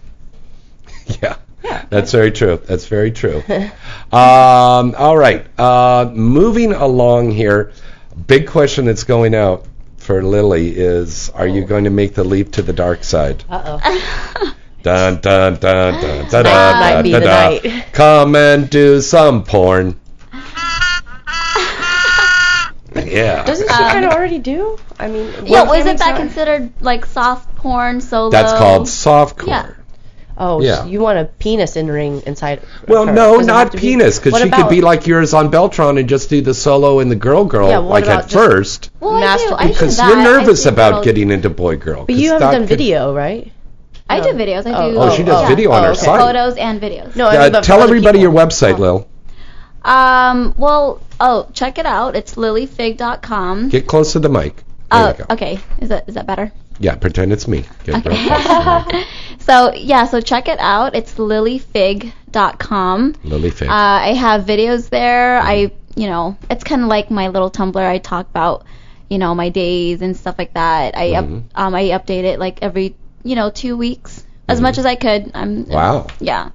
*laughs* Yeah. That's very true. That's very true. *laughs* Um, all right. Uh, moving along here. Big question that's going out for Lily is: Are you going to make the leap to the dark side?
*laughs*
Uh oh.
Dun dun dun
*gasps*
dun dun
Tonight might
dun
be
dun.
the
dun.
night.
*laughs*
*laughs*
Come and do some porn. yeah.
Doesn't she
Um,
kind of already do? I mean,
yeah,
well,
wasn't that
not-
considered like soft porn solo?
That's called softcore.
Yeah.
Oh,
Yeah.
sh- you want a penis in ring inside? of
Well,
her.
Oh, no,
Doesn't have
not
to be-
penis, because
What
she could
about-
be like yours on Beltron and just do the solo and the girl girl
Yeah, what
like
about
at
just-
first.
Well, I do. I do
Because
that.
you're
I
nervous
do
about
girls-
getting into boy girl.
But you
'cause
haven't
that
done
could-
video, right?
I do videos. I do.
Oh, she does video on her
okay.
site.
Photos and videos.
No,
Uh, tell everybody your website, Lil.
Um. Well. Oh, check it out. It's lilyfig.com.
Get close to the mic.
Oh. Okay. Is that is that better?
Yeah, pretend it's me. Get real close.
*laughs*
*laughs*
so yeah, so check it out. It's lilyfig.com.
Lily Fig.
Uh, I have videos there. I, you know, it's kind of like my little Tumblr. I talk about, you know, my days and stuff like that. I up,
Mhm.
um, I update it like every, you know, two weeks as
Mm-hmm.
much as I could. I'm
Wow.
yeah,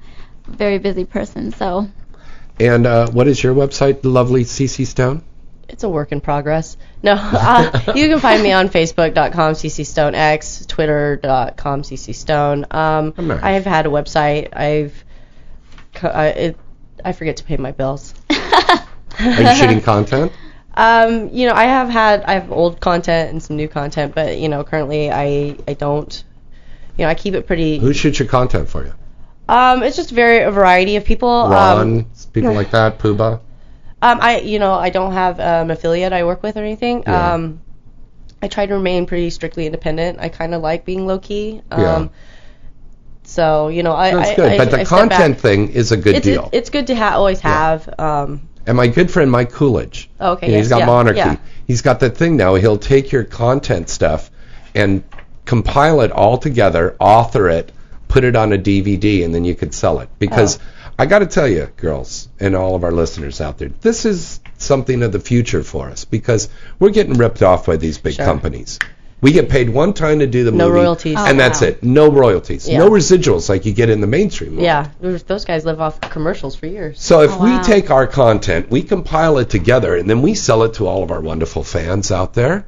very busy person. So
And uh, what is your website, lovely CC Stone?
It's a work in progress. No, uh, you can find
*laughs*
me on Facebook.com ccstonex, Twitter.com ccstone. Um,
Nice.
I have had a website. I've co- I, it, I forget to pay my bills.
Are you
*laughs*
shooting content?
Um, you know, I have had I have old content and some new content, but you know, currently I I don't. You know, I keep it pretty.
Who shoots your content for you?
Um, it's just very a variety of people.
Ron,
Um,
people like that, Puba.
Um, I, you know, I don't have um, affiliate I work with or anything.
Yeah.
Um, I try to remain pretty strictly independent. I kind of like being low key. Um,
Yeah.
So you know, I.
That's
I-
good.
I-
but the
I step back.
content thing is a good
it's,
deal.
It's good to ha- always have. Um,
And my good friend Mike Coolidge.
Oh, okay,
you know, he's
yes,
got
yeah,
Monarchy.
yeah.
He's got that thing now. He'll take your content stuff and compile it all together, author it, put it on a DVD, and then you could sell it. Because
Oh.
I got to tell you, girls, and all of our listeners out there, this is something of the future for us because we're getting ripped off by these big companies. We get paid one time to do the
No
movie,
royalties.
and
Oh,
that's
wow.
it. No royalties,
Yeah.
no residuals like you get in the mainstream. world.
yeah, those those guys live off commercials for years.
So if we take our content, we compile it together, and then we sell it to all of our wonderful fans out there,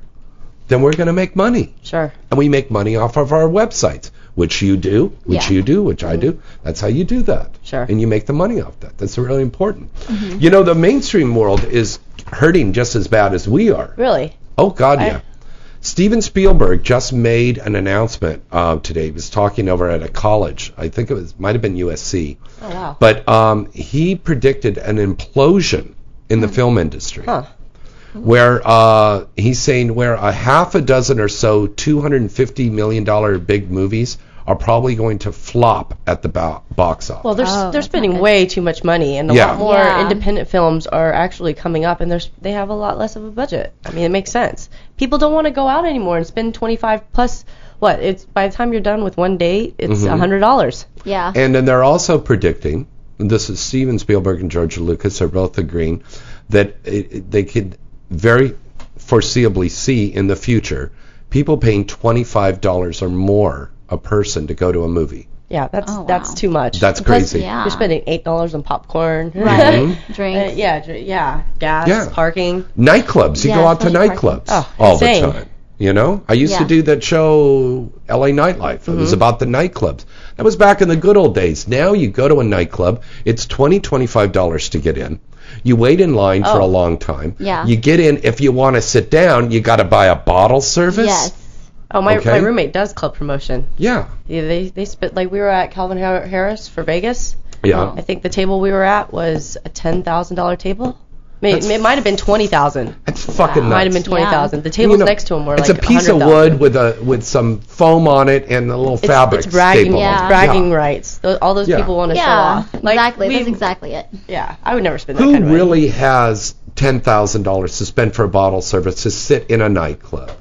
then we're going to make money.
Sure.
And we make money off of our websites, which you do, which
Yeah. Mm-hmm.
you do, which I do. That's how you do that.
Sure.
And you make the money off that. That's really important. You know, the mainstream world is hurting just as bad as we are.
Really?
Oh God,
I-
yeah. Steven Spielberg just made an announcement uh, today. He was talking over at a college. I think it was might have been USC.
Oh wow.
But um, he predicted an implosion in the
Mm-hmm.
film industry,
Huh. Mm-hmm.
where uh, he's saying where a half a dozen or so 250 million dollar big movies are probably going to flop at the bo- box office.
Well, they're s- they're spending way too much money, and a
Yeah.
lot more
Yeah.
independent films are actually coming up, and there's they have a lot less of a budget. I mean, it makes sense. People don't want to go out anymore and spend 25 plus. What? It's by the time you're done with one date, it's
Mhm.
a hundred dollars.
Yeah.
Uh-huh.
And then they're also predicting, and this is Steven Spielberg and George Lucas are both agreeing that it, it- they could very foreseeably see in the future people paying $25 or more a person to go to a movie.
Yeah, that's that's too much.
That's
Plus,
crazy. Oh, Yeah.
You're spending eight dollars on popcorn,
Right. *laughs*
Drinks. yeah, dr- yeah, gas,
Yeah.
parking.
Nightclubs, you
Yeah,
go out to
especially parking.
nightclubs
Oh,
all
insane.
the time. You know, I used to
Yeah.
do that show LA Nightlife. It was
Mhm.
about the nightclubs. That was back in the good old days. Now you go to a nightclub, it's twenty twenty five dollars to get in. You wait in line for
Oh.
a long time.
Yeah.
You get in if you want to sit down, you got to buy a bottle service.
Oh, my
Okay.
my roommate does club promotion.
Yeah.
Yeah, they they spent like we were at Calvin Har- Harris for Vegas.
Yeah.
I think the table we were at was a ten thousand dollar table. May,
That's-
it might have been twenty thousand.
That's fucking
Might have
nuts.
been twenty thousand. The
And you
tables
know,
next to him were
It's
like
a piece of
100,000.
wood with a with some foam on it and a little
It's,
fabric
it's bragging,
stapled on
it's
it.
bragging rights. Tho- all those
Yeah.
people want to
Yeah,
show off. Like,
exactly.
we-
That's exactly it.
Yeah, I would never spend that
Who
kind of money.
really has ten thousand dollars to spend for a bottle service to sit in a nightclub?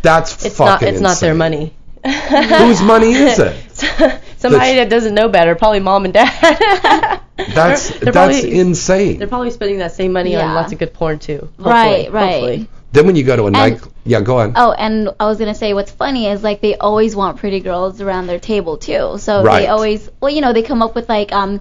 That's
It's not.
fucking
It's not their
insane.
money.
*laughs* Whose money is it?
*laughs* Somebody that doesn't know better, probably mom and dad.
That's
They're
that's
probably-
insane.
*laughs* They're probably spending that same money
Yeah.
on lots of good porn too. Hopefully,
Right, right.
Hopefully.
Then when you go to a nightclub, yeah, go on.
Oh, and I was gonna say, what's funny is like they always want pretty girls around their table too. So
Right.
they always, well, you know, they come up with like, um,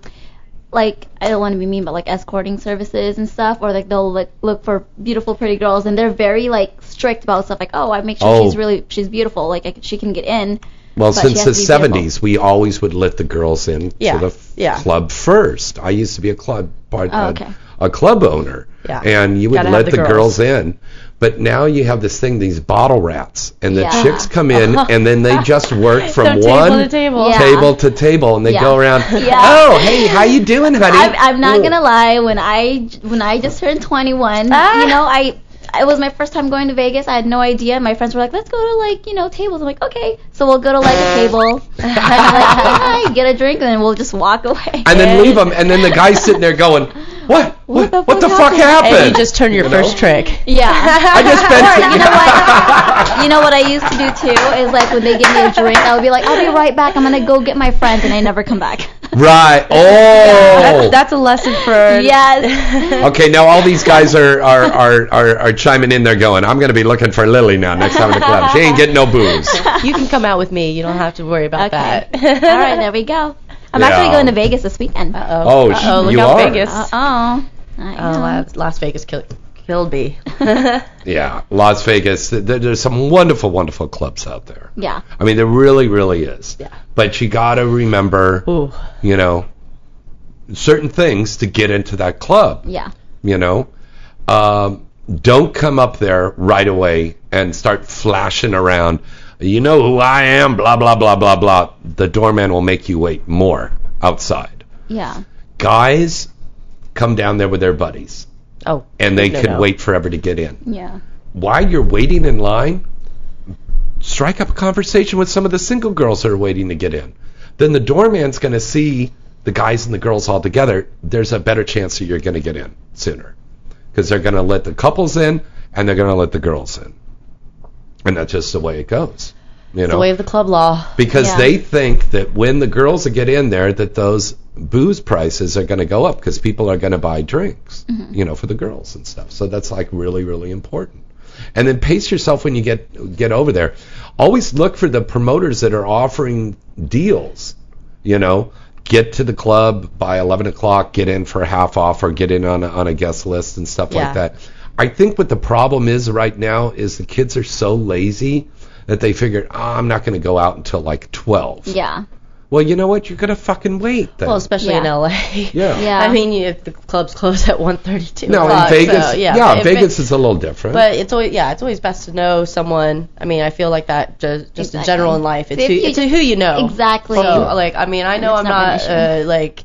like I don't want to be mean, but like escorting services and stuff, or like they'll like look for beautiful pretty girls, and they're very like strict about stuff. Like, oh, I make sure
Oh.
she's really she's beautiful, like I, she can get in.
well,
but
since
she has
the
to be beautiful.
seventies, we always would let the girls in
Yeah,
to the f-
yeah.
club first. I used to be a club part,
Oh, okay.
a, a club owner,
Yeah.
and you would
Gotta
let
have
the,
the
girls. in. But now you have this thing, these bottle rats, and the
Yeah.
chicks come
*laughs*
in, and then they just work from
From table
one
to table. Yeah.
table to table, and they
Yeah.
go around.
Yeah.
Oh, hey, how you doing, honey?
I'm, I'm not
Ooh.
gonna lie. When I when I just turned 21,
Ah.
you know, I it was my first time going to Vegas. I had no idea. My friends were like, "Let's go to like you know tables." I'm like, "Okay." So we'll go to
*laughs*
like a table, *laughs* and I'm like, "Hey, hi, get a drink," and then we'll just walk away.
and then leave
*laughs*
them, and then the guy's sitting there going, "What? What, what, the fuck happened?"
And you just turn your
You know? *laughs*
first trick.
*laughs* Yeah. I
just spent
Or, you know
*laughs*
what? You know what I used to do too is like when they give me a drink, I would be like, "I'll be right back. I'm gonna go get my friends," and I never come back.
Right.
*laughs*
Oh.
That's a lesson for. *laughs*
yes.
okay. Now all these guys are are, are, are are chiming in. They're going. I'm going to be looking for Lily now. Next time in the club, she ain't getting no booze.
you can come out with me. You don't have to worry about that.
All right, there we go. I'm actually
Yeah.
going to Vegas this weekend. Uh
Oh, sh-
Uh-oh, look
you
out
are.
Vegas.
Uh oh.
Oh, Las, Las Vegas kill, killed *laughs* me.
Yeah, Las Vegas. There, there's some wonderful, wonderful clubs out there.
Yeah.
I mean, there really, really is. Yeah. But you got to remember, you know, certain things to get into that club.
Yeah.
you know um, don't come up there right away and start flashing around you know who i am blah blah blah blah blah the doorman will make you wait more outside
Yeah.
guys come down there with their buddies
oh
and they
No
can
doubt.
wait forever to get in
Yeah.
while you're waiting in line strike up a conversation with some of the single girls that are waiting to get in then the doorman's going to see the guys and the girls all together there's a better chance that you're going to get in sooner because they're going to let the couples in and they're going to let the girls in and that's just the way it goes you
It's the
know
way of the club law.
because
Yeah.
they think that when the girls get in there that those booze prices are going to go up because people are going to buy drinks
Mm-hmm.
you know for the girls and stuff so that's like really really important and then pace yourself when you get get over there always look for the promoters that are offering deals you know get to the club by 11 o'clock get in for half off or get in on a, on a guest list and stuff
Yeah.
like that i think what the problem is right now is the kids are so lazy that they figured oh, i'm not going to go out until like 12
Yeah.
well you know what you're going to fucking wait then
Well, especially in LA.
Yeah. Yeah.
*laughs* I mean, if the clubs close at 1:32.
now in
o'clock,
vegas
Uh, so,
yeah,
yeah. but if
vegas
it-
is a little different
But it's always yeah, it's always best to know someone. I mean, I feel like that just just in general in life, it's
If
who
you
it's
just-
who you know.
Exactly.
So, like I mean, I know
It's
I'm
not an
not,
issue.
uh, like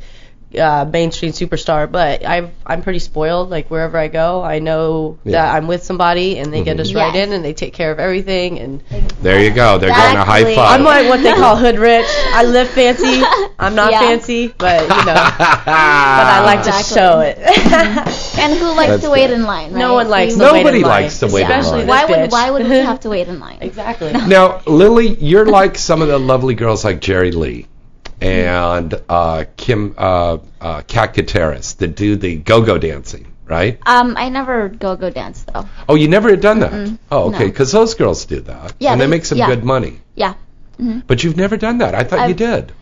uh, mainstream superstar, but I've, I'm pretty spoiled. Like wherever I go, I know that
Yeah.
I'm with somebody, and they get
Mhm.
us right in, and they take care of everything. And
There you go. They're going to high five.
I'm like what they call hood rich. I live fancy. I'm
*laughs*
not fancy, but you
*laughs*
know, but I like to show it.
Ah. *laughs* and who likes
That's
to wait in line?
No one likes
to
to wait
Nobody
in line.
likes to wait in
Especially
line.
why
this
would
bitch.
why would we have to
*laughs*
wait in line?
Exactly.
Now, Lily, you're like some of the lovely girls like Jerry Lee and uh, Kim uh, uh, Kat Gutierrez that do the go-go dancing, right?
*laughs* Um, I never go go dance though.
Oh, you never had done that.
Mm-mm,
oh, okay,
no.
because those girls do that,
Yeah,
and they
they-
make some
yeah.
good money.
Yeah. hmm
But you've never done that. I thought you
I've-
did.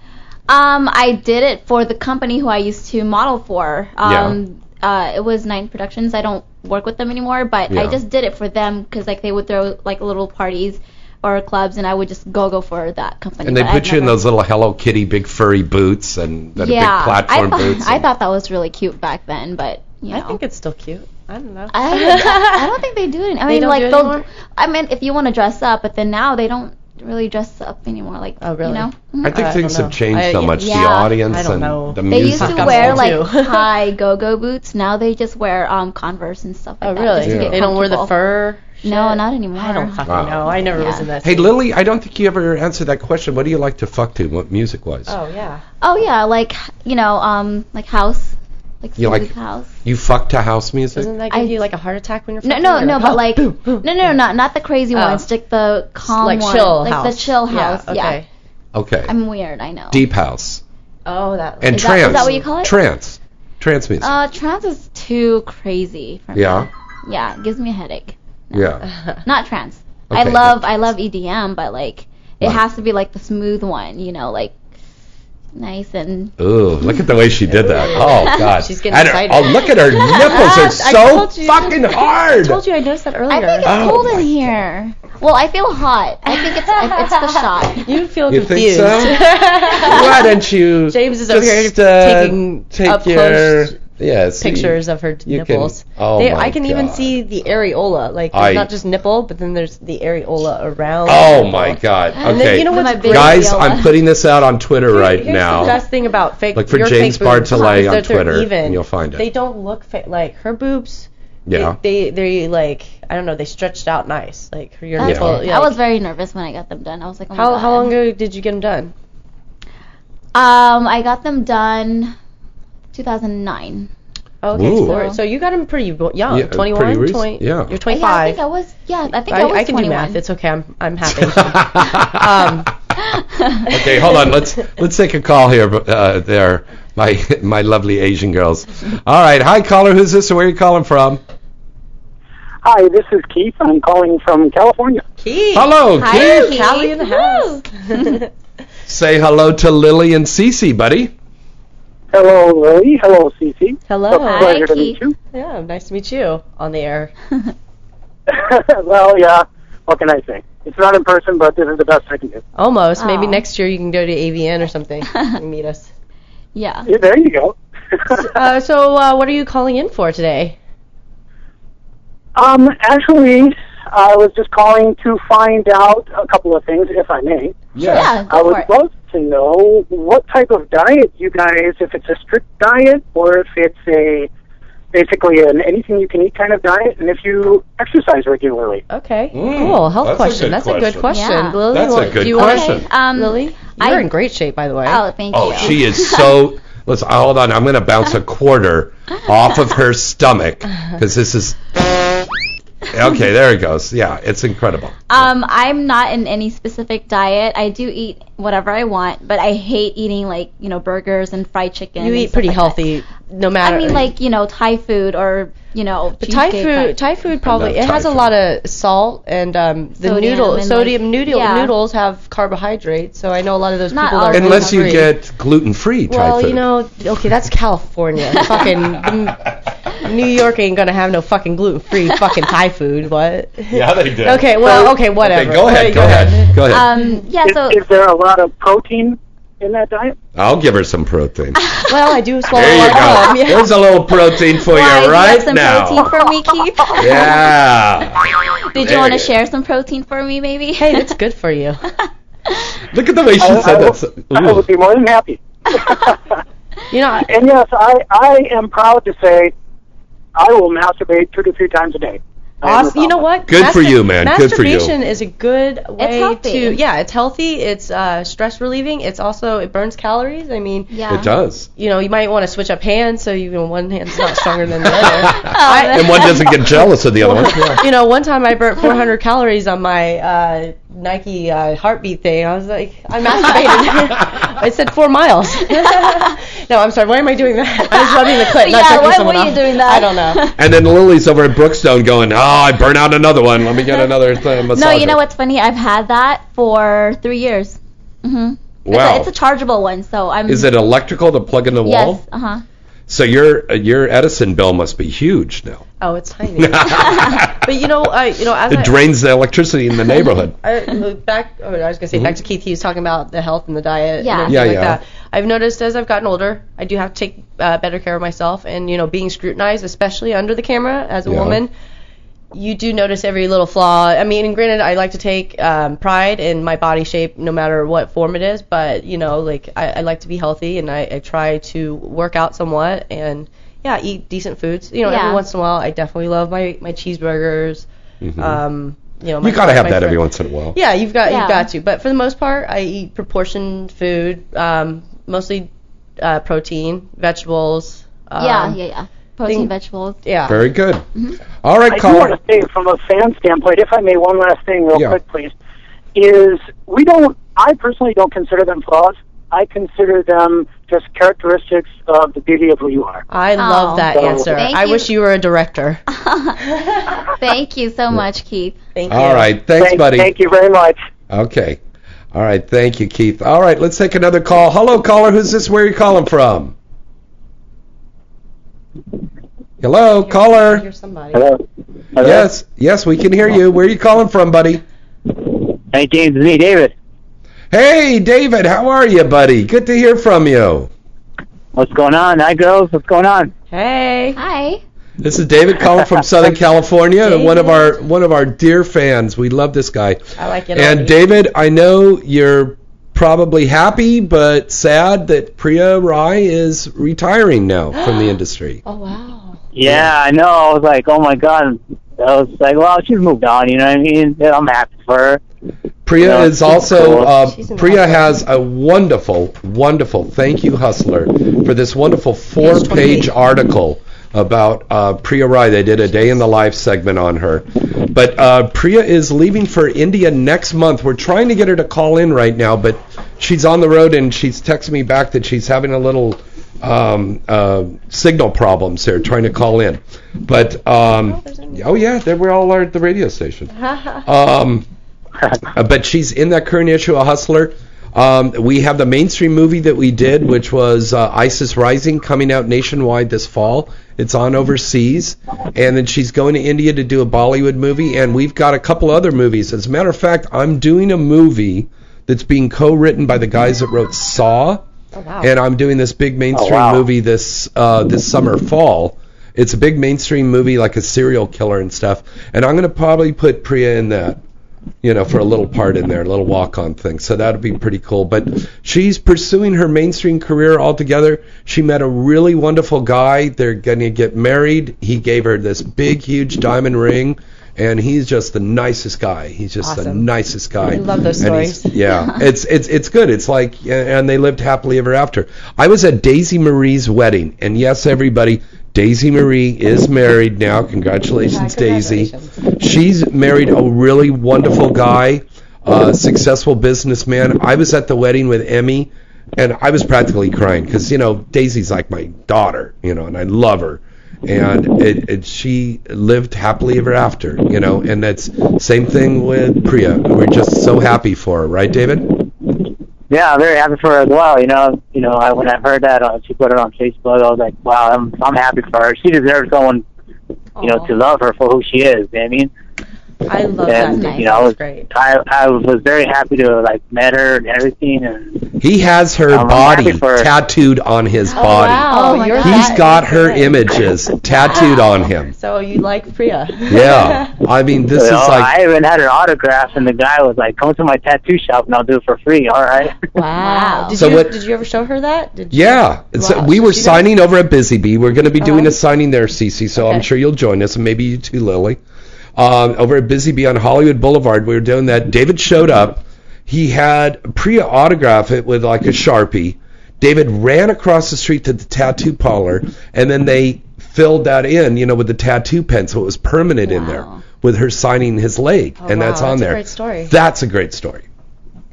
Um, I did it for the company who I used to model for. Um, uh, it was Nine Productions. I don't work with them anymore, but I
Yeah.
just did it for them because like they would throw like little parties or clubs, and I would just go go for that company.
And they
but
put
I've
you in
never-
those little Hello Kitty big furry boots and the big
yeah,
platform
*laughs* I, thought-
boots.
I thought that was really cute back then, but you know.
I think it's still cute. I don't know. *laughs*
I, I don't think they do it. I
They
mean,
don't
like
do it
they'll.
anymore?
I mean, if you want to dress up, but then now they don't really dress up anymore. Like, oh
really?
You know?
I think
Mhm.
things have changed so much.
Yeah.
The audience
I don't
and
know.
the
They
music.
used to wear like *laughs* high go-go boots. Now they just wear um Converse and stuff like
Oh,
that.
really?
just to
Yeah.
get
They don't wear the
comfortable.
fur.
No, not anymore. I don't
fucking Wow. know. I never was in that
Hey, Lily, I don't think you ever answered that question. What do you like to fuck to, what music wise?
Oh yeah.
Oh yeah, like you know, um, like house, like
You like-
smooth house.
You fuck to house music?
that give you like a heart attack when you're
No,
fucking?
no,
You're
no, but
"Oh, *laughs*
like,
boom."
no, no, no, not not the crazy
Oh.
ones, like the calm
Like
one,
chill
like
house.
the chill
Yeah,
house. Yeah,
okay.
Okay.
I'm weird, I know.
Deep house.
Oh, that.
And
is
trance.
That, is that what you call it?
Trance. Trance music.
Uh, trance is too crazy
Oh,
for me.
yeah.
Yeah, it gives me a headache.
Yeah. *laughs*
Not trance. I
Okay,
love I love EDM, but like it
Right.
has to be like the smooth one, you know, like nice and
Ooh, look at the way she did that. Oh
*laughs*
*laughs*
God.
She's getting
And her-
excited.
Oh, look at
*laughs*
her nipples are
I
so
told you.
fucking hard.
I told you I noticed that earlier.
I think it's
Oh
cold in here. Well, I feel hot. I think it's I- it's the *laughs* shot.
You feel
You think
confused.
so?
*laughs*
Why don't you?
*laughs* James is over here
just, uh,
taking
take
up
your
close
yes
pictures of her
you
nipples.
Can, oh
They-
my
I can even
God.
see the areola. Like
I-
there's not just nipple, but then there's the areola around.
Oh my God.
And then
Okay.
you know what's great?
Guys, I'm putting this out on Twitter right
Here's
now.
the best thing about fake.
Look for
your
James
fake boobs
Bartolet
is
on
that they're
Twitter,
even.
and you'll find it.
They don't look fake. Like her boobs.
Yeah.
They they like I don't know. They stretched out nice. Like her your
That's
nipple.
it.
yeah,
I
like-
was very nervous when I got them done. I was like, oh my
how
God.
how long ago did you get them done?
Um, I got them done 2009.
Okay,
Ooh.
so, so you got him pretty w- young,
Yeah, pretty
21,
recent,
20,
yeah.
you're
Yeah, I
25.
think I was. Yeah, I think
I,
I, was
I can
21.
do math. It's okay. I'm
*laughs*
I'm happy. um,
Okay, hold on. Let's let's take a call here. but, Uh, there, my my lovely Asian girls. All right, hi caller. Who's this? Where are you calling from?
Hi, this is Keith. I'm calling from California.
Keith.
Hello,
Hi,
Keith.
Keith.
Callie in the house.
Say hello to Lily and Cece, buddy.
Hello, Lily. Hello, Cece.
Hello.
It's a pleasure to meet you.
Yeah, nice to meet you on the air.
*laughs* well, yeah. What can I say? It's not in person, but this is the best I can do.
Almost. Maybe
Oh.
Aw.
next year you can go to AVN or
*laughs*
something and meet us.
Yeah.
Yeah, there you go.
Uh, so uh, what are you calling in for today?
Um, actually, I was just calling to find out a couple of things, if I may.
Yeah,
I would love to know what type of diet you guys, if it's a strict diet or if it's a basically an anything you can eat kind of diet, and if you exercise regularly.
Okay.
Mm,
cool. Health question. Hmm, that's a good question. Lily,
That's a
what-
good
do you want-
question. Okay,
um,
Lily, you're in great shape, by the way.
Oh, thank
Oh,
you.
she
*laughs*
is so. Let's hold on. I'm going to bounce a quarter off of her stomach because this is. Okay, there it goes. Yeah, it's incredible.
Um, I'm not in any specific diet. I do eat whatever I want, but I hate eating like you know burgers and fried chicken.
You
and
eat
stuff
pretty
like
healthy, no
That.
matter.
I mean, like you know Thai food or you know.
But Thai
cheesecake type.
food, Thai food probably
love
it
Thai
has a lot of salt and um, the
Sodium
noodle,
and,
sodium
like,
noodle
yeah.
noodles have carbohydrates. So I know a lot of those
Not
people are
Unless you
gluten-free.
get gluten free type
Well,
food.
you know, okay,
*laughs*
that's California. fucking mm, New York ain't gonna have no fucking gluten free fucking Thai food. What?
yeah, they do.
Okay, well, okay, whatever.
go ahead. Go ahead. Go ahead.
Um, yeah.
Is,
So
is there a lot of protein in that diet?
I'll give her some
*laughs*
protein.
Well,
*laughs*
I do swallow.
There
a
you
lot of
go.
them, yeah.
There's a little protein for
Why, do
you
you
right
have some
now.
protein for me, Keith?
*laughs* Yeah.
Did you
There
want
you
to
go.
share some protein for me, maybe? *laughs*
Hey, that's good for you.
*laughs* Look at the way she
I- I
said
will-
that.
I would be more than happy.
You know,
and yes, I I am proud to say I will masturbate two to three times a day. I have no
Awesome. You know what?
Good for you, man. Good for you.
Masturbation is a good way
healthy.
to. Yeah, it's healthy. It's uh, stress relieving. It's also it burns calories. I mean,
yeah.
It does.
You know, you might want to switch up hands so you know one hand's not stronger than the
*laughs*
other. I-
And one doesn't get jealous of the other
*laughs*
one.
you know, one time I burnt 400 calories on my uh, Nike uh, heartbeat thing. I was like, I masturbated. *laughs* I said four miles. *laughs* no, I'm sorry. Why am I doing that? I was rubbing the clit, not
Yeah,
jerking
why
someone
were you
off.
doing that?
I don't know.
And then Lily's over at Brookstone going, oh, I burn out another one. Let me get another uh, th- massage.
No, you know what's funny? I've had that for three years. hmm
Wow.
It's, a, it's a chargeable one, so I'm.
Is it electrical to plug in the
um, Yes.
wall?
Uh huh.
So your uh, your Edison bill must be huge now.
Oh, it's
*laughs*
tiny. but you know, I you know, as
It
I,
drains the electricity
*laughs*
in the neighborhood.
I, uh, back, oh, I was gonna say back to Keith. He was talking about the health and the diet
Yeah.
and everything
Yeah, yeah.
like that. I've noticed as I've gotten older, I do have to take uh, better care of myself, and you know, being scrutinized, especially under the camera as a
Yeah.
woman, you do notice every little flaw. I mean, and granted, I like to take um, pride in my body shape, no matter what form it is. But you know, like I, I like to be healthy, and I, I try to work out somewhat, and yeah, eat decent foods. You know,
Yeah.
every once in a while, I definitely love my my cheeseburgers.
Mhm.
Um, you know, my,
you gotta have
my
that
fri-
every once in a while.
yeah, you've got
Yeah.
you've got to. But for the most part, I eat proportioned food, um, mostly uh, protein, vegetables. Um,
yeah, yeah, yeah. Protein, vegetables.
Yeah.
Very good.
Mm-hmm.
All right,
I do
caller.
want to say, from a fan standpoint, if I may, one last thing, real
Yeah.
quick, please, is we don't. I personally don't consider them flaws. I consider them just characteristics of the beauty of who you are. Oh.
I love that
So-
answer.
Thank
I
you.
wish you were a director.
*laughs* Thank you so much, Keith.
Thank
All right, thanks, buddy.
Thank you very much.
Okay. All right, thank you, Keith. All right, let's take another call. Hello, caller. Who's this? Where are you calling from? Hello, caller.
Hello.
Yes, yes, we can hear you. Where are you calling from, buddy?
Hey, James, it's me, David.
Hey, David, how are you, buddy? Good to hear from you.
What's going on? Hi, girls. What's going on?
Hey.
Hi.
This is David calling
*laughs*
from Southern California, and one of our one of our dear fans. We love this guy.
I like it.
And David, I know you're probably happy but sad that Priya Rai is retiring now
*gasps*
from the industry.
Yeah, I know. I was like, oh my god. I was like, well, she's moved on. You know what I mean? Yeah, I'm happy for her.
Priya
Yeah,
is
she's
also
cool.
uh,
She's an
Priya has a wonderful, wonderful thank you, Hustler, for this wonderful four-page article about uh, Priya Rai. They did a day in the life segment on her, but uh, Priya is leaving for India next month. We're trying to get her to call in right now, but she's on the road and she's texting me back that she's having a little um, uh, signal problems here, trying to call in. But um, oh yeah, there we all are at the radio *laughs* station. Um, uh, but she's in that current issue of Hustler. Um, we have the mainstream movie that we did, which was uh, ISIS Rising, coming out nationwide this fall. It's on overseas, and then she's going to India to do a Bollywood movie, and we've got a couple other movies. As a matter of fact, I'm doing a movie that's being co-written by the guys that wrote Saw, and I'm doing this big mainstream movie this uh, this summer fall. It's a big mainstream movie like a serial killer and stuff, and I'm gonna probably put Priya in that you know, for a little part in there, a little walk on thing. So that'd be pretty cool. But she's pursuing her mainstream career altogether. She met a really wonderful guy. They're going to get married. He gave her this big, huge diamond ring. And he's just the nicest guy. He's just the
Awesome.
nicest guy.
I love those
And he's-
stories.
Yeah, it's it's it's good. It's like, and they lived happily ever after. I was at Daisy Marie's wedding, and yes, everybody, Daisy Marie is married now. Congratulations, Daisy. She's married a really wonderful guy, uh, successful businessman. I was at the wedding with Emmy, and I was practically crying because you know Daisy's like my daughter, you know, and I love her and it, it, she lived happily ever after, you know. And that's same thing with Priya. We're just so happy for her, right, David?
Yeah, I'm very happy for her as well. You know, you know, I, when I heard that uh, she put it on Facebook, I was like, wow, I'm I'm happy for her. She deserves someone, you know, to love her for who she is. You know what I mean?
I love
and,
that.
You know, I was,
great.
I, I was very happy to like met her and everything. And
He has her body tattooed on his body.
wow. Oh, my
He's
God.
got her images tattooed on
*laughs*
him.
So you like Priya? *laughs*
Yeah. I mean, this
you
is
know,
like
I even had her autograph, and the guy was like, "Come to my tattoo shop, and I'll do it for free."
*laughs*
All right.
Wow. Did
So
you
what-
did you ever show her
*laughs*
that? Did *laughs*
yeah. So we were signing over at Busy Bee. We're going to be doing a signing there, Cece. So I'm
Uh-huh. Okay.
sure you'll join us, and maybe you too, Lily. Um, over at Busy Bee on Hollywood Boulevard, we were doing that. David showed up. He had Priya autograph it with like a sharpie. David ran across the street to the tattoo parlor, and then they filled that in, you know, with the tattoo pen, so it was permanent in there with her signing his leg, and that's
Oh, wow,
on
that's a
there.
great story.
That's a great story.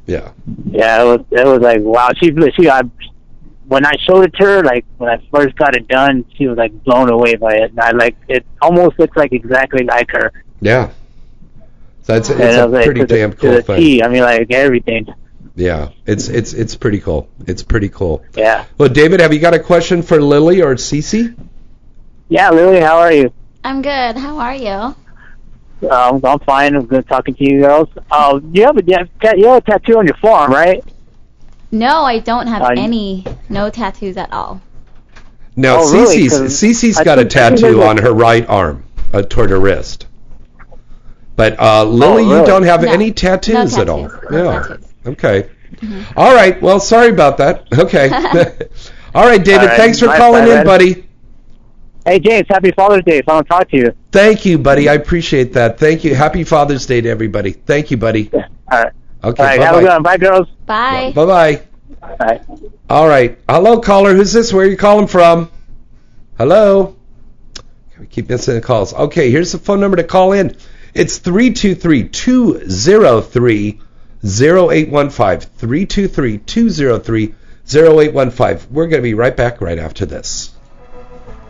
Yeah.
Yeah, it was. It was like wow. She she. I, when I showed it to her, like when I first got it done, she was like blown away by it. And I like it almost looks like exactly like her.
Yeah. That's
and
it's
I
a
was like,
pretty
to the-
damn
to
cool
the
thing.
T. I mean, like everything.
Yeah, it's it's it's pretty cool. It's pretty cool.
Yeah.
Well, David, have you got a question for Lily or Cece?
Yeah, Lily, how are you?
I'm good. How are you?
Um, I'm fine. I'm good talking to you girls. Oh, you have a you have a- you have a tattoo on your forearm, right?
No, I don't have
Uh, you-
any, no tattoos at all.
No,
Oh, really?
Cece's
'Cause
Cece's
I
got a
think I
tattoo
remember-
on her right arm, uh, toward her wrist. But uh, Lily, you
Oh, really?
don't have
No.
any
No
tattoos, at all.
tattoos. Mm-hmm.
No.
No
Okay. All right. Well, sorry about
*laughs*
that. Okay. *laughs* all right, David.
All right.
Thanks for
Bye,
calling
bye,
in,
bud.
buddy.
Hey, James, happy Father's Day. If I don't talk to you.
Thank you, buddy. I appreciate that. Thank you. Happy Father's Day to everybody. Thank you, buddy.
All right.
Okay.
All right, have
bye-bye.
a good one. Bye, girls.
Bye.
Bye bye.
Bye.
All right. Hello, caller. Who's this? Where are you calling from? Hello. We keep missing the calls. Okay, here's the phone number to call in. It's 323 203 0815. 323 203 0815. We're going to be right back right after this.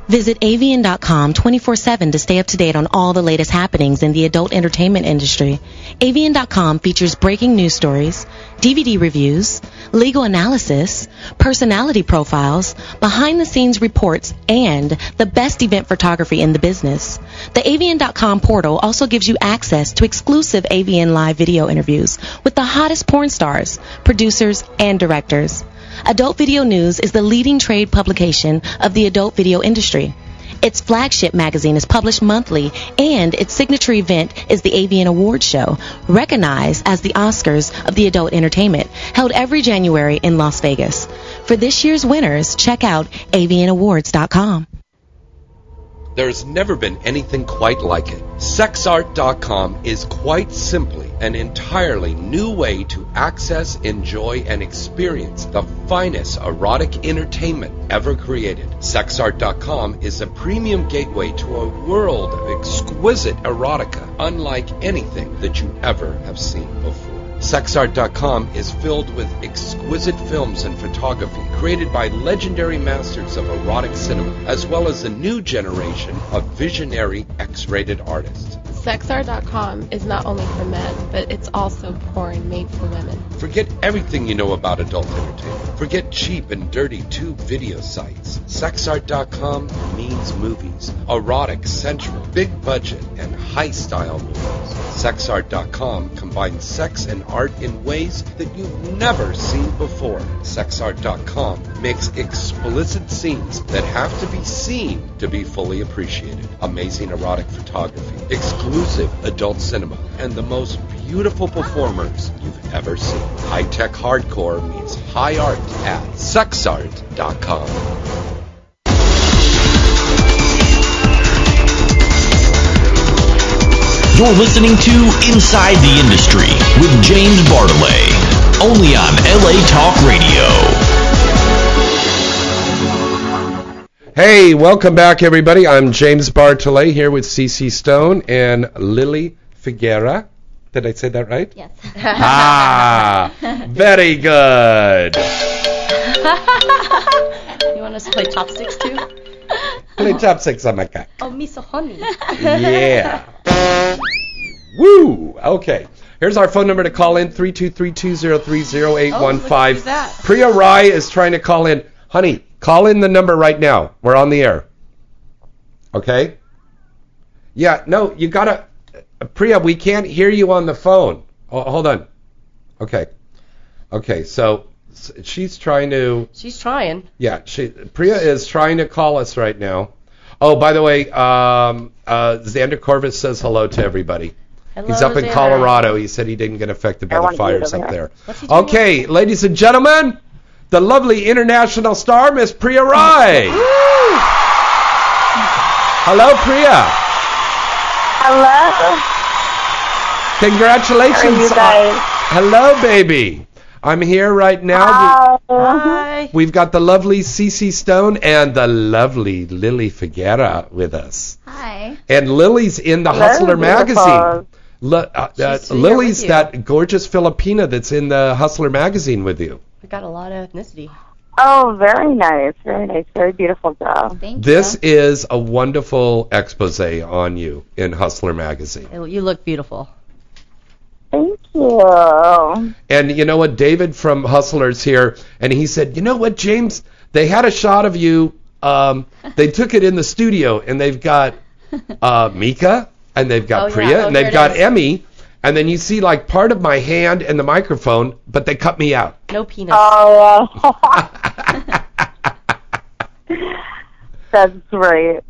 Visit avian.com 24/7 to stay up to date on all the latest happenings in the adult entertainment industry. avian.com features breaking news stories, DVD reviews, legal analysis, personality profiles, behind the scenes reports, and the best event photography in the business. The avian.com portal also gives you access to exclusive avian live video interviews with the hottest porn stars, producers, and directors. Adult Video News is the leading trade publication of the adult video industry. Its flagship magazine is published monthly, and its signature event is the Avian Awards Show, recognized as the Oscars of the adult entertainment, held every January in Las Vegas. For this year's winners, check out avianawards.com.
There's never been anything quite like it. SexArt.com is quite simply an entirely new way to access, enjoy, and experience the finest erotic entertainment ever created. SexArt.com is a premium gateway to a world of exquisite erotica unlike anything that you ever have seen before. SexArt.com is filled with exquisite films and photography created by legendary masters of erotic cinema, as well as a new generation of visionary X rated artists.
Sexar.com is not only for men, but it's also porn made for women.
Forget everything you know about adult entertainment. Forget cheap and dirty tube video sites. Sexart.com means movies, erotic, sensual, big budget, and high style movies. Sexart.com combines sex and art in ways that you've never seen before. Sexart.com makes explicit scenes that have to be seen to be fully appreciated. Amazing erotic photography, exclusive adult cinema, and the most beautiful performers you've ever seen. High tech hardcore means high art at sexart.com.
You're listening to Inside the Industry with James Bartolet, only on LA Talk Radio.
Hey, welcome back, everybody. I'm James Bartolet here with CC Stone and Lily Figuera. Did I say that right?
Yes.
ah, very
*laughs*
good.
you want us to play chopsticks too?
Play top six on my cock.
*laughs* Oh, me so honey.
Yeah. Woo! Okay. Here's our phone number to call in 323-203-0815. Priya Rai is trying to call in. Honey, call in the number right now. We're on the air. Okay? Yeah, no, you gotta uh, Priya, we can't hear you on the phone. Ho- hold on. Okay. Okay. So s- she's trying to.
*laughs* She's trying.
Yeah, she Priya is trying to call us right now. Oh, by the way, um, uh, Xander Corvus says hello to everybody.
Hello,
He's up in
Xander.
Colorado. He said he didn't get affected by
I
the
wanna hear
fires
them.
up there. Okay, ladies and gentlemen, the lovely international star, Miss Priya
*laughs*
Rai. Hello, Priya.
Hello.
Congratulations.
How are you
on- Hello, baby. I'm here right now. We-
Hi.
We've got the lovely Cece Stone and the lovely Lily Figuera with us.
Hi.
And Lily's in the
Hello,
Hustler
beautiful.
magazine. Li- uh, uh,
here
Lily's
with you.
that gorgeous Filipina that's in the Hustler magazine with you.
We got a lot of ethnicity.
Oh, very nice. Very nice. Very beautiful girl. Thank
This is a wonderful expose on you in Hustler magazine.
You look beautiful.
Thank you.
And you know what? David from Hustlers here, and he said, you know what, James? They had a shot of you. Um, they took it in the studio, and they've got uh, Mika, and they've got
Oh,
Priya,
yeah. Oh,
and
here
they've
it
got
is.
Emmy. And then you see like part of my hand and the microphone, but they cut me out.
No penis.
Oh, that's great.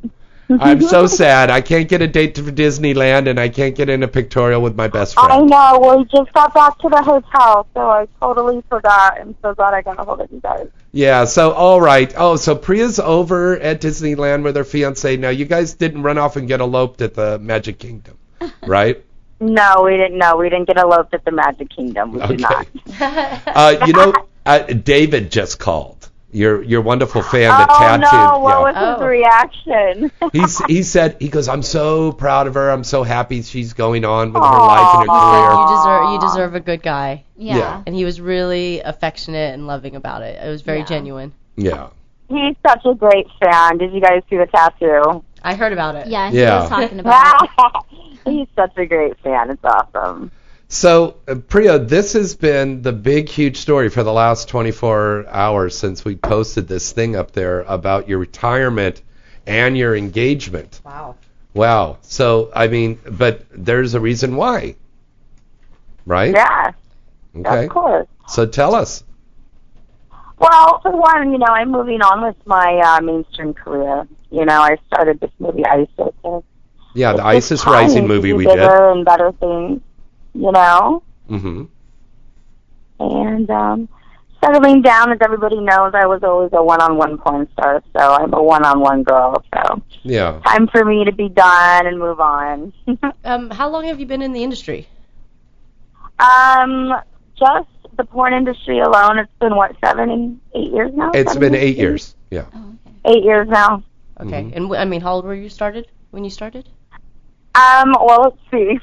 I'm
*laughs*
so sad. I can't get a date to Disneyland, and I can't get in a pictorial with my best friend.
I know. Well, we just got back to the hotel, so I totally forgot. I'm so glad I got a hold of you guys.
Yeah, so all right. Oh, so Priya's over at Disneyland with her fiance. Now you guys didn't run off and get eloped at the Magic
*laughs*
Kingdom, right?
No, we didn't. No, we didn't get eloped at the Magic Kingdom. We
Okay.
did not.
Uh, you
*laughs*
know, uh, David just called. Your your wonderful fan, the
oh
tattooed.
no! What
yeah.
was his reaction?
He's, he said he goes. I'm so proud of her. I'm so happy she's going on with her life and her career.
You deserve you deserve a good guy.
Yeah. Yeah.
And he was really affectionate and loving about it. It was very genuine.
Yeah.
He's such a great fan. Did you guys see the tattoo?
I heard about it.
Yeah,
he Yeah. was talking
about it. *laughs* He's such a great fan. It's awesome. *sighs*
So, uh, Priya, this has been the big, huge story for the last 24 hours since we posted this thing up there about your retirement and your engagement.
Wow.
Wow. So, I mean, but there's a reason why, right?
Yeah,
Okay.
of course.
So tell us.
Well, for one, you know, I'm moving on with my uh, mainstream career. You know, I started this movie ISIS. and
Yeah, the
it's
ISIS
time
Rising
to
movie
do
we did.
bigger and better things. You know,
hmm
and um, settling down, as everybody knows, I was always a one-on-one porn star, so I'm a one-on-one girl. So
Yeah.
time for me to be done and move on.
um, how long have you been in the industry?
Um, just the porn industry alone, it's been what seven, eight years now.
It's
Seven,
been
*laughs*
eight years. Mm-hmm. Yeah.
Eight years now.
Okay. And w- I mean, how old were you started when you started?
Um, well, let's see.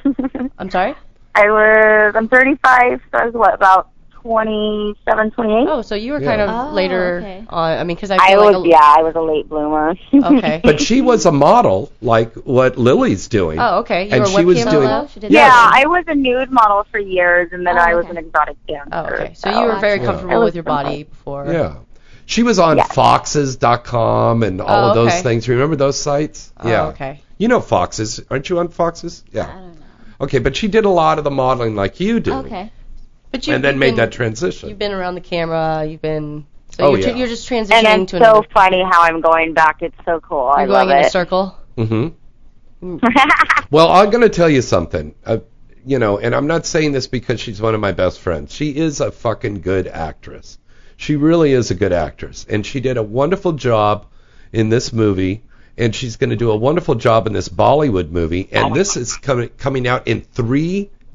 I'm sorry.
I was I'm 35, so I was what about 27, 28?
Oh, so you were kind of later on. I mean, because I
I
feel
was
like a, Oh,
yeah, I was a late *laughs* bloomer.
Okay.
But she was a model, like what Lily's doing.
Oh, okay. You
and
were
she was
webcam
doing.
model?
yeah.
yeah, I was a nude model for years, and then I was an exotic dancer.
Oh, okay. So you were very
Yeah.
comfortable with your body before.
Yeah. She was on foxes.com and all
Oh,
of those
okay.
things. Remember those sites?
Oh,
yeah.
okay.
You know foxes. Aren't you on foxes? Yeah. Okay, but she did a lot of the modeling like you do.
Okay. But you
and then
you've
made
been-
that transition.
You've been around the camera. You've been. So
Oh,
you're,
yeah.
t- you're just transitioning
And it's
to
so
another.
funny how I'm going back. It's so cool. I
You're going
love
in
it.
a circle.
hmm Well, I'm going to tell you something. Uh, you know, and I'm not saying this because she's one of my best friends. She is a fucking good actress. She really is a good actress, and she did a wonderful job in this movie, and she's going to do a wonderful job in this Bollywood movie. And this is coming coming out in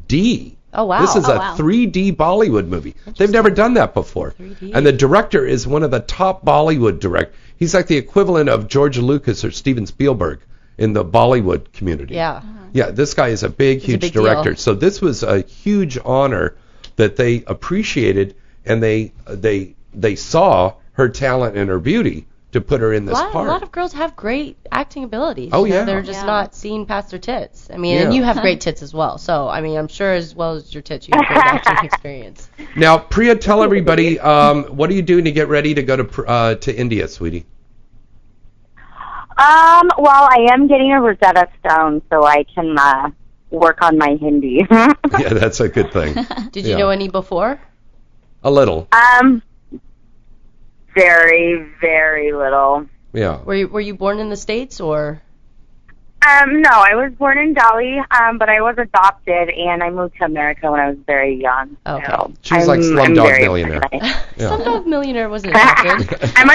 3D.
Oh wow.
This is
Oh,
a
wow.
3D Bollywood movie. They've never done that before. And the director is one of the top Bollywood direct. He's like the equivalent of George Lucas or Steven Spielberg in the Bollywood community.
Yeah.
Yeah, this guy is a big, huge
big
director.
deal.
So this was a huge honor that they appreciated and they they they saw her talent and her beauty to put her in
A
this
lot, a
part.
lot of girls have great acting abilities.
Oh,
you know,
yeah.
They're just
Yeah.
not seen past their tits. I mean, and
Yeah.
you have great tits as well. So I mean, I'm sure as well as your tits, you have great
*laughs*
acting experience.
now, Priya, tell everybody um, what are you doing to get ready to go to pr- uh, to India,
*laughs*
sweetie?
Um, well, I am getting a Rosetta Stone, so I can uh, work on my Hindi.
Yeah, that's a good thing.
Did you
Yeah.
know any before?
A little.
um, very, very little.
Yeah.
Were you, were you born in the states or?
Um, no, I was born in Delhi, um, but I was adopted and I moved to America when I was very young.
Oh.
Okay. So
She was like
I'm- I'm
Slumdog
very
Millionaire. Yeah.
Slumdog Millionaire wasn't adopted.
*laughs* I'm a *laughs*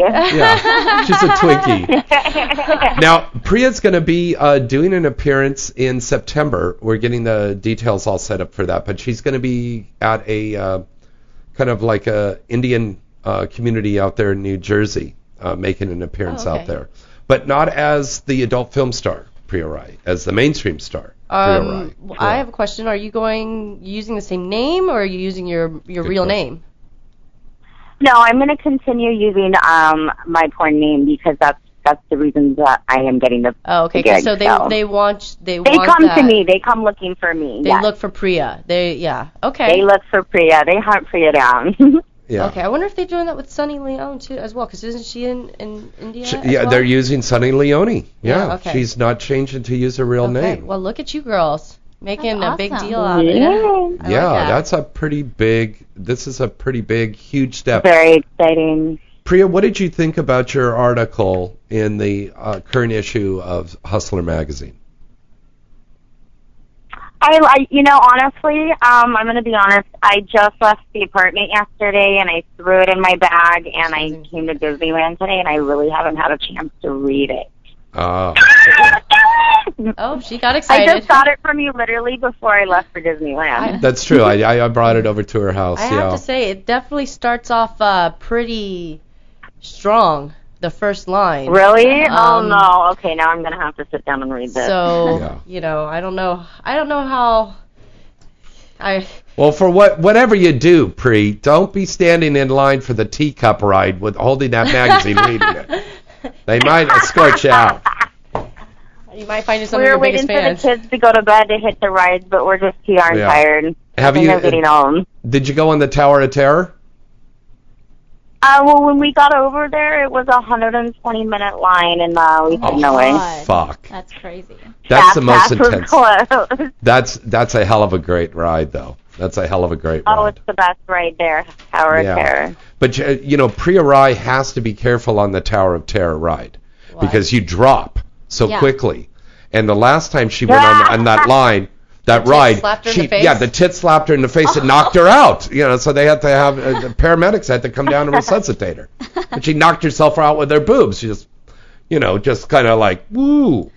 *laughs*
*laughs*
Yeah, she's a Twinkie.
*laughs*
Now, Priya's going to be uh, doing an appearance in September. We're getting the details all set up for that, but she's going to be at a uh, kind of like a Indian uh, community out there in New Jersey, uh, making an appearance
Oh, okay.
out there, but not as the adult film star Priya Rai, as the mainstream star. Priya Rai.
*laughs* Um, w- I have a question. Are you going using the same name or are you using your your real name?
No, I'm going to continue using um my porn name because that's that's the reason that I am getting the.
Oh, Okay, 'cause so they they want they,
They
want
come to
that-
me. They come looking for me.
They
yes.
look for Priya. They yeah. Okay.
They look for Priya. They hunt Priya down. *laughs*
Yeah.
Okay, I wonder if they're doing that with Sunny Leone too, as well, because isn't she in, in India?
She-
as
yeah,
well?
they're using Sunny Leone. Yeah,
okay.
she's not changing to use her real
Okay,
name.
well, look at you girls making a big
awesome.
deal out of it. I like
yeah,
that.
that's a pretty big. This is a pretty big, huge step.
Very exciting.
Priya, what did you think about your article in the uh, current issue of Hustler magazine?
I, I, you know, honestly, um, I'm going to be honest. I just left the apartment yesterday, and I threw it in my bag, and I came to Disneyland today, and I really haven't had a chance to read it. *laughs*
Uh,
Oh, she got
I
excited.
just got it from you literally before I left for Disneyland.
that's true. I- I, I brought it over to her house.
I
yeah.
have to say, it definitely starts off uh, pretty strong. The first line.
Really?
Um,
oh no. Okay, now I'm going to have to sit down and read this.
So you know, I don't know. I don't know how. I
Well, for what whatever you do, Pri, don't be standing in line for the teacup ride with holding that
*laughs*
magazine reading it. They might escort you out.
you might find
we
some of
were
your
waiting
biggest
for the
fans.
kids to go to bed to hit the rides, but we're just too darn
Yeah.
tired.
Have
I think
you? uh,
I'm getting home.
Did you go on the Tower of Terror?
Uh, well, when we got over there, it was a 120 minute line, and uh,
Oh
we said no way.
fuck.
That's crazy.
That's
Fast
the most
Pass was
intense.
closed. *laughs*
That's that's a hell of a great ride, though. That's a hell of a great ride.
Oh, it's the best ride there, Tower of Terror.
But you- you know, Priya Rai has to be careful on the Tower of Terror ride because you drop so
Yeah.
quickly. And the last time she went on, on
*laughs*
that line, that ride,
slapped her in
she
the face?
yeah, the tit slapped her in the face and knocked her
*laughs*
out. You know, so they had to have uh, the paramedics had to come down and resuscitate her. But she knocked herself out with her boobs. She just, you know, just kind of like woo,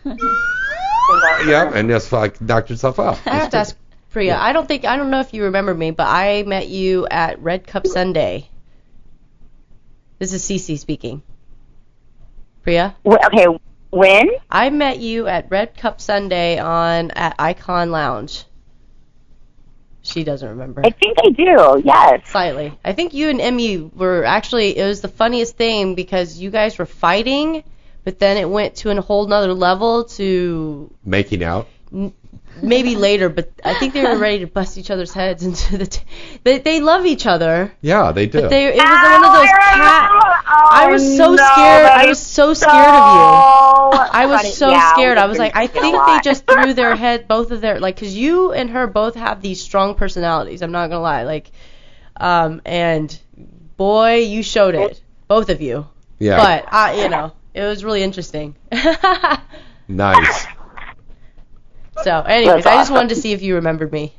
yeah, and just like knocked herself
*laughs*
out.
I have to ask Priya. I don't think I don't know if you remember me, but I met you at Red Cup Sunday. This is Cece speaking. Priya.
okay, when?
I met you at Red Cup Sunday on at Icon Lounge. She doesn't remember.
I think I do. Yes.
Slightly. I think you and Emmy were actually it was the funniest thing because you guys were fighting, but then it went to a whole nother level to
Making out.
maybe later, but I think they
*laughs*
were ready to bust each other's heads into the. T- they they love each other,
Yeah, they did.
but they it was one of those cat. I was so
Oh, no,
scared.
that
I was
is
so scared of you.
so
I
funny.
was so
Yeah,
scared.
we
I was
did
like, I
get a
think they
lot.
just threw their head, both of their like, because you and her both have these strong personalities. I'm not gonna lie, like, um, and boy, you showed it, both of you.
Yeah.
But I, you know, it was really interesting.
Nice.
So, anyways, I just
awesome.
wanted to see if you remembered me.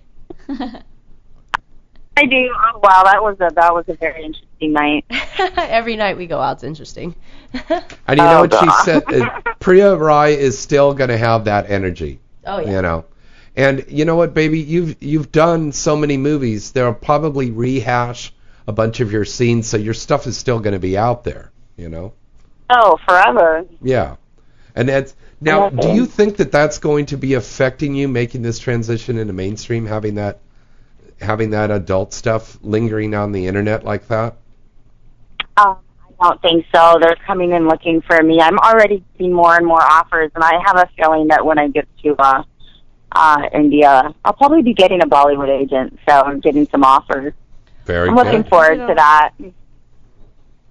I do. Oh, wow, that was a that was a very interesting night.
*laughs* Every night we go out, it's interesting.
And you
Oh,
know what she said? Uh, Priya Rai is still going to have that energy.
Oh, yeah.
You know. And you know what, baby? You've you've done so many movies. They'll probably rehash a bunch of your scenes, so your stuff is still going to be out there. You know.
Oh, forever.
Yeah. And that's now. Do you think that that's going to be affecting you making this transition into mainstream, having that having that adult stuff lingering on the internet like that?
Um, I don't think so. They're coming in looking for me. I'm already getting more and more offers, and I have a feeling that when I get to uh, uh, India, I'll probably be getting a Bollywood agent. So I'm getting some offers.
Very
I'm looking
good.
forward to that.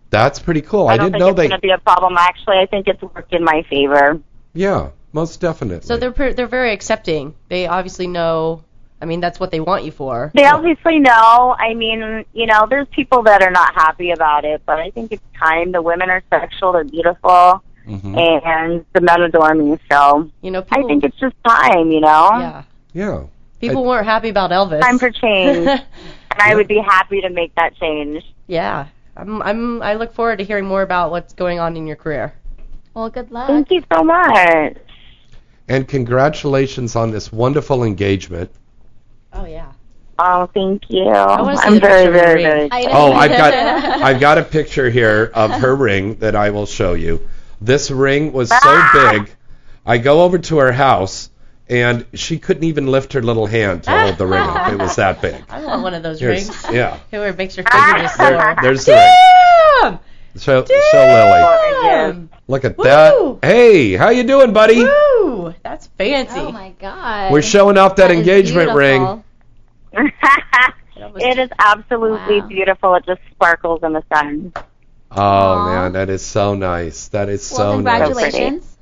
That's pretty cool. I,
I don't
didn't
think
know
it's
they.
going to be a problem. Actually, I think it's worked in my favor.
Yeah. Most definitely.
So they're pre- they're very accepting. They obviously know. I mean, that's what they want you for.
They obviously know. I mean, you know, there's people that are not happy about it, but I think it's time. The women are sexual, they're beautiful,
Mm-hmm.
and the men adore me. So
you know,
I think it's just time. You know,
Yeah.
Yeah.
People weren't happy about Elvis.
time for change, and I would be happy to make that change.
*laughs* yeah. I'm I'm I look forward to hearing more about what's going on in your career.
Well, good luck.
Thank you so much.
And congratulations on this wonderful engagement.
Oh yeah.
Oh, thank you.
wanna see
I'm
the
very,
picture of your
very,
ring. I
very.
Oh, I've
*laughs*
got I've got a picture here of her ring that I will show you. This ring was so
Ah!
big. I go over to her house and she couldn't even lift her little hand to hold the ring up. It was that big.
I want one of those
Here's-
rings.
yeah.
Where it makes
*laughs*
your finger just
There-
sore.
there's the ring.
Damn!
So so Lily.
Damn!
Look at that. Hey, how you doing, buddy?
Woo! That's fancy. Oh my
god.
We're showing off that, engagement ring.
*laughs* it is absolutely beautiful. It just sparkles in the sun.
Oh man, that is so nice. That is so nice.
Congratulations.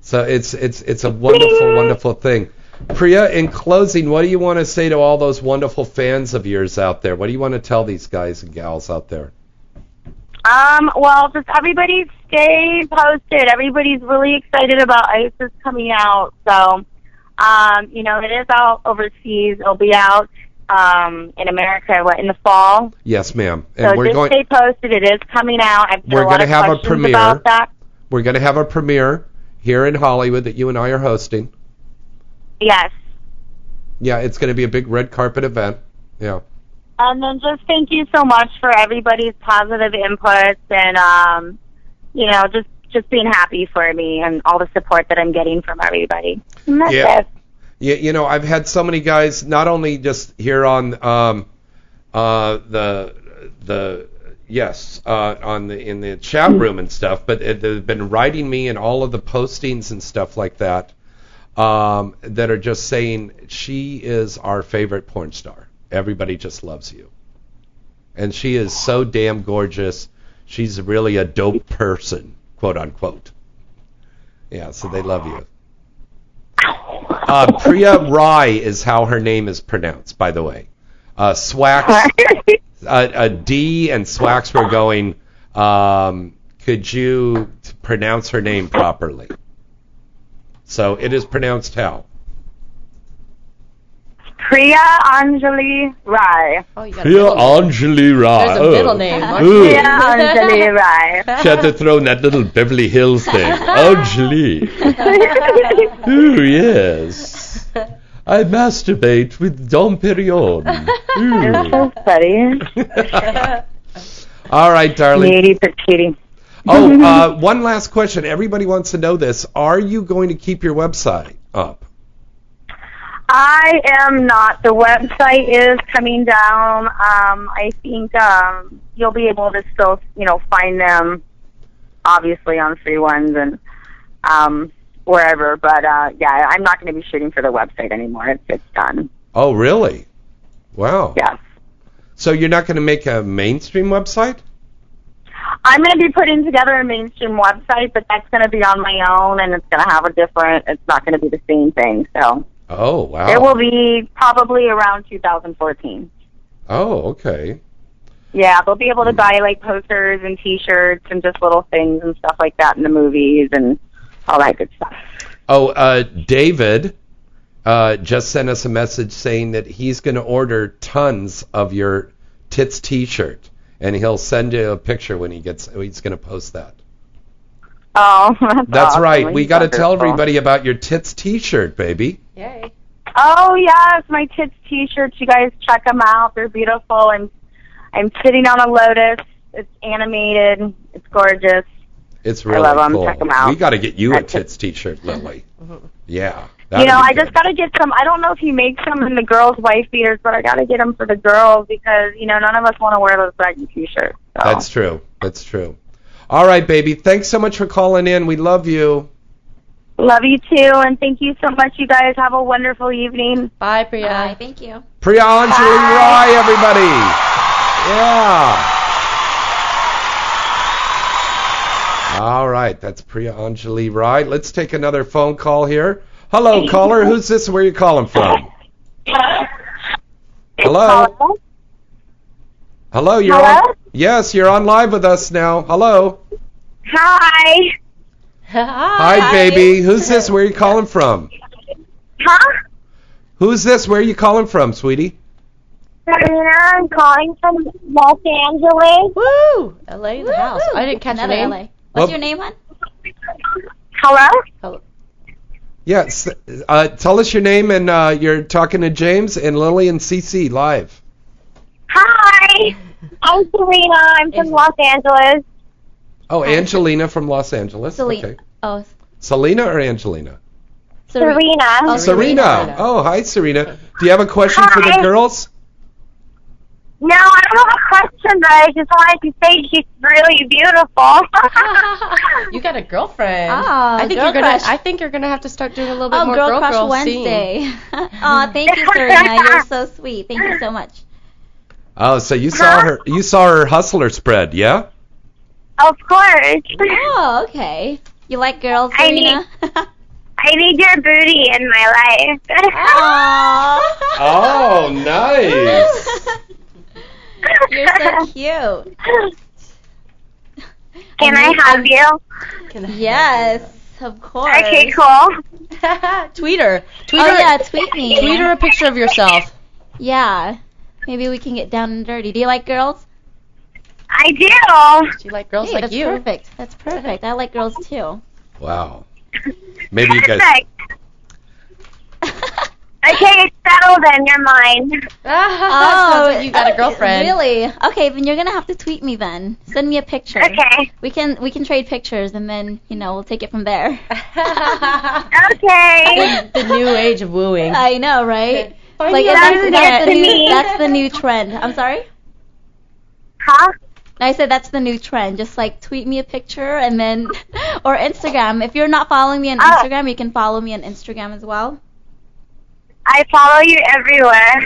So it's it's it's a wonderful, wonderful thing. Priya, in closing, what do you want to say to all those wonderful fans of yours out there? What do you want to tell these guys and gals out there?
Um, well, just everybody stay posted. Everybody's really excited about ISIS coming out. So, um, you know, it is out overseas. It'll be out um, in America what, in the fall.
Yes, ma'am.
So
And we're
just
going
stay posted. It is coming out. I've got
We're
a lot
gonna
of
have a
questions
premiere.
about that.
we're going to have a premiere here in Hollywood that you and I are hosting.
Yes.
Yeah, it's going to be a big red carpet event. Yeah.
And then just thank you so much for everybody's positive inputs and um, you know, just just being happy for me and all the support that I'm getting from everybody. And that's
Yeah.
it.
You, you know, I've had so many guys, not only just here on um, uh, the the yes uh, on the in the chat room and stuff, but it, they've been writing me and all of the postings and stuff like that um, that are just saying she is our favorite porn star. Everybody just loves you, and she is so damn gorgeous. She's really a dope person, quote unquote. Yeah, so they love you. Uh, Priya Rai is how her name is pronounced, by the way. Uh, Swax, uh, uh, D and Swax were going, um, could you t- pronounce her name properly? So it is pronounced how?
Priya Anjali Rai.
Oh, you
Priya Anjali Rai.
There's a middle name. aren't
Ah, oh. Ooh.
Priya Anjali Rai.
She had to *laughs* throw in that little Beverly Hills
*laughs*
thing. Anjali. Ooh, yes. I masturbate with Dom Perignon. Ooh.
so funny.
All right, darling.
Lady for cheating.
Oh, uh, one last question. Everybody wants to know this. Are you going to keep your website up?
I am not. The website is coming down. Um, I think um, you'll be able to still, you know, find them, obviously on free ones and um, wherever. But uh, yeah, I'm not going to be shooting for the website anymore. It's it's done.
Oh, really? Wow.
Yes.
So you're not going to make a mainstream website?
I'm going to be putting together a mainstream website, but that's going to be on my own, and it's going to have a different. It's not going to be the same thing. So
Oh, wow.
it will be probably around 2014.
Oh, okay.
Yeah, they'll be
Hmm.
able to buy like posters and T-shirts and just little things and stuff like that in the movies and all that good stuff.
Oh, uh, David uh, just sent us a message saying that he's going to order tons of your tits T-shirt, and he'll send you a picture when he gets. He's going to post that.
Oh, *laughs* that's,
That's
awesome.
right. We
He's
got to tell
wonderful.
everybody about your tits T-shirt, baby.
Yay.
Oh yes, my kids' T-shirts. You guys check them out. They're beautiful. And I'm sitting on a lotus. It's animated. It's gorgeous.
It's really
love 'em.
cool.
Check 'em out. Mm-hmm.
We got to get you a tits T-shirt, Lily. Yeah.
you
that'd
know,
be
I
good.
just got to get some. I don't know if he makes them in the girls' wife beaters, but I got to get them for the girls because you know none of us want to wear those baggy T-shirts.
That's true. That's true. All right, baby. Thanks so much for calling in. We love you.
Love you too, and thank you so much, you guys. Have a wonderful evening.
Bye, Priya.
Bye. Thank you.
Priya Anjali Rai, everybody. Yeah. All right, that's Priya Anjali Right, Let's take another phone call here. Hello, Oh, caller. Who's this? Where you calling from? Hello. Hello, you're on. Yes, you're on live with us now. Hello.
Hi.
Hi, baby. Who's this? Where you calling from?
Huh?
Who's this? Where you calling from, sweetie?
Karina, I'm calling from Los Angeles.
Woo! LA in the house. I didn't catch your
Another
name.
LA.
What's Well- your
name, hon?
Hello?
Yes. Uh, tell us your name and uh, you're talking to James and Lily and CC live.
Hi. I'm Serena. I'm from Los Angeles.
Oh, Angelina from Los Angeles.
Selena.
Okay.
Oh,
Selena or Angelina?
Serena.
Serena.
Oh, Serena. Oh, hi, Serena. Do you have a question for the
Hi.
girls?
No, I don't have a question, but I just wanted to say she's really beautiful.
*laughs* You got a girlfriend.
Ah,
I think
girl
you're gonna.
crush.
I think you're gonna have to start doing a little bit
Oh,
more
Girl
girl
Crush
girl
Wednesday. *laughs*
*laughs*
Aw, thank you, Serena. You're so sweet. Thank you so much.
Oh, so you saw her. You saw her hustler spread, yeah?
of course. *laughs*
Oh, okay. You like girls,
I
Serena? *laughs*
I need your booty in my
life.
Oh, nice.
*laughs*
You're so cute.
Can I have you?
Yes, of course.
Okay, cool.
*laughs*
Tweet her. Tweet
oh
her.
yeah, tweet me.
Tweet her a picture
*laughs*
of yourself.
Yeah. Maybe we can get down and dirty. Do you like girls?
I do.
Do you like girls
hey,
like
that's
you?
perfect. That's perfect. I like girls too.
Wow. Maybe you guys.
Perfect. okay, it's settled then. You're
*laughs*
*laughs*
mine.
sounds like Oh, you got a
Oh, okay,
girlfriend.
Really? Okay, then you're gonna have to tweet me then. Send me a picture.
Okay.
We can we can trade pictures and then you know we'll take it from
*laughs*
there. *laughs*
Okay.
The new age of wooing.
I know, right?
Find
like
me on
that's,
the
that's the
internet.
new that's the new trend. I'm sorry.
Huh?
I said that's the new trend. Just like tweet me a picture and then *laughs* or Instagram. If you're not following me on
Oh.
Instagram, you can follow me on Instagram as well.
I follow you everywhere.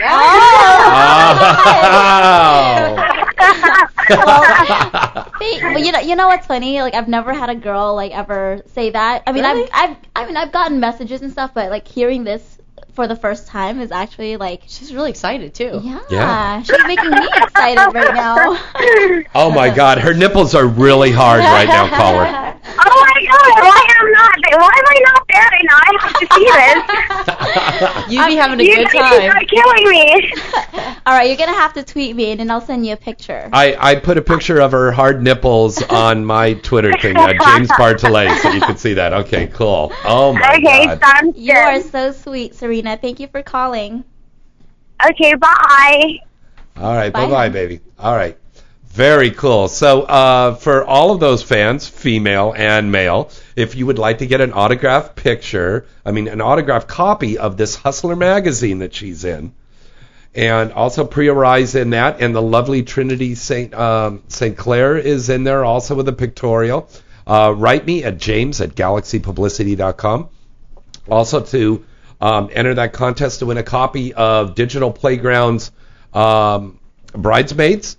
Hey, well, you know, you know what's funny? Like, I've never had a girl like ever say that. I mean,
Really?
I've, I've, I mean, I've gotten messages and stuff, but like hearing this for the first time is actually like
She's really excited too.
Yeah.
Yeah.
She's making me excited right now.
Oh my God, her nipples are really hard right now,
*laughs*
caller.
Oh my god, why am not? Why am I not there right now? I have to see this.
*laughs*
You be having a
you
good
guys
time.
are killing me.
*laughs* All right, you're gonna have to tweet me and then I'll send you a picture.
I, I put a picture of her hard nipples on my Twitter thing, uh, James Bartolet, so you can see that. Okay, cool. Oh my God.
sounds
You are so sweet, Serena. Thank you for calling.
Okay, bye.
All right,
Bye.
bye bye, baby. All right, very cool. So, uh, for all of those fans, female and male, if you would like to get an autograph picture, I mean, an autograph copy of this Hustler magazine that she's in, and also Priya Rise in that, and the lovely Trinity Saint um, Saint Clair is in there also with a pictorial. Uh, write me at james at galaxypublicity.com. Also to um, enter that contest to win a copy of Digital Playground's um, Bridesmaids,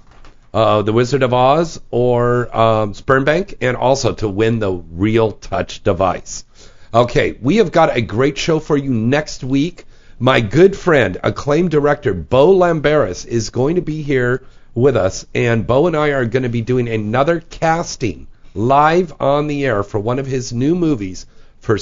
uh, The Wizard of Oz, or um, Sperm Bank, and also to win the Real Touch device. Okay, we have got a great show for you next week. My good friend, acclaimed director Bo Lamberis, is going to be here with us, and Bo and I are going to be doing another casting live on the air for one of his new movies for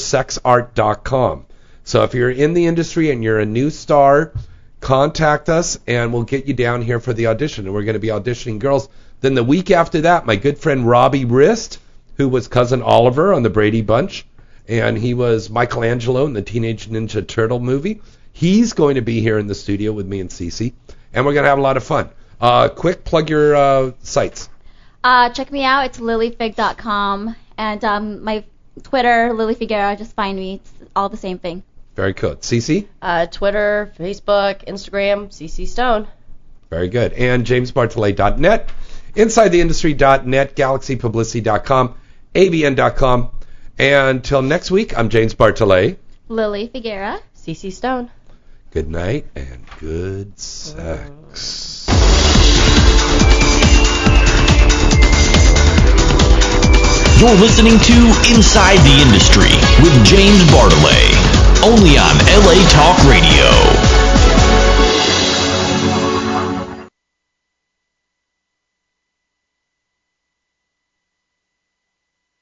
sexart.com. So if you're in the industry and you're a new star, contact us and we'll get you down here for the audition. And we're going to be auditioning girls. Then the week after that, my good friend Robbie Rist, who was cousin Oliver on the Brady Bunch, and he was Michelangelo in the Teenage Ninja Turtle movie. He's going to be here in the studio with me and Cece, and we're going to have a lot of fun. Uh, quick, plug your uh, sites.
Uh, check me out. It's lilyfig.com and um, my Twitter, Lily Figueroa. Just find me. It's all the same thing.
Very good. Cece,
Uh, Twitter, Facebook, Instagram, CC Stone.
very good. And jamesbartolet.net, insidetheindustry.net, galaxypublicity.com, avn.com. And till next week, I'm James Bartolet.
Lily Figueroa.
CC Stone.
Good night and good sex.
You're listening to Inside the Industry with James Bartolet, only on LA Talk Radio.